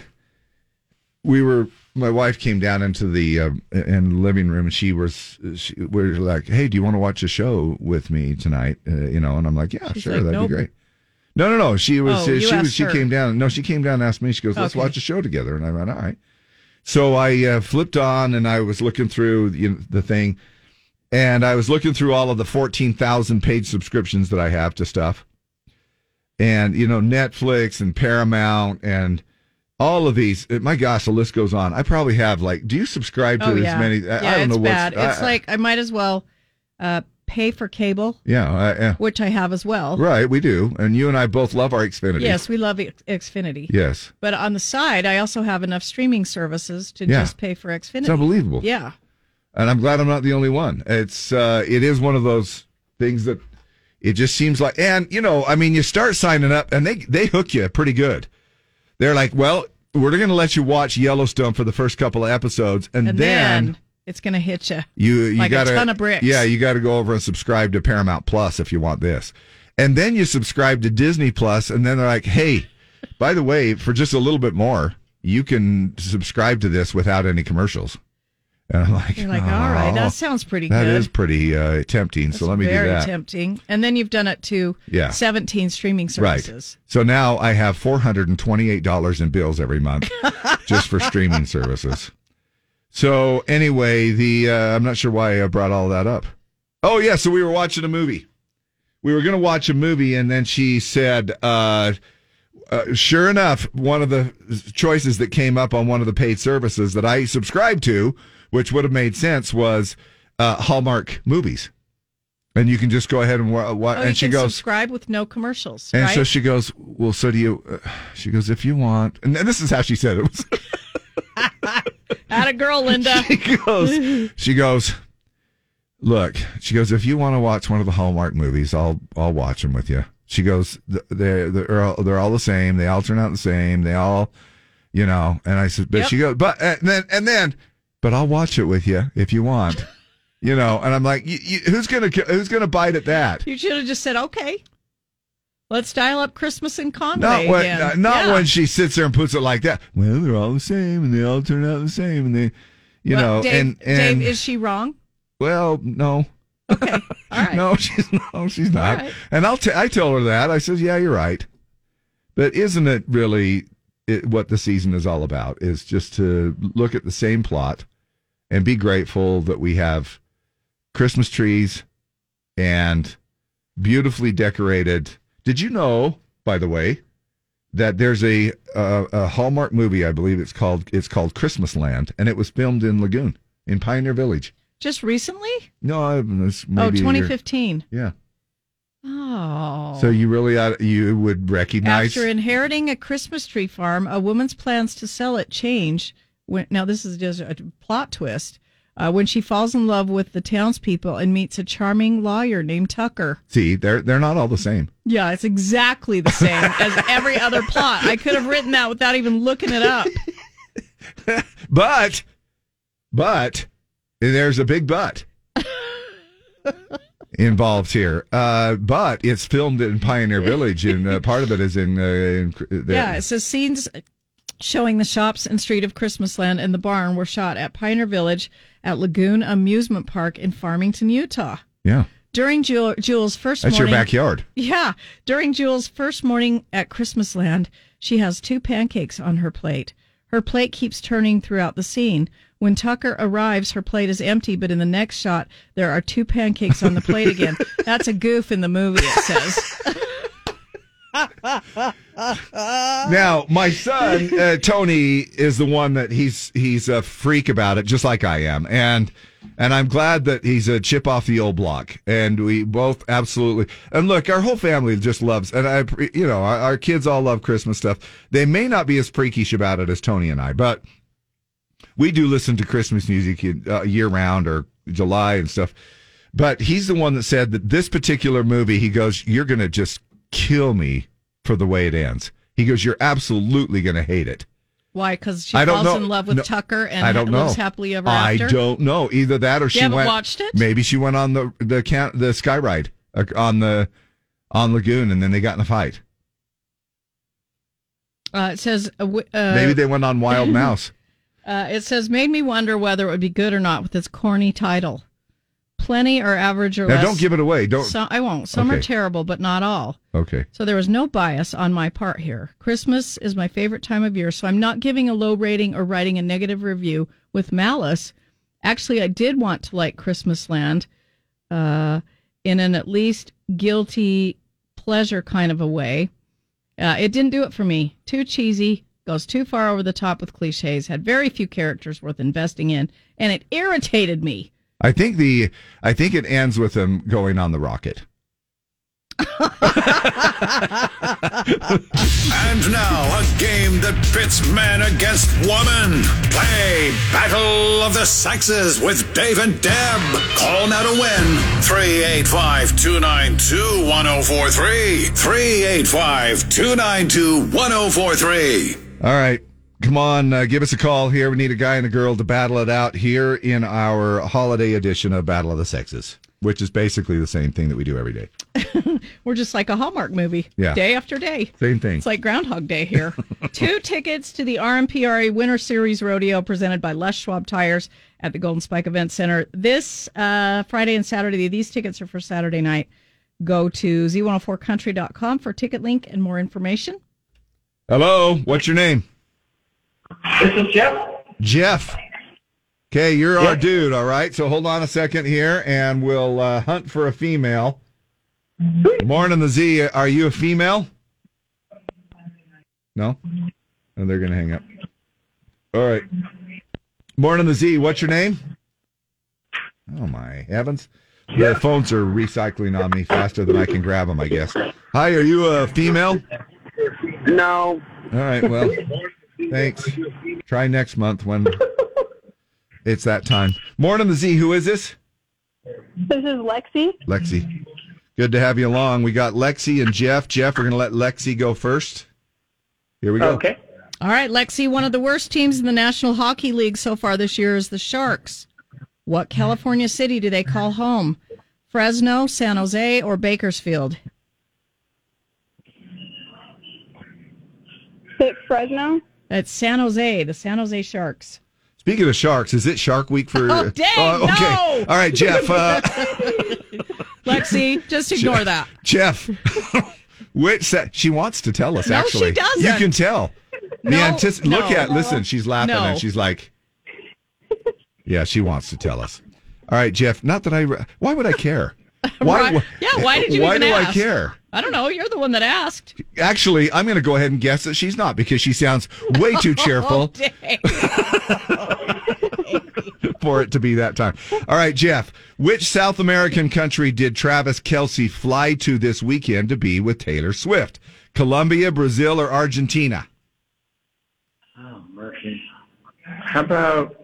Speaker 1: we were my wife came down into the uh, in living room and she was she we were like hey do you want to watch a show with me tonight uh, you know and i'm like yeah
Speaker 2: She's
Speaker 1: sure
Speaker 2: like,
Speaker 1: that'd
Speaker 2: "Nope."
Speaker 1: be great no no no she was
Speaker 2: Oh, you
Speaker 1: she was
Speaker 2: asked
Speaker 1: she
Speaker 2: her.
Speaker 1: came down no she came down and asked me she goes let's
Speaker 2: Okay.
Speaker 1: watch a show together and i went all right so i uh, flipped on and i was looking through you know, the thing and i was looking through all of the 14000 page subscriptions that i have to stuff and you know Netflix and Paramount and all of these. uh, My gosh, the list goes on. I probably have like. Do you subscribe to
Speaker 2: Oh
Speaker 1: as
Speaker 2: yeah,
Speaker 1: many? I,
Speaker 2: yeah,
Speaker 1: I don't
Speaker 2: it's
Speaker 1: know what's.
Speaker 2: bad.
Speaker 1: I-
Speaker 2: it's
Speaker 1: I-
Speaker 2: like I might as well uh, pay for cable,
Speaker 1: yeah, I- yeah.
Speaker 2: which I have as well.
Speaker 1: Right, we do, and you and I both love our Xfinity.
Speaker 2: Yes, we love X- Xfinity.
Speaker 1: Yes.
Speaker 2: But on the side, I also have enough streaming services to
Speaker 1: Yeah.
Speaker 2: just pay for Xfinity.
Speaker 1: It's unbelievable.
Speaker 2: Yeah.
Speaker 1: and I'm glad I'm not the only one. It's uh, it is one of those things that it just seems like, and you know, I mean, you start signing up, and they they hook you pretty good. They're like, well, we're going to let you watch Yellowstone for the first couple of episodes, and,
Speaker 2: And then, it's going to hit you.
Speaker 1: You you
Speaker 2: Like a
Speaker 1: gotta,
Speaker 2: ton of bricks.
Speaker 1: Yeah, you got to go over and subscribe to Paramount Plus if you want this, and then you subscribe to Disney Plus, and then they're like, hey, by the way, for just a little bit more, you can subscribe to this without any commercials. And I'm like, "Oh,
Speaker 2: You're like, all right, that sounds pretty
Speaker 1: That
Speaker 2: good.
Speaker 1: is pretty uh, tempting. so let me do
Speaker 2: Very
Speaker 1: that.
Speaker 2: tempting. And then you've done it to
Speaker 1: Yeah.
Speaker 2: 17 streaming services.
Speaker 1: Right. So now I have four hundred and twenty-eight dollars in bills every month just for streaming services. So anyway, the uh, I'm not sure why I brought all that up. Oh yeah, so we were watching a movie. We were going to watch a movie, and then she said, uh, uh, "Sure enough, one of the choices that came up on one of the paid services that I subscribed to, which would have made sense, was uh, Hallmark movies." And you can just go ahead and wa- wa-
Speaker 2: Oh,
Speaker 1: and
Speaker 2: you
Speaker 1: she
Speaker 2: can
Speaker 1: goes,
Speaker 2: subscribe with no commercials.
Speaker 1: and
Speaker 2: right?
Speaker 1: so she goes, Well, so do you? Uh, she goes, If you want. And this is how she said it. was-
Speaker 2: At a girl, Linda.
Speaker 1: she goes. she goes, Look, she goes, If you want to watch one of the Hallmark movies, I'll I'll watch them with you. She goes, "Th- They're, they're, all, they're all the same. They all turn out the same. They all, you know. And I said, But
Speaker 5: Yep.
Speaker 1: she goes, But, and then, and then, but I'll watch it with you if you want. You know, and I'm like, "You- you- who's gonna who's gonna bite at that?
Speaker 2: You should have just said, okay, let's dial up Christmas in Conway
Speaker 1: Not when,
Speaker 2: again.
Speaker 1: not, not
Speaker 2: Yeah.
Speaker 1: when she sits there and puts it like that. Well, they're all the same, and they all turn out the same, and they, you
Speaker 2: Well,
Speaker 1: know,
Speaker 2: Dave,
Speaker 1: and and
Speaker 2: Dave, is she wrong?
Speaker 1: well, no, okay, all right, no, she's no, she's not.
Speaker 2: All right.
Speaker 1: And I'll t- I tell her that I says, yeah, you're right, but isn't it really it, what the season is all about? Is just to look at the same plot and be grateful that we have Christmas trees and beautifully decorated. Did you know, by the way, that there's a uh, a Hallmark movie? I believe it's called it's called Christmas Land, and it was filmed in Lagoon in Pioneer Village.
Speaker 2: Just recently?
Speaker 1: No, I, it's maybe a
Speaker 2: oh,
Speaker 1: year-
Speaker 2: 2015.
Speaker 1: Yeah.
Speaker 2: Oh.
Speaker 1: So you really ought, you would recognize
Speaker 2: After inheriting a Christmas tree farm, a woman's plans to sell it change. When, now, this is just a plot twist. Uh, when she falls in love with the townspeople and meets a charming lawyer named Tucker.
Speaker 1: See, they're they're not all the same.
Speaker 2: Yeah, it's exactly the same as every other plot. I could have written that without even looking it up.
Speaker 1: But, but, there's a big but involved here. Uh, but it's filmed in Pioneer Village, and uh, part of it is in. Uh, in the,
Speaker 2: Yeah, it says scenes showing the shops and street of Christmasland and the barn were shot at Pioneer Village at Lagoon Amusement Park in Farmington, Utah.
Speaker 1: yeah.
Speaker 2: During Jewel, Jewel's first
Speaker 1: That's your
Speaker 2: morning,
Speaker 1: backyard.
Speaker 2: Yeah, during Jewel's first morning at Christmasland, she has two pancakes on her plate. Her plate keeps turning throughout the scene. When Tucker arrives, her plate is empty, but in the next shot, there are two pancakes on the plate again. That's a goof in the movie, it says.
Speaker 1: Now, my son uh, Tony is the one that he's he's a freak about it, just like I am, and and I'm glad that he's a chip off the old block, and we both absolutely and look, our whole family just loves, and I pre- you know our, our kids all love Christmas stuff. They may not be as freakish about it as Tony and I, but we do listen to Christmas music uh, year round or July and stuff. But he's the one that said that this particular movie, he goes, You're going to just kill me for the way it ends. He goes, You're absolutely going to hate it.
Speaker 2: Why? Because she
Speaker 1: I don't
Speaker 2: falls
Speaker 1: know.
Speaker 2: in love with
Speaker 1: No,
Speaker 2: Tucker and
Speaker 1: I don't know.
Speaker 2: lives happily ever after.
Speaker 1: I don't know. Either that or she
Speaker 2: haven't
Speaker 1: went.
Speaker 2: watched it?
Speaker 1: Maybe she went on the the can, the sky ride uh, on the on Lagoon and then they got in a fight.
Speaker 2: Uh, it says uh, w- uh,
Speaker 1: Maybe they went on Wild Mouse.
Speaker 2: Uh, it says, made me wonder whether it would be good or not with its corny title. Plenty or average or
Speaker 1: Now,
Speaker 2: less.
Speaker 1: don't give it away. Don't-
Speaker 2: So, I won't. Some are
Speaker 1: Okay.
Speaker 2: terrible, but not all.
Speaker 1: Okay.
Speaker 2: So there was no bias on my part here. Christmas is my favorite time of year, so I'm not giving a low rating or writing a negative review with malice. Actually, I did want to like Christmas Land uh, in an at least guilty pleasure kind of a way. Uh, it didn't do it for me. Too cheesy, goes too far over the top with cliches, had very few characters worth investing in, and it irritated me.
Speaker 1: I think the I think it ends with them going on the rocket.
Speaker 17: And now, a game that pits man against woman. Play Battle of the Sexes with Dave and Deb. Call now to win 385 292 1043. 385 292 1043.
Speaker 1: All right. Come on, uh, give us a call here. We need a guy and a girl to battle it out here in our holiday edition of Battle of the Sexes, which is basically the same thing that we do every day.
Speaker 2: We're just like a Hallmark movie,
Speaker 1: Yeah.
Speaker 2: day after day.
Speaker 1: Same thing.
Speaker 2: It's like Groundhog Day here. Two tickets to the RMPRA Winter Series Rodeo presented by Les Schwab Tires at the Golden Spike Event Center this uh, Friday and Saturday. These tickets are for Saturday night. Go to z104country.com for ticket link and more information.
Speaker 1: Hello, what's your name? This is Jeff. Jeff. Okay, you're our dude, all right? So hold on a second here and we'll uh, hunt for a female. Morning, the Z. Are you a female? No? And they're going to hang up. All right. Morning, the Z. What's your name? Oh, my heavens. The phones are recycling on me faster than I can grab them, I guess. Hi, are you a female?
Speaker 5: No.
Speaker 1: All right, well, thanks. Try next month when it's that time. Morning, the Z. Who is this?
Speaker 5: This is Lexi.
Speaker 1: Lexi. Good to have you along. We got Lexi and Jeff. Jeff, we're going to let Lexi go first. Here we go. Okay.
Speaker 2: All right, Lexi, one of the worst teams in the National Hockey League so far this year is the Sharks. What California city do they call home? Fresno, San Jose, or Bakersfield?
Speaker 5: Is it Fresno?
Speaker 2: That's San Jose, the San Jose Sharks.
Speaker 1: Speaking of sharks, is it Shark Week for?
Speaker 2: Oh, dang, no!
Speaker 1: All right, Jeff. Uh,
Speaker 2: Lexi, just ignore
Speaker 1: Je-
Speaker 2: that.
Speaker 1: Jeff. Which se- she wants to tell us?
Speaker 2: No, she
Speaker 1: actually,
Speaker 2: doesn't.
Speaker 1: You can tell. the
Speaker 2: No,
Speaker 1: antici-
Speaker 2: no.
Speaker 1: Look at. Listen, she's laughing
Speaker 2: No.
Speaker 1: and she's like, "Yeah, she wants to tell us." All right, Jeff. Not that I. Re- why would I care? Why? why-
Speaker 2: Yeah, why did you
Speaker 1: Why
Speaker 2: even
Speaker 1: do
Speaker 2: ask?
Speaker 1: I care?
Speaker 2: I don't know. You're the one that asked.
Speaker 1: Actually, I'm going to go ahead and guess that she's not because she sounds way too cheerful
Speaker 2: Oh, Dang.
Speaker 1: for it to be that time. All right, Jeff, which South American country did Travis Kelsey fly to this weekend to be with Taylor Swift? Colombia, Brazil, or Argentina?
Speaker 23: Oh, mercy. How about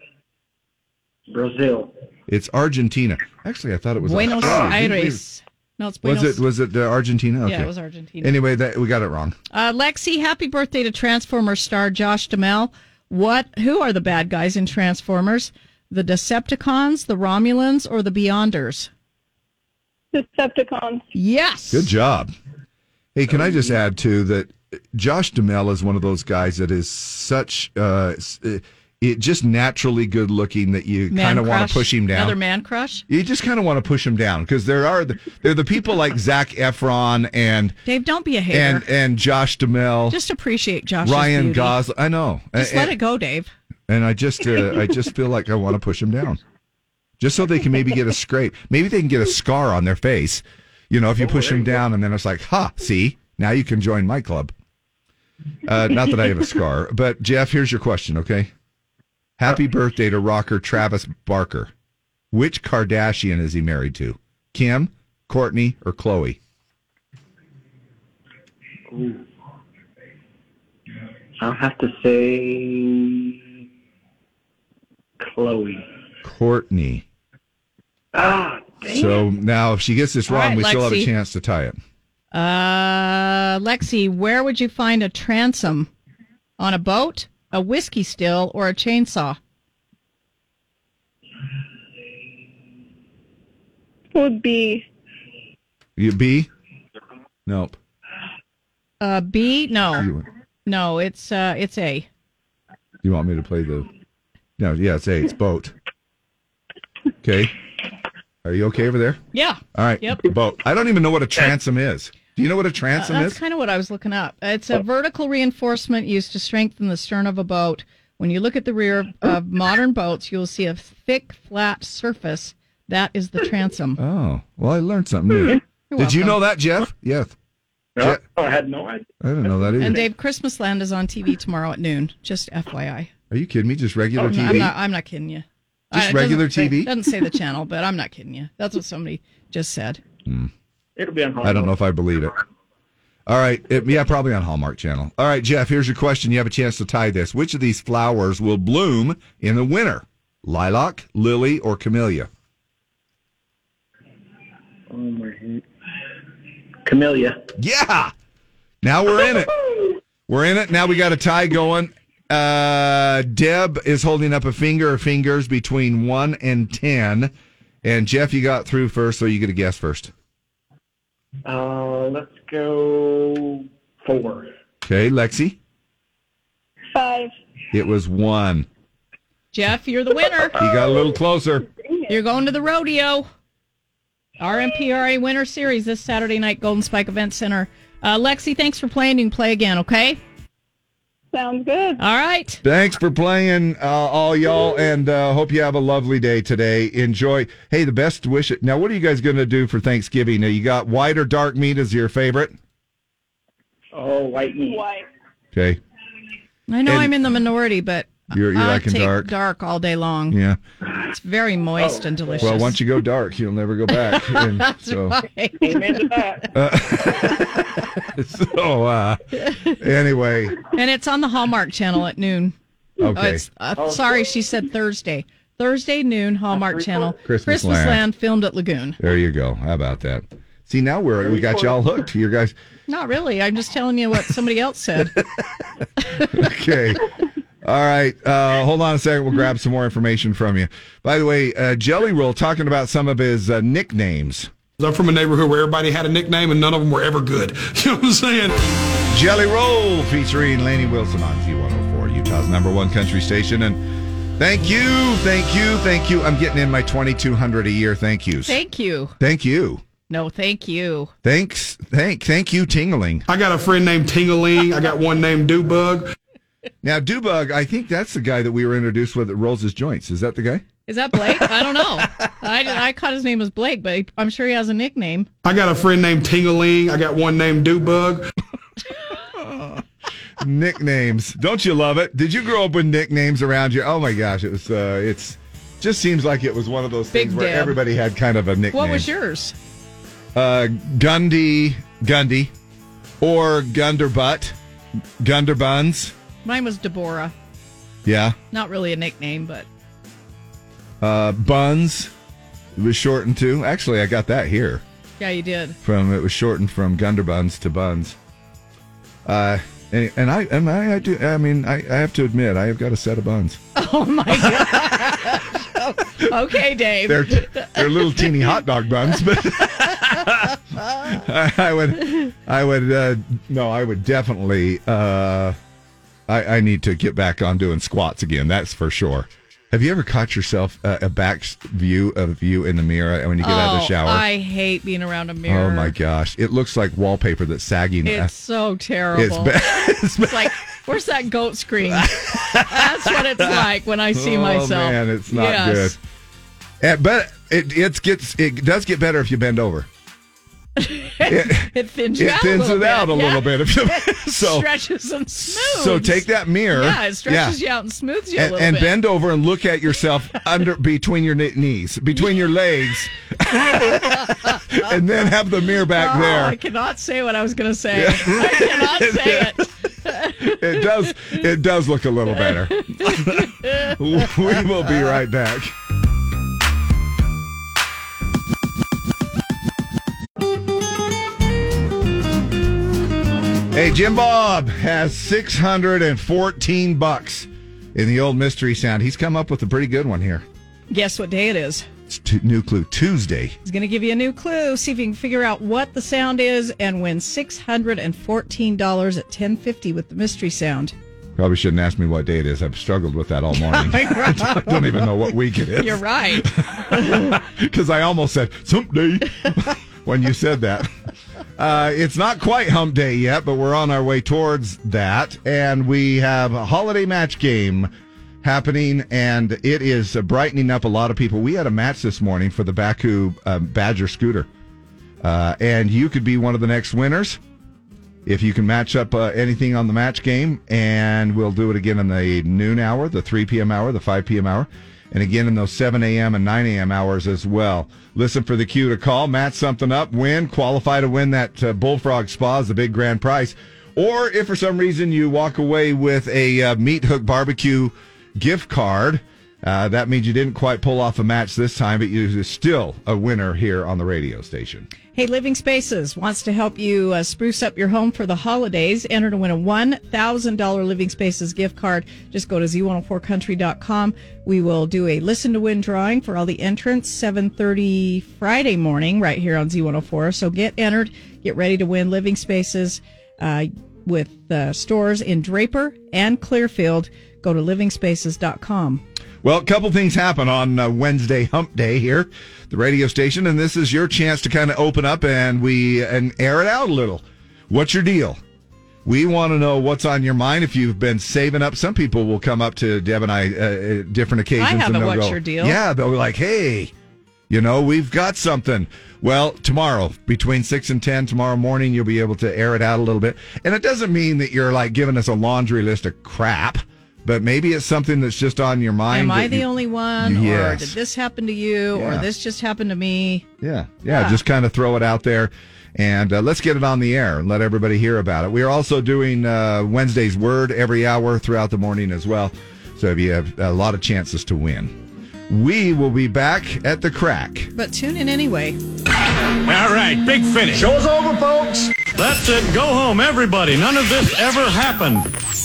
Speaker 23: Brazil?
Speaker 1: It's Argentina. Actually, I thought it was
Speaker 2: Buenos
Speaker 1: Australia.
Speaker 2: Aires. No, it's Buenos.
Speaker 1: Was it was it uh, Argentina?
Speaker 2: Yeah,
Speaker 1: Okay.
Speaker 2: it was Argentina.
Speaker 1: Anyway, that we got it wrong.
Speaker 2: Uh, Lexi, happy birthday to Transformer star Josh Duhamel. What? Who are the bad guys in Transformers? The Decepticons, the Romulans, or the Beyonders?
Speaker 5: Decepticons.
Speaker 2: Yes.
Speaker 1: Good job. Hey, can I
Speaker 2: Oh,
Speaker 1: just add too that Josh Duhamel is one of those guys that is such uh, s- uh, it just naturally good looking that you
Speaker 2: Man
Speaker 1: kind of want
Speaker 2: crush.
Speaker 1: to push him down.
Speaker 2: Another man crush.
Speaker 1: You just kind of want to push him down because there are the, they're the people like Zach Efron and
Speaker 2: Dave, don't be a hater.
Speaker 1: and and Josh Duhamel,
Speaker 2: Just appreciate Josh's
Speaker 1: Ryan uh,
Speaker 2: beauty.
Speaker 1: Gosling. I know.
Speaker 2: Just
Speaker 1: and,
Speaker 2: let it go, Dave.
Speaker 1: and I just uh, I just feel like I want to push him down, just so they can maybe get a scrape. Maybe they can get a scar on their face. You know, if you
Speaker 2: Oh,
Speaker 1: push him down, and then it's like, ha, see, now you can join my club. Uh, not that I have a scar, but Jeff, here's your question. Okay,
Speaker 2: Uh,
Speaker 1: happy birthday to rocker Travis Barker. Which Kardashian is he married to? Kim, Courtney, or Chloe?
Speaker 23: I'll have to say Chloe.
Speaker 1: Courtney.
Speaker 23: Ah, dang
Speaker 1: So now, if she gets this
Speaker 2: All
Speaker 1: wrong,
Speaker 2: right,
Speaker 1: we still have a
Speaker 2: Lexi.
Speaker 1: chance to tie it.
Speaker 2: Uh, Lexi, where would you find a transom? On a boat, a whiskey still, or a chainsaw?
Speaker 5: Would be
Speaker 1: You B? Nope.
Speaker 2: Uh, B? No,
Speaker 1: You,
Speaker 2: no, it's uh, it's A.
Speaker 1: you want me to play the No, yeah, it's eight. It's boat. Okay. Are you okay over there?
Speaker 2: Yeah.
Speaker 1: All right.
Speaker 2: Yep.
Speaker 1: Boat. I don't even know what a transom is. Do you know what a
Speaker 2: Uh,
Speaker 1: transom
Speaker 2: that's
Speaker 1: is? Oh.
Speaker 2: kind of what I was looking up. It's a vertical reinforcement used to strengthen the stern of a boat. When you look at the rear of-
Speaker 5: Oh.
Speaker 2: of modern boats, you will see a thick, flat surface. That is the transom.
Speaker 1: Oh, well, I learned something new.
Speaker 2: Hmm. You're
Speaker 1: Did you
Speaker 2: welcome.
Speaker 1: know that, Jeff? Yes.
Speaker 23: No, I had no idea.
Speaker 1: I didn't know that either.
Speaker 2: And Dave, Christmasland is on TV tomorrow at noon. Just FYI.
Speaker 1: Are you kidding me? Just regular TV?
Speaker 2: Oh, I'm, not, I'm not kidding you.
Speaker 1: Just
Speaker 2: it doesn't
Speaker 1: regular
Speaker 2: say-
Speaker 1: TV?
Speaker 2: doesn't say the channel, but I'm not kidding you. That's what somebody just said.
Speaker 23: It'll be on
Speaker 1: Hmm. I don't know if I believe it. All right. It, yeah, probably on Hallmark Channel. All right, Jeff, here's your question. You have a chance to tie this. Which of these flowers will bloom in the winter? Lilac, lily, or camellia?
Speaker 23: Oh my God. Camellia.
Speaker 1: Yeah. Now we're in it. We're in it. Now we got a tie going. Uh, Deb is holding up a finger or fingers between one and ten. And Jeff, you got through first, so you get a guess first.
Speaker 23: Uh, let's go four.
Speaker 1: Okay, Lexi.
Speaker 5: Five.
Speaker 1: It was one.
Speaker 2: Jeff, you're the winner.
Speaker 1: You got a little closer.
Speaker 2: You're going to the rodeo. RMPRA Winter Series this Saturday night, Golden Spike Event Center. Uh, Lexi, thanks for playing. You can play again, okay?
Speaker 5: Sounds good.
Speaker 2: All right.
Speaker 1: Thanks for playing, uh, all y'all, and uh, hope you have a lovely day today. Enjoy. Hey, the best wish. Now, what are you guys going to do for Thanksgiving? Now, you got white or dark meat is your favorite.
Speaker 23: Oh, white meat.
Speaker 5: White.
Speaker 1: Okay,
Speaker 2: I know
Speaker 1: And-
Speaker 2: I'm in the minority, but
Speaker 1: You're- you're
Speaker 2: I
Speaker 1: liking
Speaker 2: take
Speaker 1: dark.
Speaker 2: all day long.
Speaker 1: yeah.
Speaker 2: It's very moist and delicious.
Speaker 1: Oh. Well, once you go dark, you'll never go back. And
Speaker 2: That's
Speaker 1: so,
Speaker 2: right.
Speaker 1: uh, so uh, anyway,
Speaker 2: and it's on the Hallmark Channel at noon. Oh,
Speaker 1: Okay.
Speaker 2: it's- uh, sorry, she said Thursday. Thursday noon, Hallmark Channel.
Speaker 1: Christmas
Speaker 2: Christmasland
Speaker 1: Land.
Speaker 2: filmed at Lagoon.
Speaker 1: there you go. How about that? See, now we're we got y'all hooked. You guys.
Speaker 2: Not really. I'm just telling you what somebody else said.
Speaker 1: okay. All right. Uh, hold on a second. We'll grab some more information from you. By the way, uh, Jelly Roll talking about some of his uh, nicknames.
Speaker 9: I'm from a neighborhood where everybody had a nickname and none of them were ever good. You know what I'm saying?
Speaker 1: Jelly Roll featuring Laney Wilson on Z104, Utah's number one country station. And thank you, thank you, thank you. I'm getting in my 2200 a year thank yous.
Speaker 2: Thank you.
Speaker 1: Thank you.
Speaker 2: No, thank you.
Speaker 1: Thanks. Thank thank you, Tingling.
Speaker 9: I got a friend named Tingling. I got one named Dewbug.
Speaker 1: Now, Dubug, I think that's the guy that we were introduced with that rolls his joints. Is that the guy?
Speaker 2: Is that Blake? I don't know. I, I caught his name as Blake, but I'm sure he has a nickname.
Speaker 9: I got a friend named Tingling. I got one named Dewbug.
Speaker 1: nicknames. Don't you love it? Did you grow up with nicknames around you? Oh my gosh, it was. Uh, it's just seems like it was one of those
Speaker 2: Big
Speaker 1: things where
Speaker 2: Deb.
Speaker 1: everybody had kind of a nickname.
Speaker 2: What was yours?
Speaker 1: Uh, Gundy, Gundy, or Gunderbutt, Gunderbuns.
Speaker 2: Mine was Deborah.
Speaker 1: Yeah,
Speaker 2: Not really a nickname, but
Speaker 1: uh, Buns it was shortened to. Actually, I got that here
Speaker 2: yeah, you did.
Speaker 1: from. It was shortened from Gunderbuns to Buns. Uh, and, and I and I, I do. I mean, I, I have to admit, I have got a set of buns.
Speaker 2: Oh my god. okay, Dave.
Speaker 1: They're they're little teeny hot dog buns, but. I, I would, I would, uh, no, I would definitely. Uh, I, I need to get back on doing squats again. That's for sure. Have you ever caught yourself uh, a back s- view of you in the mirror when you get out of the
Speaker 2: Oh,
Speaker 1: shower?
Speaker 2: I hate being around a mirror.
Speaker 1: Oh my gosh, it les like wallpaper that's sagging.
Speaker 2: It's so terrible.
Speaker 1: It's bad.
Speaker 2: It's like, where's that goat screen? That's what it's like when I see
Speaker 1: oh,
Speaker 2: myself.
Speaker 1: man, it's not
Speaker 2: Yes.
Speaker 1: good. Uh, but it it gets it does get better if you bend over.
Speaker 2: It, thins you
Speaker 1: it
Speaker 2: out
Speaker 1: thins
Speaker 2: a little
Speaker 1: it
Speaker 2: bit.
Speaker 1: out a
Speaker 2: yeah.
Speaker 1: little bit if you-
Speaker 2: It
Speaker 1: so-
Speaker 2: stretches and smooths.
Speaker 1: So take that mirror.
Speaker 2: Yeah, it stretches
Speaker 1: Yeah.
Speaker 2: you out and smooths you a
Speaker 1: and,
Speaker 2: little
Speaker 1: and
Speaker 2: bit.
Speaker 1: bend over and look at yourself under between your kn- knees, between your legs, and then have the mirror back
Speaker 2: Oh,
Speaker 1: there.
Speaker 2: I cannot say what I was going to say. I cannot say it.
Speaker 1: It does. It does look a little better. we will be right back. Hey, Jim Bob has 614 bucks in the old mystery sound. He's come up with a pretty good one here.
Speaker 2: Guess what day it is?
Speaker 1: It's t- New Clue Tuesday.
Speaker 2: He's going to give you a new clue. See if you can figure out what the sound is and win $614 at 1050 with the mystery sound.
Speaker 1: Probably shouldn't ask me what day it is. I've struggled with that all morning. I don't even know what week it
Speaker 2: You're
Speaker 1: is
Speaker 2: right.
Speaker 1: because I almost said hump day when you said that. Uh, it's not quite hump day yet, but we're on our way towards that, and we have a holiday match game happening, and it is uh, brightening up a lot of people. We had a match this morning for the Baku um, Badger scooter, uh, and you could be one of the next winners if you can match up uh, anything on the match game, and we'll do it again in the noon hour, the 3 p.m. hour, the 5 p.m. hour, and again in those 7 a.m. and 9 a.m. hours as well. Listen for the cue to call, match something up, win, qualify to win that uh, Bullfrog Spa is the big grand prize. Or if for some reason you walk away with a uh, Meat Hook Barbecue gift card, uh, that means you didn't quite pull off a match this time, but you're still a winner here on the radio station.
Speaker 2: Hey, Living Spaces wants to help you uh, spruce up your home for the holidays. Enter to win a $1,000 Living Spaces gift card. Just go to z104country.com. We will do a listen to win drawing for all the entrants 7:30 Friday morning right here on Z104. So get entered, get ready to win Living Spaces uh, with uh, stores in Draper and Clearfield. Go to livingspaces.com.
Speaker 1: Well, a couple things happen on uh, Wednesday Hump Day here, the radio station, and this is your chance to kind of open up and we and air it out a little. What's your deal? We want to know what's on your mind. If you've been saving up, some people will come up to Deb and I uh, uh, different occasions.
Speaker 2: I have
Speaker 1: and
Speaker 2: a
Speaker 1: they'll
Speaker 2: what's
Speaker 1: go,
Speaker 2: your deal?
Speaker 1: Yeah, they'll be like, hey, you know, we've got something. Well, tomorrow between six and ten tomorrow morning, you'll be able to air it out a little bit. And it doesn't mean that you're like giving us a laundry list of crap, but maybe it's something that's just on your mind.
Speaker 2: Am I
Speaker 1: that
Speaker 2: the
Speaker 1: you-
Speaker 2: only one? Or
Speaker 1: Yes.
Speaker 2: did this happen to you?
Speaker 1: Yeah.
Speaker 2: Or this just happened to me?
Speaker 1: Yeah, yeah,
Speaker 2: Yeah.
Speaker 1: just kind of throw it out there and uh, let's get it on the air and let everybody hear about it. We are also doing uh, Wednesday's Word every hour throughout the morning as well. So if you have a lot of chances to win. We will be back at the crack.
Speaker 2: But tune in anyway.
Speaker 18: All right, big finish.
Speaker 2: Show's
Speaker 18: over, folks. That's it. Go home, everybody. None of this ever happened.